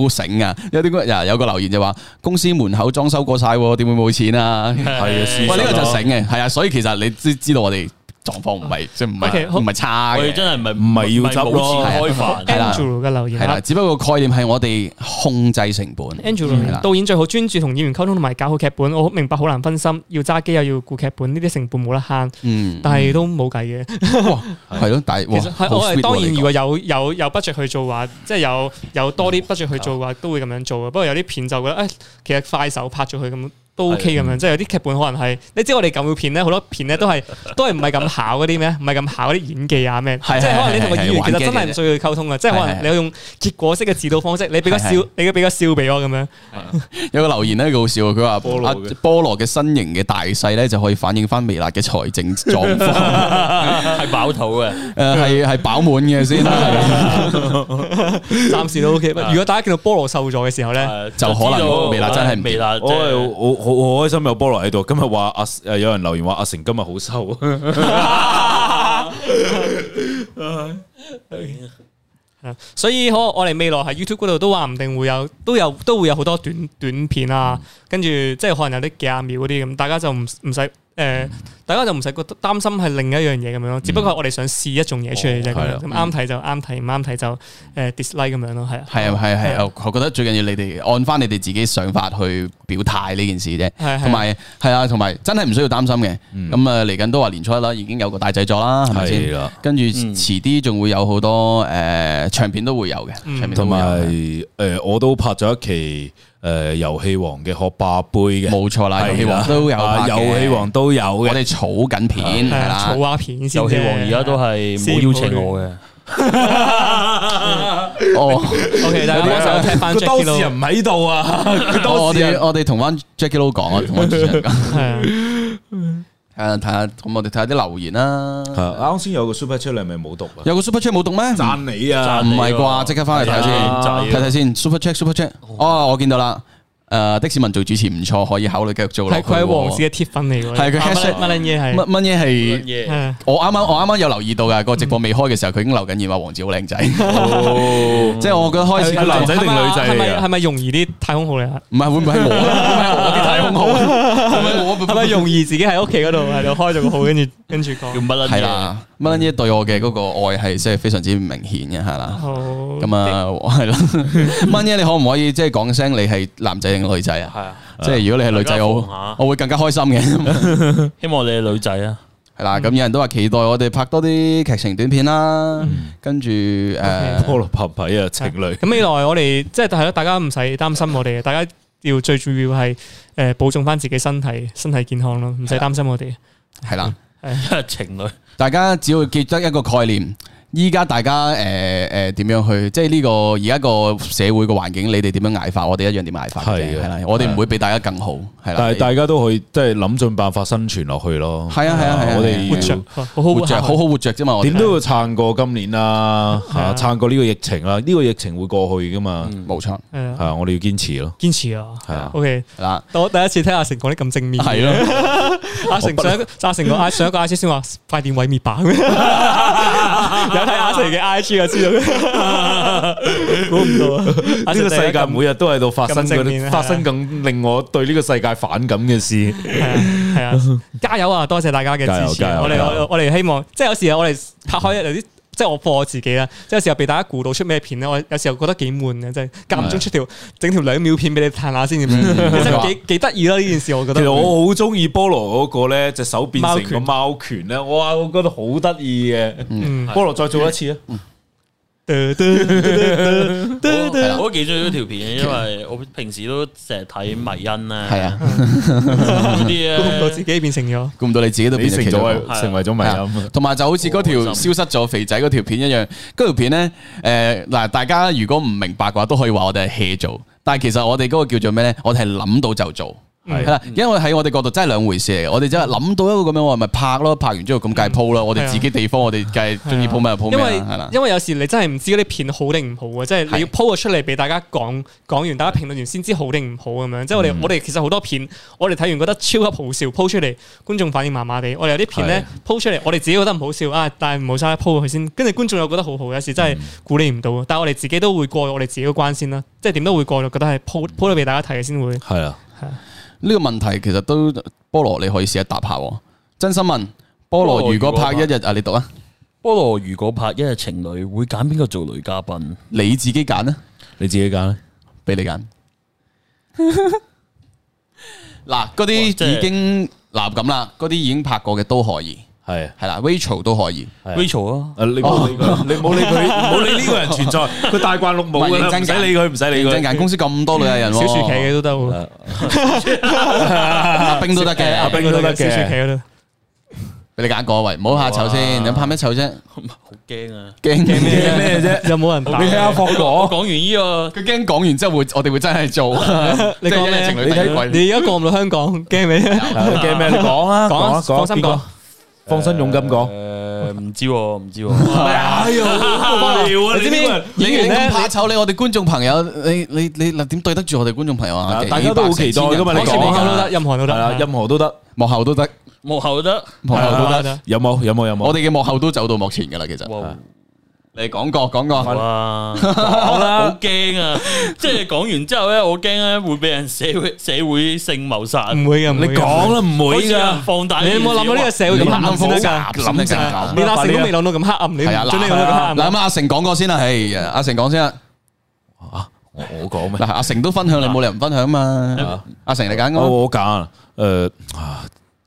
S1: 醒啊！有啲觀有個留言就話：公司門口裝修過晒喎，點會冇錢啊？
S2: 係啊，試
S1: 喂，呢個就
S2: 成
S1: 醒嘅，係啊！所以其實你知知道我哋狀況唔 係即係唔
S3: OK，好
S1: 係唔係差
S5: 我哋
S1: 嘅，
S5: 真係唔係
S2: 唔係要執咯
S5: 冇錢開飯，
S1: 係啦
S3: Angelo 嘅留言啊
S1: 係啦。
S3: 啦
S1: 只不過概念係我哋控制成本，嗯係啦
S3: ，Angelo 導演最好專注同演員溝通，同埋搞好劇本。我明白好難分心，要揸機又要顧劇本，呢啲成本冇得慳，
S1: 嗯，
S3: 但係都冇計嘅。
S1: 係咯，但係
S3: 其實
S1: 哇
S3: 係我
S1: 好
S3: 係
S1: sweet
S3: 當然，
S1: 喎
S3: 如
S1: 你
S3: 果有有有 budget 去做話，即係有有多
S1: 嗯
S3: 啲 budget 去做話，
S1: 啊
S3: 都會咁樣做嘅。不過有啲片就覺得，誒，哎其實快手拍咗佢咁
S1: 啊
S3: 都 OK 咁
S1: 嗯
S3: 樣，即係有啲劇本可能係，你知我哋舊片咧，好多片咧 都係都係唔係咁考嗰啲咩，唔係咁考嗰啲演技啊咩，即
S1: 係
S3: 係可能你
S1: 係
S3: 同個
S1: 係
S3: 演員
S1: 係
S3: 其實真
S1: 玩機嘅
S3: 係唔需要去溝通啊嘅，即係可
S1: 係係
S3: 能你用結果式嘅指導方式，你俾個笑
S1: 係係，
S3: 你俾個笑俾我咁樣，
S1: 有個留言咧，佢好笑啊，佢話
S6: 菠蘿
S1: 阿
S6: 嘅
S1: 菠蘿嘅身形嘅大細咧，就可以反映翻微辣嘅財政狀況。
S5: 係飽肚嘅。
S1: 誒係係飽滿嘅先啦，啊
S3: 暫時 都 OK。如果大家見到菠蘿瘦咗嘅時候咧，
S1: 就可能
S5: 知道
S1: 微辣真係唔掂
S5: 微辣
S2: 我係我好好好開心有菠蘿喺度。今日話阿誒有人留言話阿成今日好瘦，
S3: 所以可我哋未來喺 YouTube 嗰度都話唔定會有都有都會有好多短短片啊，跟住即係可能有啲幾廿秒嗰啲咁，大家就唔唔使誒，大家就唔使覺得擔心係另一樣嘢咁樣咯，只不過係我哋想試一種嘢出嚟啫，
S2: 係
S3: 咁
S2: 啊
S3: 樣咁啱睇就啱睇，唔啱睇就誒 dislike 咁樣咯，係啊，
S1: 系啊，系系，我我覺得最緊要你哋按翻你哋自己想法去表態呢件事
S3: 係啊
S1: 啫，同埋係啊，同埋真係唔需要擔心嘅。咁啊，嚟緊都話年初一啦，已經有個大製作啦，係咪
S2: 係
S1: 先
S2: 啦？
S1: 跟住遲啲仲會有好多誒唱片都會有嘅，唱片都
S2: 同
S1: 會有啊
S2: 埋
S1: 嘅
S2: 誒，我都拍咗一期誒遊戲王嘅學霸杯嘅，
S1: 冇錯啦，遊戲
S2: 係啦
S1: 王都有拍
S2: 啊
S1: 嘅
S2: 遊戲王都有
S1: 我
S2: 嘅。
S1: 哋儲緊片係
S3: 係
S1: 啦
S3: 啊，草。畫片先啫。啊
S5: 遊戲王而家都係冇邀請我嘅，
S1: 哦，
S3: OK，大家幫手踢翻 Jackie 咯，
S2: 唔喺度啊！
S1: 哦我哋我哋同翻 Jackie Lou 講啊，同翻主持人講，
S3: 係啊，
S1: 誒睇下咁我哋睇下啲留言啦。
S2: 啊啱先有個 super chat 你係咪冇讀啊？
S1: 有個 Super Chat 冇讀咩？
S2: 讚你啊！
S1: 唔係啩？即刻翻嚟睇先，
S5: 係啊
S1: 睇睇先。Super check Super check，哦，我見到啦。誒的士文做主持唔錯，可以考慮繼續做落
S3: 係
S1: 去喎。
S3: 佢係王子嘅鐵粉嚟嘅，
S1: 係佢 hashtag
S3: 乜撚
S1: 乜
S3: 嘢係
S1: 乜嘢係？
S5: 嘢
S3: 係啊
S1: 我啱啱我啱啱有留意到㗎，個直播未開嘅時候，佢已經留緊言話王子好靚仔。 即係我覺得開始
S2: 係男仔定女仔嚟㗎啊
S3: 係咪係咪容易啲太空號嚟啊？
S1: 唔係會唔會係我？會唔會係我嘅太空號？會唔會我
S3: 係咪容易自己喺屋企嗰度喺度開咗個號，跟住跟住
S5: 叫
S3: 講
S5: 乜撚嘢？
S1: 係啦，乜嘢對我嘅嗰個愛係即係非常之明顯嘅，係啦。
S3: 好
S1: 咁啊，係啦。乜嘢你可唔可以即係講聲你係男仔定女仔啊？
S5: 係啊，
S1: 即係如果你係女仔，
S5: 大家放
S1: 我
S5: 下
S1: 我會更加開心嘅。
S5: 希望你係女 仔啊，
S1: 系啦，咁有人都話期待我哋拍多啲劇情短片啦，跟住
S3: 嗯
S1: 诶，
S2: 菠蘿拍皮啊，情侶
S3: 咁未來我哋即係係咯，大家唔使擔心我哋嘅，大家要最重要係誒保重翻自己身體，身體健康咯，唔使擔心我哋。
S1: 係啦，
S5: 情侶
S1: 大家只要記得一個概念，依家大家诶诶点样去，即係呢個而家個社會個環境，你哋點樣捱法，我哋一樣點捱法嘅啫，
S2: 係啊
S1: 係啦，我哋唔會比大家更好，係啦
S2: 但係，大家都可以即係諗盡辦法生存落去咯。
S1: 係啊係啊係啊
S2: 我
S1: 係啊
S3: 活着
S2: 哋，
S3: 好好啊
S1: 活着好好活着啫嘛，我
S2: 要
S1: 哋
S2: 點都要撐過今年啦，嚇撐過呢個疫情啦，呢個疫情會過去噶嘛，
S1: 冇錯
S3: 誒
S2: 係啊，我哋要堅持咯。
S3: 堅持啊。
S2: 係啊
S3: OK，
S1: 係啦，
S3: 我第一次聽阿成講啲咁正面。
S1: 係咯。
S3: 阿成上一個阿成個 I 上一個 I G 先話快啲毀滅吧，有睇阿成嘅 I G 就知道，估唔到啊！阿
S2: 呢
S3: 成
S2: 個世界每日都喺度發生嗰
S3: 咁正面
S2: 啲
S3: 啊
S2: 發生緊令我對呢個世界反感嘅事。
S3: 係啊係啊，加油啊！多謝大家嘅支持
S2: 嗯加
S3: 啊，
S2: 油
S3: 我
S2: 加
S3: 哋
S2: 油
S3: 我我哋希望，即係有時候我哋拍開有啲。即係我播我自己啦，即係有時候被大家估到出咩片咧，我有時候覺得幾悶嘅，即係間唔中出
S2: 嗯
S3: 條整條兩秒片俾你嘆下先，咁樣其實幾幾得意咯呢件事，我覺
S2: 其
S3: 得。
S2: 實我好中意菠蘿嗰個咧，隻手變成個
S3: 貓
S2: 貓拳咧，哇！我覺得好得意嘅。
S3: 嗯
S2: 菠蘿再做一次啊！
S3: 嘟嘟嘟嘟嘟嘟
S5: 我我都幾中意嗰條片，因為我平時都成日睇迷恩啊，
S1: 係啊，
S5: 呢啲
S2: 嗯
S3: 估唔到自
S5: 咧，
S3: 己變成咗。
S1: 估唔到你自己都
S2: 你
S1: 變成
S2: 成
S1: 其中一個
S2: 咗係成為咗迷
S1: 係
S2: 音
S1: 啊。同埋就好似嗰條消失咗肥仔嗰條片一樣，嗰條片咧，诶、嗱，大家如果唔明白嘅話，都可以話我哋係 hea 做，但係其實我哋嗰個叫做咩咧？我哋係諗到就做。係啦，因為喺我哋角度真係兩回事嚟嘅。我哋真係諗到一個咁樣，我咪拍咯，拍完之後咁計鋪啦。我哋自己地方，我哋計中意鋪咩就鋪
S3: 因
S1: 咩
S3: 為
S1: 啦，係啦。
S3: 因為有時你真係唔知嗰啲片好定唔好啊嘅，即係
S1: 係
S3: 你要 po 咗出嚟俾大家講講完，大家評論完先知好定唔好咁樣。即係我哋、
S1: 嗯
S3: 我哋其實好多片，我哋睇完覺得超級好笑，po 出嚟觀眾反應麻麻地。我哋有啲片咧 po 出嚟，我哋自己覺得唔好笑啊，但係唔好嘥 po 佢先，跟住觀眾又覺得好好，有時
S1: 嗯
S3: 真係估你唔到。啊但係我哋自己都會過我哋自己嘅關先啦，即係點都會過咗，覺得係
S1: 嗯
S3: po po 咗俾大家睇先
S1: 哦
S3: 會。
S2: 係啊，
S1: 呢個問題其實都菠蘿你可以試下答下喎。真心問菠蘿，如果拍一日啊，你讀啊，
S5: 菠蘿如果拍一日情侶，會揀邊個做女嘉賓？
S1: 你自己揀啊。
S2: 你自己揀啦。
S1: 俾你 揀。嗱，嗰
S5: 即
S1: 啲
S5: 係
S1: 已經嗱咁啦，嗰啲已經拍過嘅都可以，
S2: 係啊。
S1: 係啦，Rachel 都可以。
S2: 係
S5: Rachel 啊，
S2: 啊！你冇理佢，你冇理佢，冇理呢個人存在， 佢大慣綠帽
S1: 唔係
S2: 㗎啦
S1: 認真
S2: 唔使
S1: 㗎
S2: 理佢，唔使理
S1: 認真
S2: 佢。
S1: 間公司咁多女藝人
S3: 小
S1: 喎，
S3: 薯茄嘅都得喎，
S1: 阿啊冰都得嘅，
S2: 阿
S1: 阿冰
S2: 冰都得嘅
S3: 小薯茄嗰度。
S1: 俾你揀個喂，唔好怕醜先，你怕咩醜啫？
S5: 好驚啊！
S1: 驚
S3: 驚
S1: 咩？
S3: 咩
S2: 咩 啫？
S3: 有冇人打？
S2: 放
S5: 我
S2: 我，
S5: 講完呢 個
S1: 佢驚講完之後會，我哋會真係做。
S3: 你
S1: 即係一
S3: 講咩
S1: 日情侶第一季
S3: 你而家過唔到香港，驚咩？
S2: 你驚咩？你講啊，
S3: 講啊
S2: 啊，
S3: 放心
S2: 邊個
S3: 講，
S2: 放心勇敢講。
S5: 誒，唔知喎，唔知喎，
S2: 哎呀，好無聊啊！
S3: 你知唔知
S2: 呢個人
S1: 你
S3: 演員
S1: 你
S3: 咧
S1: 咁怕醜，你我哋觀眾朋友，你你你嗱點對得住我哋觀眾朋友啊？
S2: 大家都好期待㗎
S1: 幾百
S2: 嘛你
S3: 講
S1: 成
S3: 前
S1: 千人
S3: 面講
S2: 講啊
S3: 都得，任何都
S2: 係
S3: 得。
S2: 啦，任何都得，
S1: 幕後都得，
S5: 幕後得，
S1: 幕後都
S3: 係
S1: 得，
S3: 啊
S2: 有冇？有冇？有冇？
S1: 我哋嘅幕後都走到幕前㗎啦，其實。
S5: 哇
S1: 你講過講過，
S5: 哇，好啦，好驚 啊！即係講完之後咧，我驚咧會俾人社會社會性謀殺。
S3: 唔會嘅，唔會嘅
S2: 你講啦，唔
S5: 好似
S2: 會
S5: 有人
S2: 噶。
S5: 放大
S3: 你
S5: 件
S3: 有
S5: 事，
S3: 冇諗到呢個社會咁黑暗先得㗎？
S1: 諗成咁。
S3: 你阿成都未諗到咁黑暗，你唔
S1: 係啊，
S3: 准你諗到咁黑
S1: 嗱
S3: 暗。
S1: 嗱咁阿成講過先啦，係阿成講先啦。
S2: 我我講咩
S1: 嗱，？阿成都分享，你冇理由唔分享嘛。阿成你揀
S2: 我
S1: 我，
S2: 我揀啊，誒啊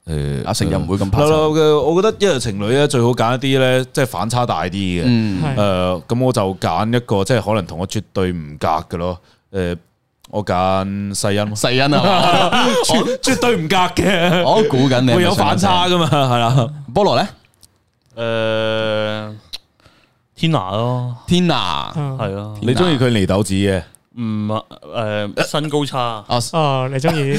S2: 誒，
S1: 阿成又唔會咁怕
S2: 啦啦嘅，我覺得一對情侶咧最好揀一啲咧，即係反差大啲嘅。
S1: 嗯，
S2: 誒，咁、我就揀一個即係可能同我絕對唔夾嘅咯。誒、我揀世 欣咯，
S1: 世 欣啊，
S2: 絕絕對唔夾嘅，
S1: 我都估緊你
S2: 會有反差。噶嘛，係啦。
S1: 菠蘿咧
S5: 誒天娜咯，
S1: ，Tina 啊，
S3: 係
S5: 係咯，
S2: 你中意佢泥豆子 嘅，
S5: 唔誒身高差，
S3: 哦，你中意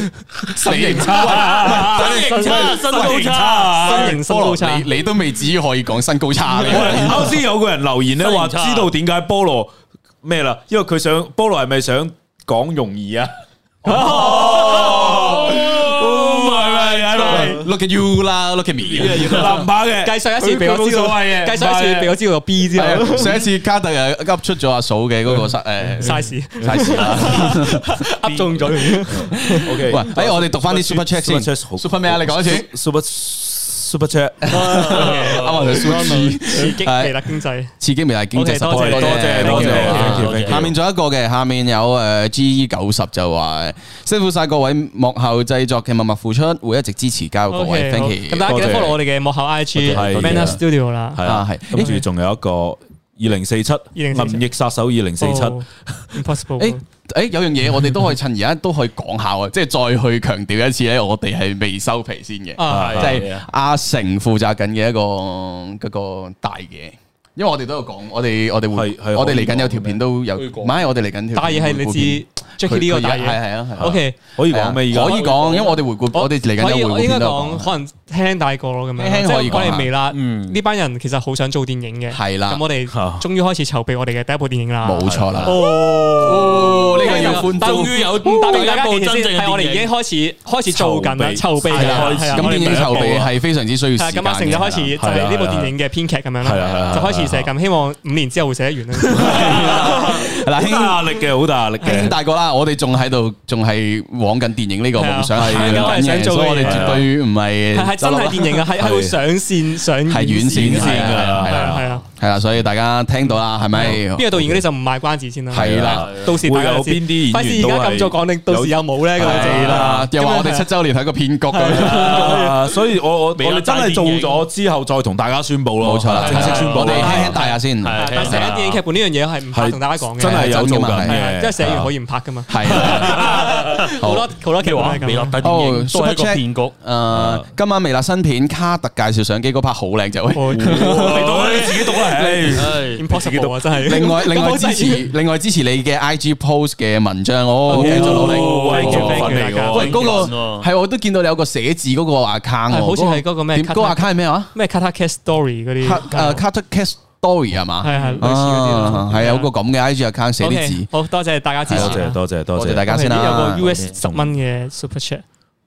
S1: 身形 差，
S5: 身差身高差，
S3: 身形身高差
S1: 菠蘿？你你都未至於可以講身高 差
S2: 我
S1: 嘅。
S2: 哋啱先有個人留言咧話，知
S5: 身形差
S2: 道點解菠蘿咩啦？因為佢想菠蘿係咪想講容易啊？ 哦，唔係咪係咪？
S1: Look at you 啦，Look at me。
S2: 林把嘅，
S3: 計上一次俾我知
S2: 佢佢冇所
S3: 道，
S2: 謂嘅
S3: 計上一次俾我知道個 B 之後
S1: 係啊上一次卡特又噏出咗阿嫂嘅嗰個失 誒
S3: size
S1: 曬事啦。
S3: 噏中咗。
S2: O K，
S1: 喂，誒，我哋讀翻啲 super chat 先
S2: Super chat 好
S1: ，super 咩啊？你講一次，
S2: Super Super Chat，
S1: 啱啱就 super G
S3: 刺激
S1: 係
S3: 微辣經濟，
S1: 刺激未來經濟
S3: OK，多謝
S1: support，
S3: 多
S2: 謝
S1: 多
S2: 多謝
S1: 謝
S2: thank you，thank you
S1: 下面仲有一個嘅，下面有誒 G E 九十就話辛苦晒各位幕後製作嘅默默付出，會一直支持交各
S3: OK，
S1: 位
S3: 好
S1: ，thank
S3: 咁
S1: you。
S3: 大家記得
S2: 多謝
S3: follow 我哋嘅幕後 IG
S2: 係啊
S3: Man Up Studio 啦。
S2: 係
S1: 啊
S2: 啊，
S1: 係
S2: 係。跟住仲有一個二零四七，
S3: 2047
S2: 銀翼殺手二零四七，
S3: 哦 impossible
S1: 誒。誒有樣嘢我哋都可以趁而家都可以講下啊，即係再去強調一次咧，我哋係未收皮先嘅。
S3: 啊，
S1: 即係阿成負責緊嘅一個嗰個大嘢，因為我哋都有講，我哋我哋會
S2: 係係
S1: 我哋嚟緊有條片都有，唔係我哋嚟緊條
S3: 大嘢係你知 Jackie 呢個大
S1: 係係
S3: 嘢。
S1: 啊係啊
S3: OK，
S2: 可以講咩？而家
S1: 可以講，因為我哋回顧，我哋嚟緊
S3: 哦可以
S1: 有
S3: 我
S1: 回顧
S3: 應
S1: 片
S3: 該
S1: 都有
S3: 講，可能輕大個咯咁樣。
S1: 輕輕
S3: 即係
S1: 可以講
S3: 我
S1: 下
S3: 哋微辣
S5: 嗯
S3: 呢班人其實好想做電影嘅。
S1: 係啦
S3: 咁我哋終於開始籌備我哋嘅第一部電影啦。
S1: 冇錯啦。
S3: 哦，
S1: 呢個要歡呼
S3: 終於有答應大家一件事先，係我哋已經開始開始做緊啦，籌
S1: 係
S3: 備緊
S1: 啦
S3: 啦，係啊啦
S1: 咁電影籌備係非常之需要
S3: 係啊
S1: 時間啊
S3: 咁阿成
S1: 嘅。
S3: 就開始就係呢部電影嘅編劇咁樣
S2: 係啊係
S3: 啦
S2: 啊，
S3: 就開始寫咁，希望五年之後會寫得完啦。
S1: 係啦，
S2: 好大
S1: 兄
S2: 壓力嘅，好大壓力
S1: 兄
S2: 嘅。
S1: 大個啦，我哋仲喺度，仲係往緊電影呢個夢想係
S3: 係啊係啊我
S1: 緊
S3: 係想
S1: 嘅，
S3: 做嘅
S1: 所以我哋
S3: 嘢
S1: 絕對唔係
S3: 係係真係電影啊，係係會上線上
S1: 係院線嘅，
S3: 線
S1: 係啊係
S3: 係
S1: 啊
S3: 啊係啊，
S1: 係啦，所以大家聽到啦，係咪？
S3: 邊個導演嗰啲就唔賣關子先啦。
S1: 哦係啦，
S3: 到時大家就知
S2: 會有邊啲演員
S3: 費事而家咁早講定，
S2: 都係
S3: 到時有冇咧咁樣
S1: 係
S3: 就
S1: 啦，又話我哋七周年係一個騙局咁樣。
S2: 啊所以我我我
S5: 未有
S2: 哋真係做咗之後，再同大家宣布咯。啊
S1: 冇錯啦，啊
S2: 正式宣布。
S1: 我哋輕輕大下先，係啊
S3: 但係成日電影劇本呢樣嘢係唔怕同大家講嘅，
S2: 真係有做緊
S3: 係啊
S2: 嘅，
S3: 因為寫完可以唔拍噶嘛。好多
S1: 好。
S3: 好多劇
S5: 嘅
S3: 本
S5: 話
S3: 係，
S5: 美立
S3: 咁。
S5: 特電影都係一個
S1: 啊 Super Chat
S5: 騙局。
S1: 誒，今晚微辣新片卡特介紹相機嗰 part 好靚仔，喂
S3: 我
S2: 你讀啦，你自己讀啦。唉
S5: 唉
S3: impossible 啊，真係。
S1: 另 外，另外支持，另外支持你嘅 IG post 嘅文章，我繼續努力。
S2: 哦
S3: thank you，
S2: 好
S3: thank you，
S2: 嚟
S3: 大家
S2: 喎
S1: 喂，嗰
S5: 勁
S1: 個
S5: 喎
S1: 係我都見到你有個寫字嗰個 account，
S3: 係
S1: 喎
S3: 好似係嗰個咩
S1: 點嗰個
S3: Carter-
S1: account 係咩話？
S3: 咩 Kata Cat Story 嗰啲，
S1: 卡誒 Carter Cat Story 係嘛？
S3: 係係類似嗰啲
S1: 啊
S3: 啦，
S1: 係有個咁嘅 IG account 呃寫啲字
S3: OK，，好多謝大家支持
S2: 多
S3: 啊，
S2: 謝多謝多
S1: 多謝
S2: 謝
S1: 大家先啦
S3: 有。個 US 十蚊嘅 Super Chat，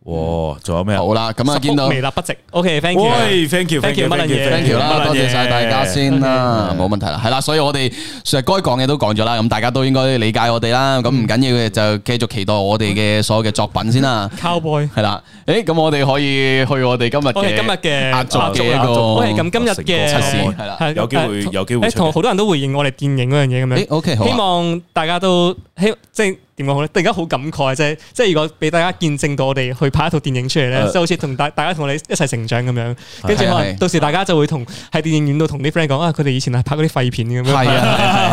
S2: 哇，仲有咩啊？
S1: 好啦，咁啊見到
S3: 微。辣不值，OK，thank you。啊
S2: 喂，thank you，thank
S3: Thank you，乜撚嘢
S1: thank you 啦，多謝晒大家。先啦，
S2: 嗯
S1: 冇問題啦，係啦，所以我哋其實該講嘅都講咗啦，咁大家都應該理解我哋啦，咁唔緊要嘅就繼續期待我哋嘅所有嘅作品先啦，
S3: Cowboy，
S1: 係啦，誒，咁我哋可以去我哋今日
S3: OK，
S1: 嘅
S3: 哦今日嘅
S1: 壓軸嘅一
S3: 壓軸
S1: 個
S3: ，OK，咁今日嘅
S1: 測試係
S3: 係
S1: 啦，
S3: 係
S2: 有機會
S3: 誒
S2: 有機會
S3: 誒
S2: 出嘅
S3: 同好多人都回應我哋電影嗰樣嘢咁
S1: 誒
S3: 樣，
S1: ，OK 好
S3: 希
S1: 啊，
S3: 望大家都希即係點講好咧？突然間好感慨，即係即係如果俾大家見證到我哋去拍一套電影出嚟咧，
S2: 誒
S3: 即係好似同大大家同我哋一齊成長咁樣，跟
S1: 呃係
S3: 住
S1: 啊
S3: 可
S1: 係
S3: 能到時大家就會同喺電影院度同啲 friend 講啊，佢哋以前係拍嗰啲廢片咁樣。
S1: 係啊係啊，係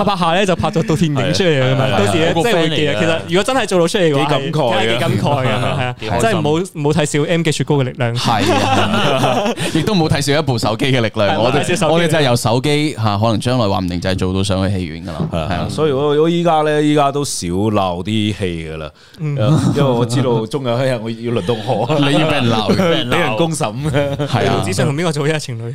S1: 啊
S3: 拍拍下咧就拍咗套電影出嚟咁
S2: 係
S3: 樣，
S2: 啊
S3: 到時咧
S5: 係啊
S3: 即係會記
S5: 嗰個 friend 嚟
S3: 啊。
S5: 㗎
S3: 其實如果真係做到出嚟嘅話，
S2: 幾感慨啊
S3: 係幾感慨咁樣，係啊
S5: 幾開心，
S3: 真係冇冇睇小 M 嘅雪糕嘅力 量。
S1: 係 啊，亦都冇睇少一部手機嘅力量。
S3: 係
S1: 我
S3: 冇睇少手機
S1: 哋
S3: 嘅
S1: 我哋真係由手機吓，可能將來話唔定就係做到上去戲院噶啦。
S2: 係
S1: 係啊，，
S2: 啊所以我我依家咧，依家都少鬧啲戲噶啦，
S3: 嗯
S2: 因為我知道終有一日我要輪到我，
S1: 你要俾人鬧 嘅，
S5: 俾人鬧
S2: 俾人公審嘅。
S1: 係啊
S3: 黃。子信同邊個做一日情侶？呢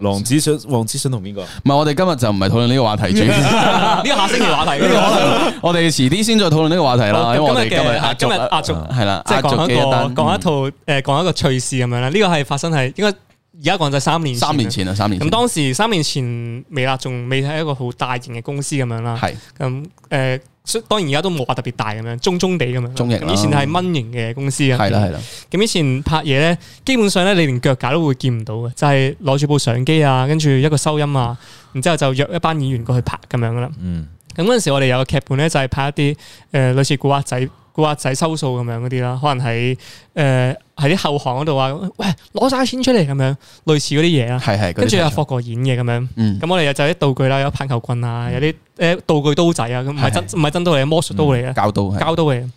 S2: 黃子信，黃子信同邊個？
S1: 唔係，我哋今日就唔係討論呢個話題主。
S3: 個下星期話 題。呢
S1: 我哋遲啲先再討論呢個話題啦，因為我哋今日壓啊
S3: 今日壓軸
S1: 係啦，
S3: 即係
S1: 壓軸
S3: 講
S1: 嘅
S3: 一
S1: 一單嗯
S3: 個講一套誒講一個趣事咁樣啦。呢個係發生係應該而家講就係三年
S1: 三年
S3: 啦
S1: 前啊，三年前
S3: 咁當時三年前微辣仲未係一個好大型嘅公司咁樣啦，
S1: 係
S3: 咁誒。雖當然而家都冇話特別大咁樣，中中地咁樣啦。
S1: 中型啦
S3: 咁以前係蚊型嘅公司啊。
S1: 係啦係啦，
S3: 咁以前拍嘢咧，基本上咧你連腳架都會見唔到嘅，就係攞住部相機啊，跟住一個收音啊，然之後就約一班演員過去拍咁樣噶啦。
S2: 嗯，
S3: 咁嗰陣時我哋有個劇本咧，就係拍一啲誒、呃、類似古惑仔、古惑仔收數咁樣嗰啲啦，可能喺誒喺啲後巷嗰度啊，喂攞晒錢出嚟咁樣，類似嗰啲嘢啦。
S1: 係係。嗰啲
S3: 跟住
S1: 題
S3: 有
S1: 材
S3: 霍哥演嘅咁樣。
S1: 嗯，
S3: 咁我哋有就有啲道具啦，有啲棒球棍啊，有啲誒道具刀仔啊，咁唔係真唔係真刀嚟，嘅，魔術刀嚟嘅。
S1: 教到係
S3: 交到嘅。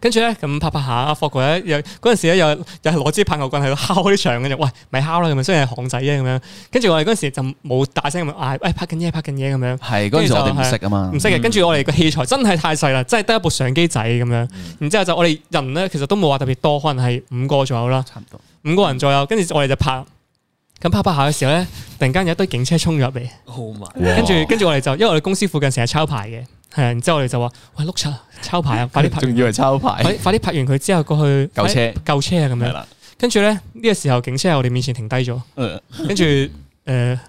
S3: 跟住咧，咁拍拍下，阿霍哥咧又嗰陣時咧又又係攞支棒球棍喺度敲啲牆嘅就，喂咪敲啦咁樣，雖然係巷仔啊啫咁樣。跟住我哋嗰陣時就冇大聲咁樣嗌，喂拍緊嘢拍緊嘢咁樣，
S1: 係嗰陣時我哋唔識啊嘛
S3: 唔，識嘅。跟住我哋個器材真係太細啦，真係得一部相機仔咁樣。
S1: 嗯
S3: 然之後就我哋人咧其實都冇話特別多，可能係五個左右啦，
S1: 差唔多。
S3: 五個人左右。跟住我哋就拍，咁拍拍下嘅時候咧，突然間有一堆警車衝入嚟。
S5: 好嘛，
S3: 跟
S1: 哦
S3: 住跟住我哋就，因為我哋公司附近成日抄牌嘅，係啊，然之後我哋就話：喂，碌柒抄牌啊，快啲拍完，
S1: 以為抄
S3: 快
S1: 牌
S3: 啲快啲拍完佢之後過去
S1: 救車，
S3: 救車啊咁
S1: 係
S3: 樣。
S1: 啦，
S3: 跟住咧呢個時候警車喺我哋面前停低咗，
S1: 嗯
S3: 跟住誒，呃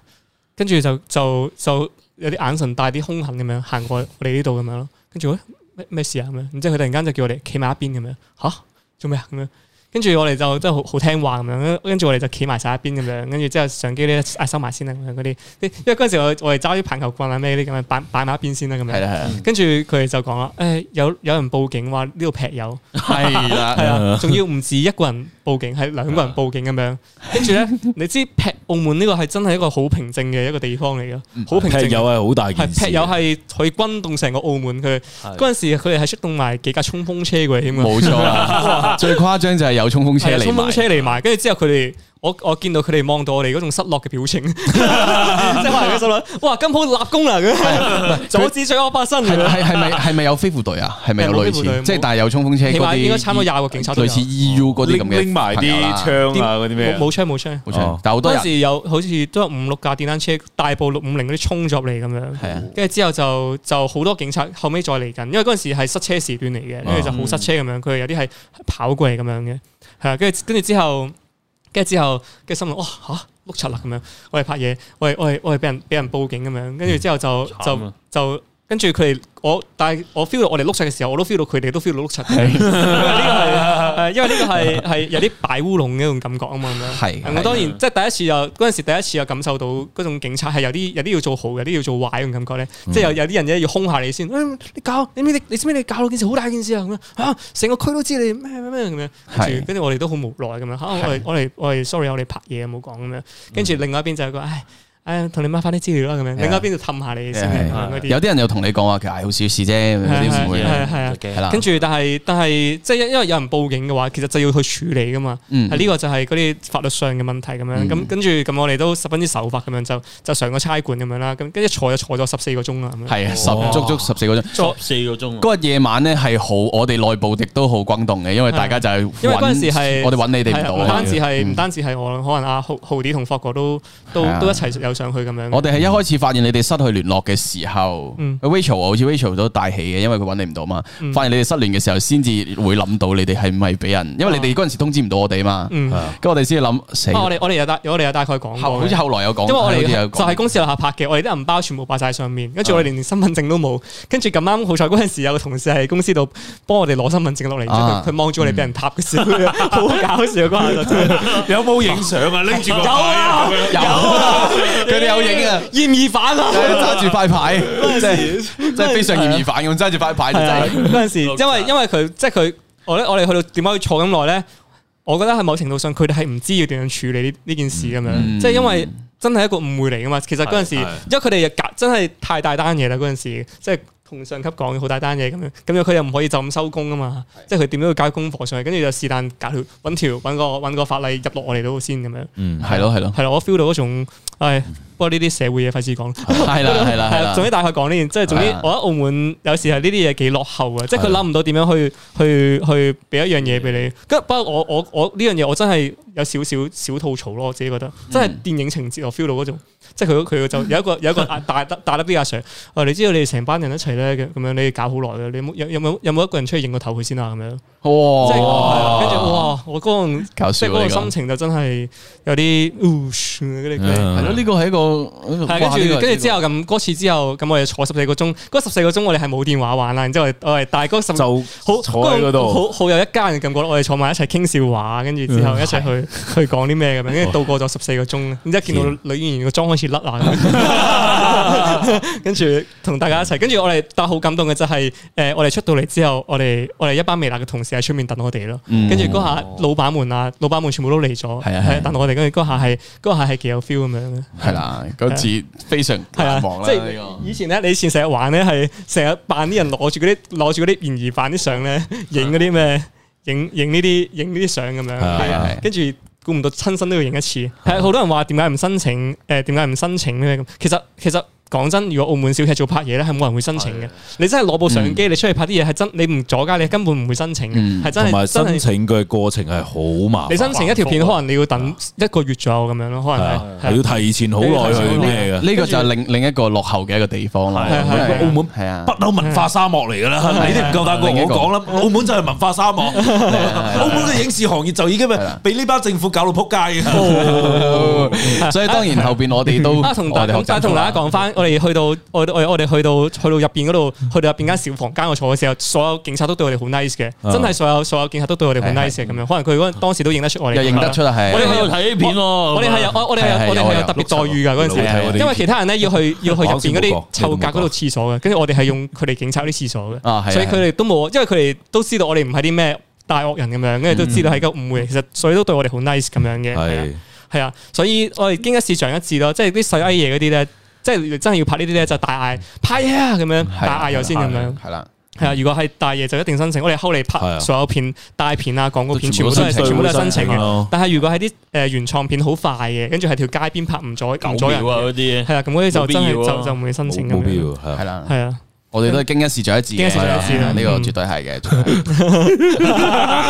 S3: 跟住就就就有啲眼神帶啲兇狠咁樣行過我哋呢度咁樣咯。跟住喂咩咩事啊咁樣，然之後佢突然間就叫我哋企埋一邊咁樣，吓？做咩啊咁樣。跟住我哋就真係好好聽話咁樣，跟住我哋就企埋晒一邊咁樣，跟住之後相機咧啊收埋先啦咁樣嗰啲，因為嗰陣時我我哋揸啲棒球棍啊咩啲咁樣擺擺埋一邊先啦咁
S1: 係啦
S3: 樣。
S1: 係啦，
S3: 跟住佢哋就講啦，誒、有有人報警話呢度劈友，
S1: 係啦
S3: 係啊，仲要唔止一個人報警，係兩
S1: 啊
S3: 個人報警咁樣。跟住咧， 你知劈澳門呢個係真係一個好平靜嘅一個地方嚟嘅，
S1: 嗯
S3: 好平
S2: 劈友
S3: 靜。
S2: 係好大件事，
S3: 係劈友係可以轟動成個澳門佢嗰陣時，佢哋係出動埋幾架衝鋒車過嚟添㗎。
S1: 冇錯 啦。最誇張就係有衝鋒車
S3: 係啊
S1: 嚟
S3: 衝
S1: 埋
S3: 鋒，車嚟埋，跟住之後佢哋，我我見到佢哋望到我哋嗰種失落嘅表 情，即 係話佢心諗，哇金鋪立功啦，咁 阻止罪惡發生，
S1: 啊係係係咪係咪有飛虎隊啊？係咪有類
S3: 係冇飛虎隊
S1: 似？
S3: 冇
S1: 即係但係有衝鋒車
S3: 起
S1: 嗰
S3: 碼
S1: 啲，
S3: 應該差唔多廿個警察都有
S1: 類
S3: 哦
S1: 似 EU 嗰啲咁嘅
S2: 拎埋
S1: 朋友
S2: 啲
S1: 啦
S2: 槍啊嗰啲咩
S3: 冇
S2: 啊，
S3: 冇槍冇槍。
S1: 冇錯
S2: 哦，
S1: 但好多
S3: 嗰
S1: 人
S3: 陣時有好似都有五六架電單車大部六五零嗰啲衝咗入嚟咁樣，
S1: 係啊，
S3: 跟住之後就就好多警察後尾再嚟緊，因為嗰陣時係塞車時段嚟嘅，跟住就好塞車咁樣，佢哋有啲係跑過嚟咁樣嘅，係啊，跟住跟住之後，跟住之後，跟住心諗哇嚇碌柒啦咁樣，我哋拍嘢，我哋我哋我哋俾人俾人報警咁樣，跟住之後就
S5: 慘
S3: 就
S5: 啊
S3: 就。跟住佢哋，我但係我 feel 到我哋碌柒嘅時候，我都 feel 到佢哋都 feel 到碌柒。因為呢個係，誒因為呢個係係有啲擺烏龍嘅一種感覺啊嘛，咁樣。
S1: 係
S3: 我當然即係第一次又嗰陣時，第一次又感受到嗰種警察係有啲有啲要做好，有啲要做壞嗰種感覺咧。
S1: 嗯
S3: 即係有有啲人咧要兇下你先，哎你搞你知唔知你知唔知你搞到件事好大件事啊咁樣嚇，成個區都知你咩咩咩咁樣。跟
S1: 係
S3: 住跟住我哋都好無奈咁樣嚇，啊我
S1: 係嗯
S3: 哋我哋我哋 sorry，我哋拍嘢冇講咁樣。跟住另外一邊就係個唉唉，同你掹翻啲資料啦咁樣。
S1: 啊
S3: 另外一邊就氹下你先
S1: 係係
S3: 嘅咁樣嗰啲
S1: 有。啲人又同你講話，其實係好小事啫，有
S3: 係
S1: 啲唔會
S3: 係係係啊
S1: 係啦。
S3: 跟住但係但係即係因因為有人報警嘅話，其實就要去處理噶嘛。啊
S1: 嗯
S3: 係呢個就係嗰啲法律上嘅問題咁樣。
S1: 嗯
S3: 咁跟住咁我哋都十分之守法咁樣，就就上個差館咁樣啦。咁跟住坐就坐咗十四個鐘啦。咁樣
S1: 係啊，十足足十四個鐘。
S5: 作四個
S3: 嗯
S5: 鐘啊，
S1: 嗰日夜晚咧係好，我哋內部亦都好轟動嘅，因為大家就係
S3: 因為嗰陣
S1: 揾
S3: 時係
S1: 我哋揾你哋
S3: 係
S1: 唔
S3: 啊
S1: 到
S3: 唔
S1: 啊
S3: 單。止係
S1: 嗯
S3: 唔單止係我，可能阿浩浩啲同霍哥都都
S1: 係啊
S3: 都一齊有上去咁樣。
S1: 我哋係一開始發現你哋失去聯絡嘅時候
S3: 嗯
S1: ，Rachel 啊好似 Rachel 都帶起嘅，因為佢揾你唔到嘛。發現你哋失聯嘅時候，先至會諗到你哋係咪俾人，因為你哋嗰陣時通知唔到我哋嘛。
S3: 啊嗯，啊
S1: 跟住我哋先諗死，
S3: 我哋我哋有大我哋有大概講
S1: 後
S3: 過
S1: 好似。後來有講，
S3: 因為我哋
S1: 好似啊有講啊
S3: 就係公司樓下拍嘅，我哋啲銀包全部擺晒上面，跟住我哋連身份證都冇，跟住咁啱好彩嗰陣時有個同事喺公司度幫我哋攞身份證落嚟，然之後
S1: 啊嗯
S3: 佢佢望住我哋俾人塌嘅時候，好搞笑嗰下就真係
S2: 有冇影相啊？拎住個
S3: 有啊
S2: 牌
S1: 有 啊，佢哋有影啊。
S3: 嫌疑犯啊！
S1: 揸住塊牌，即係即係非常嫌疑犯咁揸住塊 牌就
S3: 係啊，
S1: 真係
S3: 嗰陣時，因為因為佢即係佢，我咧我哋去到點解要坐咁耐咧？我覺得喺某程度上，佢哋係唔知要點樣處理呢呢件事咁樣，即係因為真係一個誤會嚟噶嘛。其實嗰陣時，
S2: 嗯係
S3: 因
S2: 係
S3: 為佢哋又隔真係太大單嘢啦，嗰陣時即係。同上級講嘅好大單嘢咁樣，咁樣佢又唔可以就咁收工啊嘛，即係佢點都要交功課上去，跟住就是但搞條揾條揾個揾個法例入落我哋度先咁樣，
S2: 嗯
S1: 係咯係咯，
S3: 係啦，我 feel 到嗰種，唉，不過呢啲社會嘢費事講。
S1: 係啦係啦係
S3: 係啊，
S1: 啦
S3: 總，之大概講呢件，即係總之
S1: 係啊
S3: 我覺得澳門有時係呢啲嘢幾落後嘅，即係佢諗唔到點樣去去去俾一樣嘢俾你。跟不過我
S1: 嗯
S3: 我我呢樣嘢我真係有少少小吐槽咯，我自己覺得，真係電影情節我 feel 到嗰種，即係佢佢 就有一個有一個大大大粒啲阿 Sir，哦，你知道你哋成班人一齊咧，咁樣你哋搞好耐嘅，你有冇有有冇有冇一個人出去認個頭佢先啊？咁樣，即係係啊跟住哇，我嗰陣
S1: 哦搞
S3: 即
S1: 笑
S3: 係
S1: 啊
S3: 嗰個
S1: 呢個
S3: 心情就真係有啲 oosh 嗰啲
S2: 嗯
S1: 係咯，呢個係一個
S3: 啊係啊
S1: 哇
S3: 跟
S1: 呢
S3: 住
S1: 個
S3: 跟住之後咁嗰次之後咁我哋坐十四個鐘，嗰十四個鐘我哋係冇電話玩啦，然之後我哋我哋但係嗰十
S2: 就
S3: 好
S2: 坐喺嗰度
S3: 好好有一家人嘅感覺咯。我哋坐埋一齊傾笑話，跟住之後一齊
S1: 嗯
S3: 去去講啲咩咁樣，跟住度過咗十四個鐘，然之後見到女演員個妝開始甩 啦，跟住同大家一齊，跟住我哋但係好感動嘅就係誒我哋出到嚟之後，我哋我哋一班微辣嘅同事喺出面等我哋咯，
S1: 嗯
S3: 跟住嗰下老闆們啊，老闆們全部都嚟咗，
S1: 係啊係啊
S3: 係等我哋，跟住嗰下係嗰下係幾有 feel 咁樣嘅。
S1: 係啦，嗰次非常
S3: 係啊
S1: 難忘，啦
S3: 即
S1: 呢
S3: 係
S1: 個。
S3: 以前咧，你以前成日玩咧，係成日扮啲人攞住嗰啲攞住嗰啲嫌疑犯啲相咧，影嗰啲咩，影影呢啲影呢啲相咁
S2: 係啊
S3: 樣，
S1: 係啊係啊
S3: 跟住估唔到親身都要影一次。係好多人話點解唔申請？誒點解唔申請咧？咁其實其實講真，如果澳門小劇組拍嘢咧，係冇人會申請嘅。你真係攞部相機，你出去拍啲嘢係真，你唔阻街，你根本唔會申請
S1: 嗯
S3: 嘅，係真
S2: 同埋
S3: 係真
S2: 申
S3: 係。
S2: 請嘅過程係好麻煩，
S3: 你申請一條片，可能你要等一個月左右咁樣咯，可
S2: 係
S3: 能
S2: 啊
S3: 係
S2: 係要提前好耐去咩嘅。
S1: 呢個就係另另一個落後嘅一個地方啦。
S2: 係啊
S1: 因為
S2: 澳門
S1: 係啊
S2: 不，嬲文化沙漠嚟噶啦，你哋唔夠膽
S1: 另一
S2: 講
S1: 個
S2: 我講啦，澳門就啊係文啊化沙漠，澳門嘅影視行業就已經
S1: 係啦
S2: 俾呢班政府搞到撲街嘅。
S1: 所以當然後邊我哋都
S3: 啊，同
S1: 哦
S3: 大
S1: 我哋學
S3: 咁，
S1: 習
S3: 但係同
S1: 咗
S3: 大
S1: 啦
S3: 家講翻，我哋去到我我我哋去到去到入邊嗰度，去到入邊間小房間我坐嘅時候，所有警察都對我哋好 nice 嘅，
S2: 啊
S3: 真係所有所有警察都對我哋好
S1: 係啊
S3: nice 嘅咁樣。可能佢嗰陣當時都認得出我
S1: 又
S3: 哋，
S1: 認得出啦，係
S3: 我
S5: 我哋
S3: 哋係
S5: 喺
S3: 有
S5: 度睇片喎，
S3: 我哋係有我我哋
S1: 係係
S3: 係有我哋
S1: 有
S3: 係
S1: 有
S3: 有特別待遇㗎嗰陣
S2: 老睇我哋
S3: 時，因為其他人咧 要去要去入邊嗰啲臭格嗰度廁所嘅，跟住我哋係用佢哋警察嗰啲廁所嘅，
S1: 啊係啊啊
S3: 所以佢哋都冇，因為佢哋都知道我哋唔係啲咩大惡人咁樣，跟住都知
S1: 嗯
S3: 道係個誤會，其實所以都對我哋好 nice 咁樣嘅。係啊
S2: 係
S3: 係啊，所以我哋經一事長一智咯，即係啲細埃嘢嗰啲咧，即係真係要拍呢啲咧就大嗌拍嘢啊咁樣，
S1: 係
S3: 大嗌又先咁樣。
S1: 係啦，
S3: 係啊，如果係大嘢就一定申請。我哋後嚟
S2: 係啊
S3: 拍所有片、大片啊、廣告
S1: 都
S3: 片，全
S1: 全
S3: 部
S1: 部都
S3: 都係
S1: 申請
S3: 全部都係申請
S2: 全部都申請咯
S3: 嘅。但係如果係啲誒原創片好快嘅，跟住係條街邊拍唔阻唔
S5: 九
S3: 阻
S5: 秒
S3: 人
S5: 啊
S3: 嘅，
S5: 嗰啲，
S3: 係啊，咁嗰啲就真係
S5: 冇必要啊
S3: 就就唔會申請咁
S2: 冇必要
S3: 樣。
S2: 係
S1: 係
S2: 啊。
S1: 啦，
S3: 係啊，
S1: 我哋都係經一事長一智嘅，
S3: 經一事長一智啦
S1: 呢個
S3: 嗯
S1: 絕對係嘅絕對係。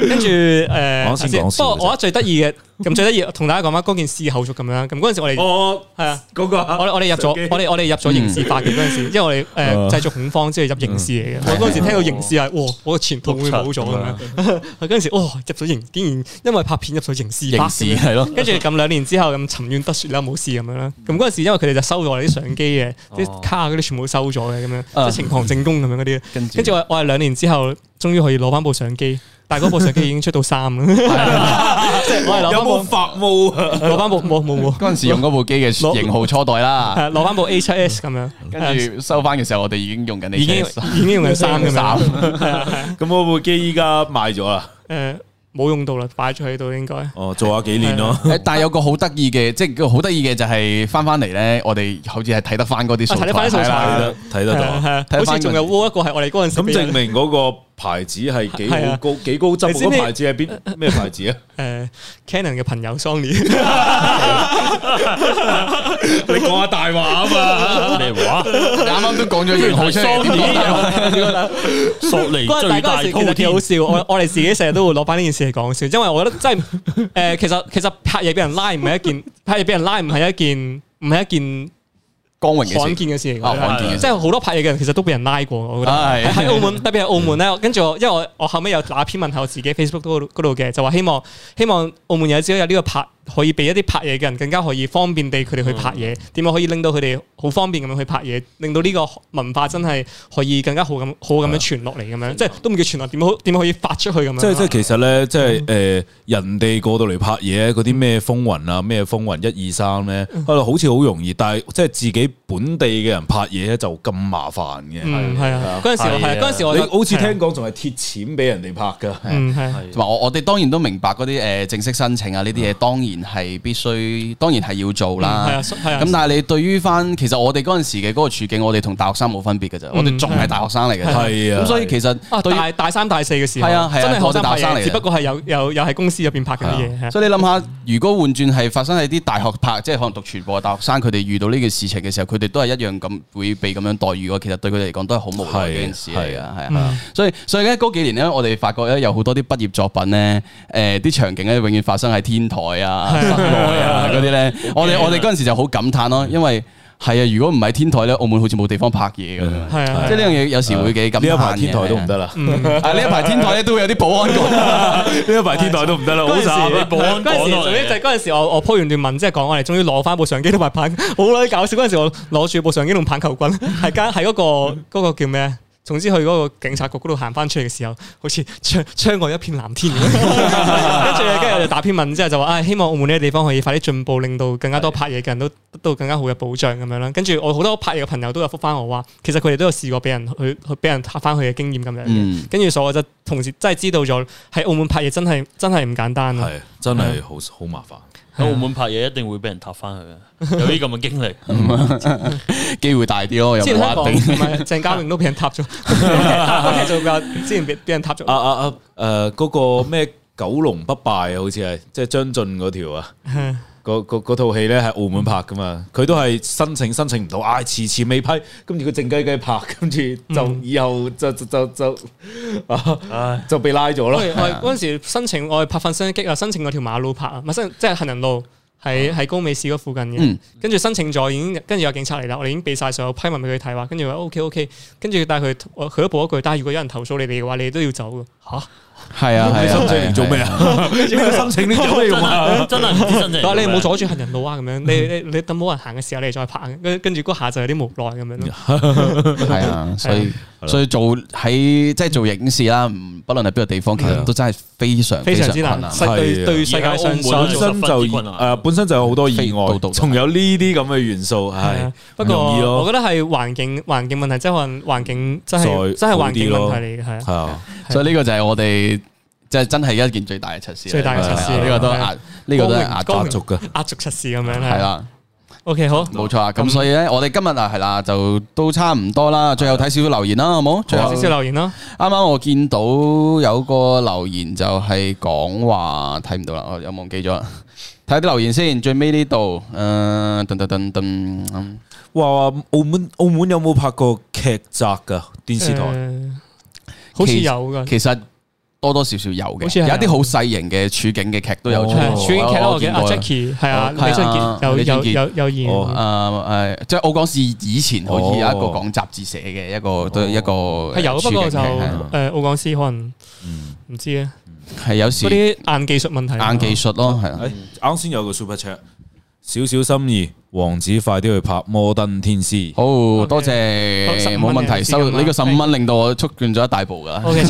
S3: 跟住
S2: 講先講
S3: 誒，
S2: 笑
S3: 不過我覺得最得意嘅，咁最得意同大家講翻嗰件事後續咁樣。咁嗰陣時我
S5: 哦
S3: 哋
S4: 我
S3: 係啊。
S4: 嗰個啊
S3: 我哋我哋入咗我哋我哋入
S1: 嗯
S3: 咗刑事法嘅嗰陣時，因為我哋呃
S1: 啊
S3: 誒製造恐慌之後入刑事嚟嘅。我嗰陣時聽到刑事係，哇！我個前途會冇咗咁樣。 我嗰陣時，哇！入咗刑，竟然因為拍片入咗刑事法
S1: 刑事係咯
S3: 跟住咁兩年之後咁沉冤得雪啦，冇事咁樣啦。咁嗰陣時因為佢哋就收咗我哋啲相機嘅，啲卡嗰啲全部都收咗嘅咁樣，
S1: 啊
S3: 即係呈堂證供咁樣嗰啲。
S1: 跟住
S3: 跟住我我係兩年之後，終於可以攞翻部相機，但係嗰部相機已經出到三啦。 即係我係
S4: 有
S3: 攞翻
S4: 冇
S3: 部
S4: 發毛啊？
S3: 攞翻部冇冇冇。
S1: 嗰陣時用嗰部機嘅
S3: 攞
S1: 型號初代啦，
S3: 係攞翻部 A 七 S 咁樣，
S1: 跟住收翻嘅時候，我哋已經用緊你
S3: 已經已經用緊三咁樣，
S2: 咁我部機依家賣咗啊啦，
S3: 誒冇用到啦，擺咗喺度應該。
S2: 哦，做下幾年咯。
S1: 誒 但係有個好得意嘅，即係個好得意嘅就係翻翻嚟咧，我哋好似係睇得翻嗰啲
S3: 啊
S1: 素
S3: 睇得返啲素
S1: 材
S3: 材
S2: 睇
S1: 啦，
S2: 得睇得
S3: 係
S2: 到
S3: 啊。係啊
S1: 睇
S3: 好
S1: 返
S3: 似仲有
S1: 嗰陣時
S3: 窩一個係我哋嗰陣時
S2: 咁
S3: 俾
S2: 證
S3: 人。
S2: 明嗰個牌子係幾
S3: 係
S2: 好
S3: 啊
S2: 高幾高質
S3: 你
S2: 喎，
S3: 知唔
S2: 嗰
S3: 知
S2: 個牌子係 邊咩牌子啊？
S3: 誒 Canon 嘅朋友 Sony，
S2: 你講下大話啊嘛！
S5: 咩話？
S1: 啱啱都講咗型 號出嚟點解
S5: 索尼
S3: 嗰日大家
S5: 最
S3: 嗰陣
S5: 大
S3: 時其
S5: 滔
S3: 實幾好
S5: 天，
S3: 笑，我我哋自己成日都會攞翻呢件事嚟講笑，因為我覺得真係誒，其實其實拍嘢俾人拉唔係一件，拍嘢俾人拉唔係一件，唔係一件。
S1: 光榮嘅事
S3: 罕見嘅事嚟
S1: 啊
S3: 㗎，
S1: 罕
S5: 見嘅事
S3: 即係好多拍嘢嘅人其實都俾人拉過，我覺得
S1: 係
S3: 喺澳門，特別係澳門咧。我跟住我，因為我我後尾有打篇文喺我自己 Facebook 嗰度嗰度嘅，就話希望希望澳門有朝一日呢個拍可以俾一啲拍嘢嘅人更加可以方便地佢哋去拍嘢，點樣可以令到佢哋好方便咁樣去拍嘢，令到呢個文化真係可以更加好咁好咁樣啊傳落嚟咁樣，即係都唔叫傳落，點好點可以發出去咁樣。啊
S2: 即係即係其實咧，即係誒人哋過到嚟拍嘢嗰啲咩風雲啊，咩風雲一二三咧，
S3: 嗯
S2: 啊好似好容易，但係即係自己本地嘅人拍嘢咧就咁麻煩嘅。
S3: 嗯係啊，嗰陣時我係
S5: 係
S3: 啊
S5: 啊
S3: 嗰陣時我
S2: 你
S3: 就
S2: 好似聽講仲係貼錢俾人哋拍㗎，
S3: 嗯係啊。
S1: 同埋我我哋當然都明白嗰啲誒正式申請啊呢啲嘢，當然係必須，當然係要做啦。
S3: 嗯係啊所係啊
S1: 咁但係你對於翻其實我哋嗰陣時嘅嗰個處境，我哋同大學生冇分別嘅啫，我哋仲係大學生嚟嘅啫。
S2: 係啊
S1: 咁所以其實
S3: 嗯啊！
S1: 對於
S3: 大大三大四嘅時候，
S1: 係啊係啊
S3: 真係學生拍
S1: 我哋大學生嚟
S3: 嘢，
S1: 嘅
S3: 只不過係有有又係公司入邊拍緊啲嘢，係啊
S1: 所以你諗下，如果換轉係發生喺啲大學拍，即係可能讀傳播嘅大學生，佢哋遇到呢件事情嘅時候，佢佢哋都係一樣咁會被咁樣待遇嘅，其實對佢哋嚟講都係好無奈嘅一件事嚟㗎，
S2: 係
S1: 係啊。所以所以咧嗰幾年咧，我哋發覺咧有好多啲畢業作品咧，誒啲場景咧永遠發生喺天台啊、室內啊嗰啲咧，我哋我哋嗰陣時就好感嘆咯，因為係啊，如果唔喺天台咧，澳門好似冇地方拍嘢咁樣。
S3: 係啊，
S1: 即係呢樣嘢有
S2: 嗯
S1: 時會幾感嘆
S2: 呢一排
S1: 嘅
S2: 天台都唔得啦，
S3: 嗯
S1: 啊！呢一排天台咧都會有啲保安過，
S2: 呢一排天台都唔得啦，好
S3: 嗰陣時
S2: 慘啊！
S5: 保安
S3: 嗰陣時
S5: 講落嚟
S3: 最尾就係嗰陣時我我鋪完段文，即係講我哋終於攞翻部相機同埋棒， 好鬼搞笑。嗰陣時我攞住部相機同棒球棍， 係間喺嗰個嗰個叫咩啊？總之去嗰個警察局嗰度行翻出嚟嘅時候，好似窗窗外一片藍 天咁。跟住咧，跟住我就打篇文之後就話：，哎唉、希望澳門呢個地方可以快啲進步，令到更加多拍嘢嘅人都得到更加好嘅保障咁樣啦。跟住我好多拍嘢嘅朋友都有覆翻我話，其實佢哋都有試過俾人去去俾人拍翻去嘅經驗咁樣嘅。
S1: 嗯，
S3: 跟住所以我就同時真係知道咗喺澳門拍嘢真係真係唔簡單啊！
S2: 係真係好好麻煩。
S5: 喺澳門拍嘢一定會俾人踏翻 去嘅，有啲咁嘅經歷。
S1: 機會大啲咯，又
S3: 之前
S1: 唔
S3: 嗯香港
S1: 話
S3: 唔
S1: 定。
S3: 係鄭嘉穎都俾人 塌咗，我其實做過，之前俾俾人塌咗
S2: 啊，啊啊！诶，嗰個咩九龍不敗啊好似係即係張晉嗰條 啊。嗰嗰嗰套戲咧喺澳門拍噶嘛，佢都係申請申請唔到，唉、遲遲未批，跟住佢靜雞雞拍，跟住就
S3: 嗯
S2: 以後就就就就啊就被拉咗
S3: 我
S2: 咯。
S3: 哋我嗰陣時申請我哋拍《瞓身一擊》啊，申請嗰條馬路拍啊，唔係申即係行人路。喺喺高美市嗰附近嘅
S1: 嗯，
S3: 跟住申請咗，已經跟住有警察嚟啦，我哋已經俾晒所有批文俾佢睇話，跟住話 O K O K，跟住但係佢嗯我佢都補一句，但係如果有人投訴你哋嘅話，你哋都要走嘅嚇。
S1: 係 啊，係啊，
S2: 申請嚟做咩啊？呢個申請呢做咩用啊？
S5: 真係唔知真正。
S3: 佢話你唔好阻住行人路啊，咁樣你你你等冇人行嘅時候，你哋再拍，跟跟住嗰下就有啲無奈咁樣咯。
S1: 係啊，所以所以做喺即係做影視啦，唔不論係邊個地方，其實都真係非常
S3: 啊非常
S1: 常
S3: 之
S1: 困
S3: 難，
S1: 難
S3: 世。對對世界
S5: 而家澳
S3: 上
S5: 門
S3: 所有
S2: 本身
S5: 係
S2: 就
S5: 十分之困難
S2: 誒本身就有好多意
S1: 非道
S2: 外
S1: 道，
S2: 仲有呢啲咁嘅元素，
S3: 係
S2: 係
S3: 啊，不
S2: 唔容易
S3: 過我
S2: 咯，
S3: 覺得係環境環境問題，即係可能環境真係
S2: 再
S3: 真係環境
S2: 好
S3: 問
S2: 啲咯
S3: 題嚟嘅，係啊
S2: 係啊，
S1: 所以呢個就係我哋即係真係一件最大嘅測試嚟。
S3: 最大嘅測試
S1: 係啊呢個都
S3: 係啊
S1: 壓，呢個都係壓
S3: 光
S1: 軸
S3: 明
S2: 家族嘅。
S3: 壓軸測試咁樣
S1: 係
S3: 係。啊
S1: 啦。
S3: OK，好，
S1: 冇錯啊，咁所以咧，我哋今日啊係啦，就都差唔多啦，最後睇少少留言啦，好冇？最後
S3: 少少留言咯，
S1: 啱啱我見到有個留言就係講話睇唔到啦，我有忘記咗啦。睇下啲留言先，最尾呢度，誒、呃，噔噔噔噔，嗯
S2: 哇！澳門澳門有冇拍過劇集㗎？電視台
S3: 誒好似有噶，
S1: 其實多多少少有
S3: 好
S1: 嘅，
S3: 似
S1: 有
S3: 係
S1: 一啲好細型嘅處境嘅劇都有出過。
S3: 係處境劇咯，我記得阿
S1: 哦我見過
S3: Jackie 係啊，
S1: 哦
S3: 李俊傑有
S1: 李俊
S3: 有
S1: 傑
S3: 有有演，
S2: 哦
S1: 啊誒誒，即係澳港市以前好似有一個講雜誌社嘅一個都一個
S3: 哦係有，不過就
S1: 係
S3: 誒澳港斯可能
S2: 嗯
S3: 唔知啊，
S1: 係有時
S3: 嗰啲硬技術問題，
S1: 硬技術咯，係啊
S2: 誒哎啱先有個 super chat，少少心意，王子快啲去拍《摩登天師》。
S1: 好多謝，
S3: 15
S1: 冇問題，
S3: 蚊嘅
S1: 收
S3: 先
S1: 呢個十
S3: 咁啊
S1: 五蚊令到我促進咗一大步㗎。
S3: OK，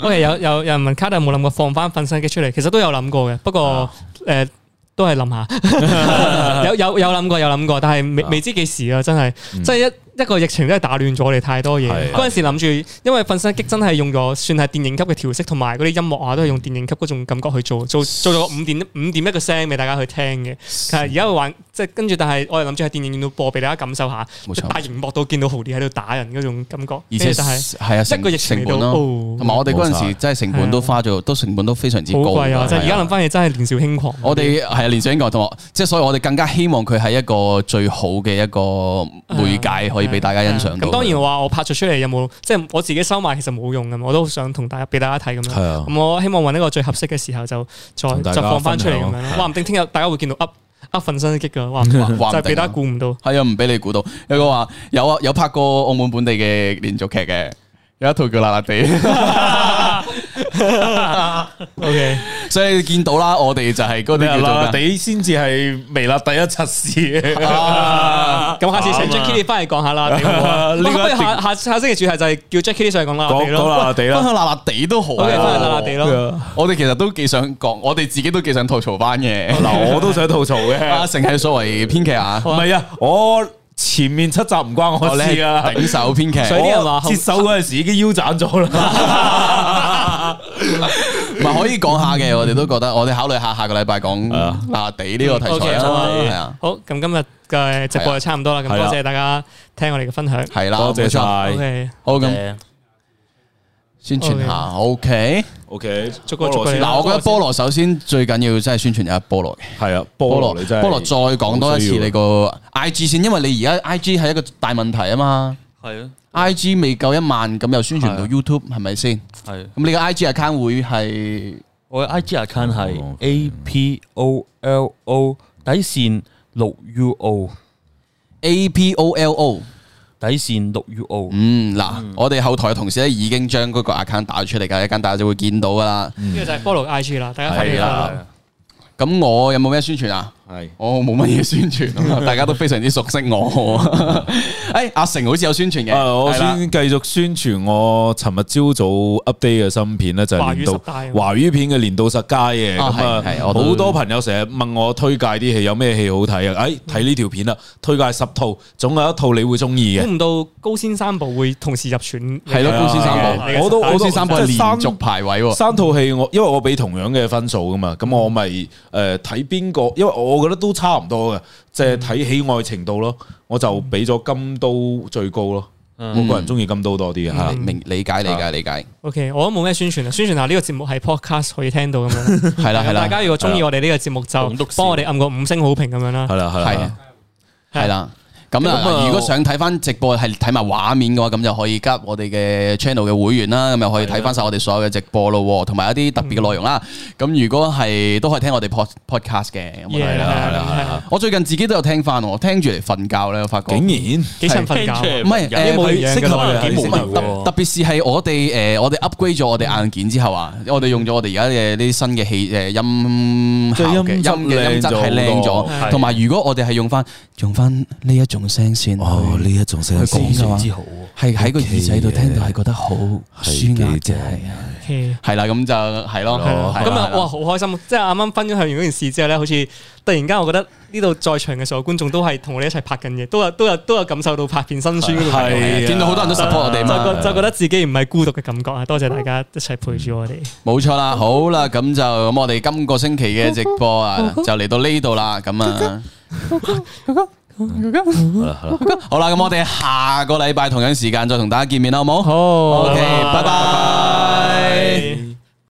S3: OK，有有有人問卡特有冇諗過放翻瞓身機出嚟，其實都有諗過嘅，不過
S1: 啊
S3: 誒都係諗 下，有有有諗過有諗過，但係未未知幾時啊！真係，
S1: 嗯
S3: 即係一一個疫情真係打亂咗我哋太多嘢
S2: 係。
S3: 嗰陣時諗住，因為瞓身機真係用咗算係電影級嘅調色，同埋嗰啲音樂啊，都係用電影級嗰種感覺去做，做做咗五點五點一個聲俾大家去聽嘅。但係而家玩即係跟住，但係我哋諗住喺電影院度播俾大家感受下，
S1: 冇錯
S3: 大熒幕度見到豪啲喺度打人嗰種感覺，
S1: 而且
S3: 跟住但係。
S1: 係啊，成
S3: 一個疫情
S1: 成本
S3: 嚟到
S1: 咯，
S3: 哦啊
S1: 同埋我哋嗰陣時真係成本都花咗，都成本都非常之
S3: 好
S1: 高。
S3: 貴啊！即係而家諗
S1: 係啊
S3: 翻嘢，真係年少輕狂。
S1: 我哋係啊，連上英國同學，即係所以我哋更加希望佢係一個最好嘅一個媒介，
S3: 啊
S1: 可以俾大家欣賞到。
S3: 咁當然我話我拍咗出嚟有冇，即係我自己收埋其實冇用嘅，我都好想同大家俾大家睇咁
S2: 係啊
S3: 樣。咁我希望揾一個最合適嘅時候就
S2: 同大
S3: 再
S2: 家
S3: 就放翻出嚟咁樣
S2: 分享
S3: 咯。話唔定聽日大家會見到 up up 瞓身激㗎，話唔定
S1: 話唔定啊
S3: 就係俾大家估唔到。
S1: 係啊，唔俾你估到。有個話有啊，有拍過澳門本地嘅連續劇嘅，有一套叫《辣 辣地》。
S3: OK，
S1: 所以見到啦，我哋就係嗰啲叫做
S2: 嗱
S1: 咩
S2: 啊地先至係微辣第一測試 嘅，
S1: 啊
S3: 咁下次請 Jackie Lee 翻嚟講下啦。地好唔好啊
S2: 呢
S3: 不
S2: 個
S3: 過
S2: 一定
S3: 不如下下下星期主題就係叫 Jackie Lee 上嚟講啦，我
S2: 講
S3: 哋
S2: 講
S3: 咯。
S2: 啦地
S1: 分
S2: 啦，
S1: 享辣辣地都好
S3: OK，翻嚟
S1: 啊。
S3: 啦啦地咯。
S1: 我哋其實都幾想講，我哋自己都幾想吐槽翻嘅。
S2: 嗱我都想吐槽
S1: 阿
S2: 嘅，
S1: 啊成係作為編劇啊
S2: 唔，係啊，我前面七集唔關我
S1: 我
S2: 事啊，
S1: 頂手編 劇。
S3: 所以啲人話
S2: 我接手嗰陣時已經腰斬咗啦，
S1: 唔係可以講下嘅，我哋都覺得，我哋考慮下下個禮拜講
S2: 啊
S1: 嗱地呢個題材
S3: OK，
S1: 啦
S3: 好，啊
S1: 係啊，
S3: 好，咁今日嘅直播就差唔多啦。咁
S2: 係
S3: 多
S2: 啊
S3: 謝大家聽我哋嘅分享。
S1: 係啦，
S2: 多謝
S1: 冇錯
S2: 晒，
S3: OK，
S1: 好咁
S5: 誒
S1: 宣傳下，OK，
S2: OK，
S3: 逐個逐個嚟啦
S1: 嗱，我覺得菠蘿首先最緊要真係宣傳有一菠蘿嘅。
S2: 係啊，
S1: 菠
S2: 菠
S1: 蘿
S2: 蘿你真係
S1: 菠蘿再講多一次
S2: 啊
S1: 你個 I G 先，因為你而家 I G 係一個大問題啊嘛。
S5: 係啊，
S1: I G 未夠一萬，咁又宣傳唔到 YouTube 係咪先？
S5: 係啊。
S1: 咁你個 I G account 會係
S5: 我嘅 IG account 係
S2: 哦
S5: A P O L O 底線六 U O
S1: A P O L O。
S5: 底線六 U O。
S1: 嗯，嗱，我哋後台嘅同事咧已經將嗰個 account 打咗出嚟㗎，一間大家就會見到㗎啦。
S3: 呢個就係 follow IG 啦，大家快啲 follow
S5: 啊
S3: 啦。
S1: 咁我有冇咩宣傳啊？
S2: 係
S1: 我冇乜嘢宣傳，大家都非常之熟悉我。 誒，阿成好似有宣傳嘅，
S2: 啊！我
S1: 係啦
S2: 先繼續宣傳我尋日朝早 update 嘅新片咧，就
S3: 華
S2: 係年
S3: 語
S2: 度
S3: 十大啊
S2: 華語片嘅年度十佳嘅。
S1: 啊
S2: 咁啊
S1: 係係，我都嗯
S2: 好多朋友成日問我推介啲戲有咩戲好睇啊？誒，睇呢條片啦，推介十套，總有一套你會中意嘅
S3: 估。唔到高先三部會同時入選，
S1: 係咯，
S2: 係啊
S1: 公司三
S3: 係啊
S1: 部，
S2: 我都
S1: 公
S2: 我
S1: 司
S2: 都
S1: 三部係連續排位喎。
S2: 三套戲我，因為我俾同樣嘅分數噶嘛，
S1: 嗯
S2: 咁我咪誒睇邊個？因為我覺得都差唔多嘅，即
S1: 嗯
S2: 係睇喜愛程度咯。我就俾咗金都最高咯，
S1: 嗯
S2: 我個人中意金都多啲嘅嚇。
S1: 啊明理解理解理解，
S3: OK，我都冇咩宣傳啊，宣傳下呢個節目係 podcast 可以聽到咁樣 啦。
S1: 係啦係
S3: 大
S1: 啦
S3: 家如果中意我哋呢個節目，就幫我哋按個五星好評咁樣啦
S2: 係。啦係
S1: 係
S2: 啦
S1: 啊，係啦。咁
S2: 咁啊
S1: 啦，如果想睇翻直播係睇埋畫面嘅話，咁就可以加我哋嘅 channel 嘅會員啦，咁又可以睇翻晒我哋所有嘅直播咯喎，同埋一啲特別嘅內容啦。咁如果係都可以聽我哋 pod podcast 嘅，咁啊我哋
S3: Yeah，
S2: 係啦係啦
S3: 係啦
S1: 我最近自己都有聽翻，我聽住嚟瞓覺咧，我發覺
S2: 竟然
S3: 幾想瞓覺，
S1: 唔係誒
S3: 冇
S1: 係
S3: 營養
S1: 適
S3: 㗎
S1: 合
S3: 啦
S1: 嘅，
S5: 已
S1: 唔係
S5: 經冇營養
S1: 特
S5: 喎
S1: 特別是係我哋誒我哋 upgrade 咗我哋硬件之後啊，我哋用咗我哋而家嘅呢啲新嘅器誒音效
S2: 即係
S1: 嘅
S2: 音質
S1: 音嘅音質
S2: 靚咗好
S1: 係靚
S2: 多
S1: 咗，同埋如果我哋係用翻用翻呢一種聲線
S2: 哦
S1: 去
S2: 呢一種聲
S1: 去講嘅話，係喺個耳仔度聽到係覺得好舒壓
S2: 幾
S1: 嘅，
S2: 正
S1: 係啊
S3: OK
S1: 係啦，咁就係咯，哦係啦
S3: 咁啊，
S1: 係啦
S3: 哇，好開心！即係啱啱分享完嗰件事之後咧，好似突然間，我覺得呢度在場嘅所有觀眾都係同我哋一齊拍緊嘢，都有都有都有感受到拍片辛酸嗰種感覺
S2: 係啊
S1: 見到好多人都 support 我哋嘛。
S3: 就覺就覺得自己唔係孤獨嘅感覺啊！多謝大家一齊陪住我哋。
S1: 冇錯啦，好啦，咁就咁我哋今個星期嘅直播啊，就嚟到呢度啦，咁啊，好啦，咁我哋下啊個禮拜同樣時間再同大家見面啦，好唔好？
S3: 好
S1: ，OK，拜拜。
S3: 拜拜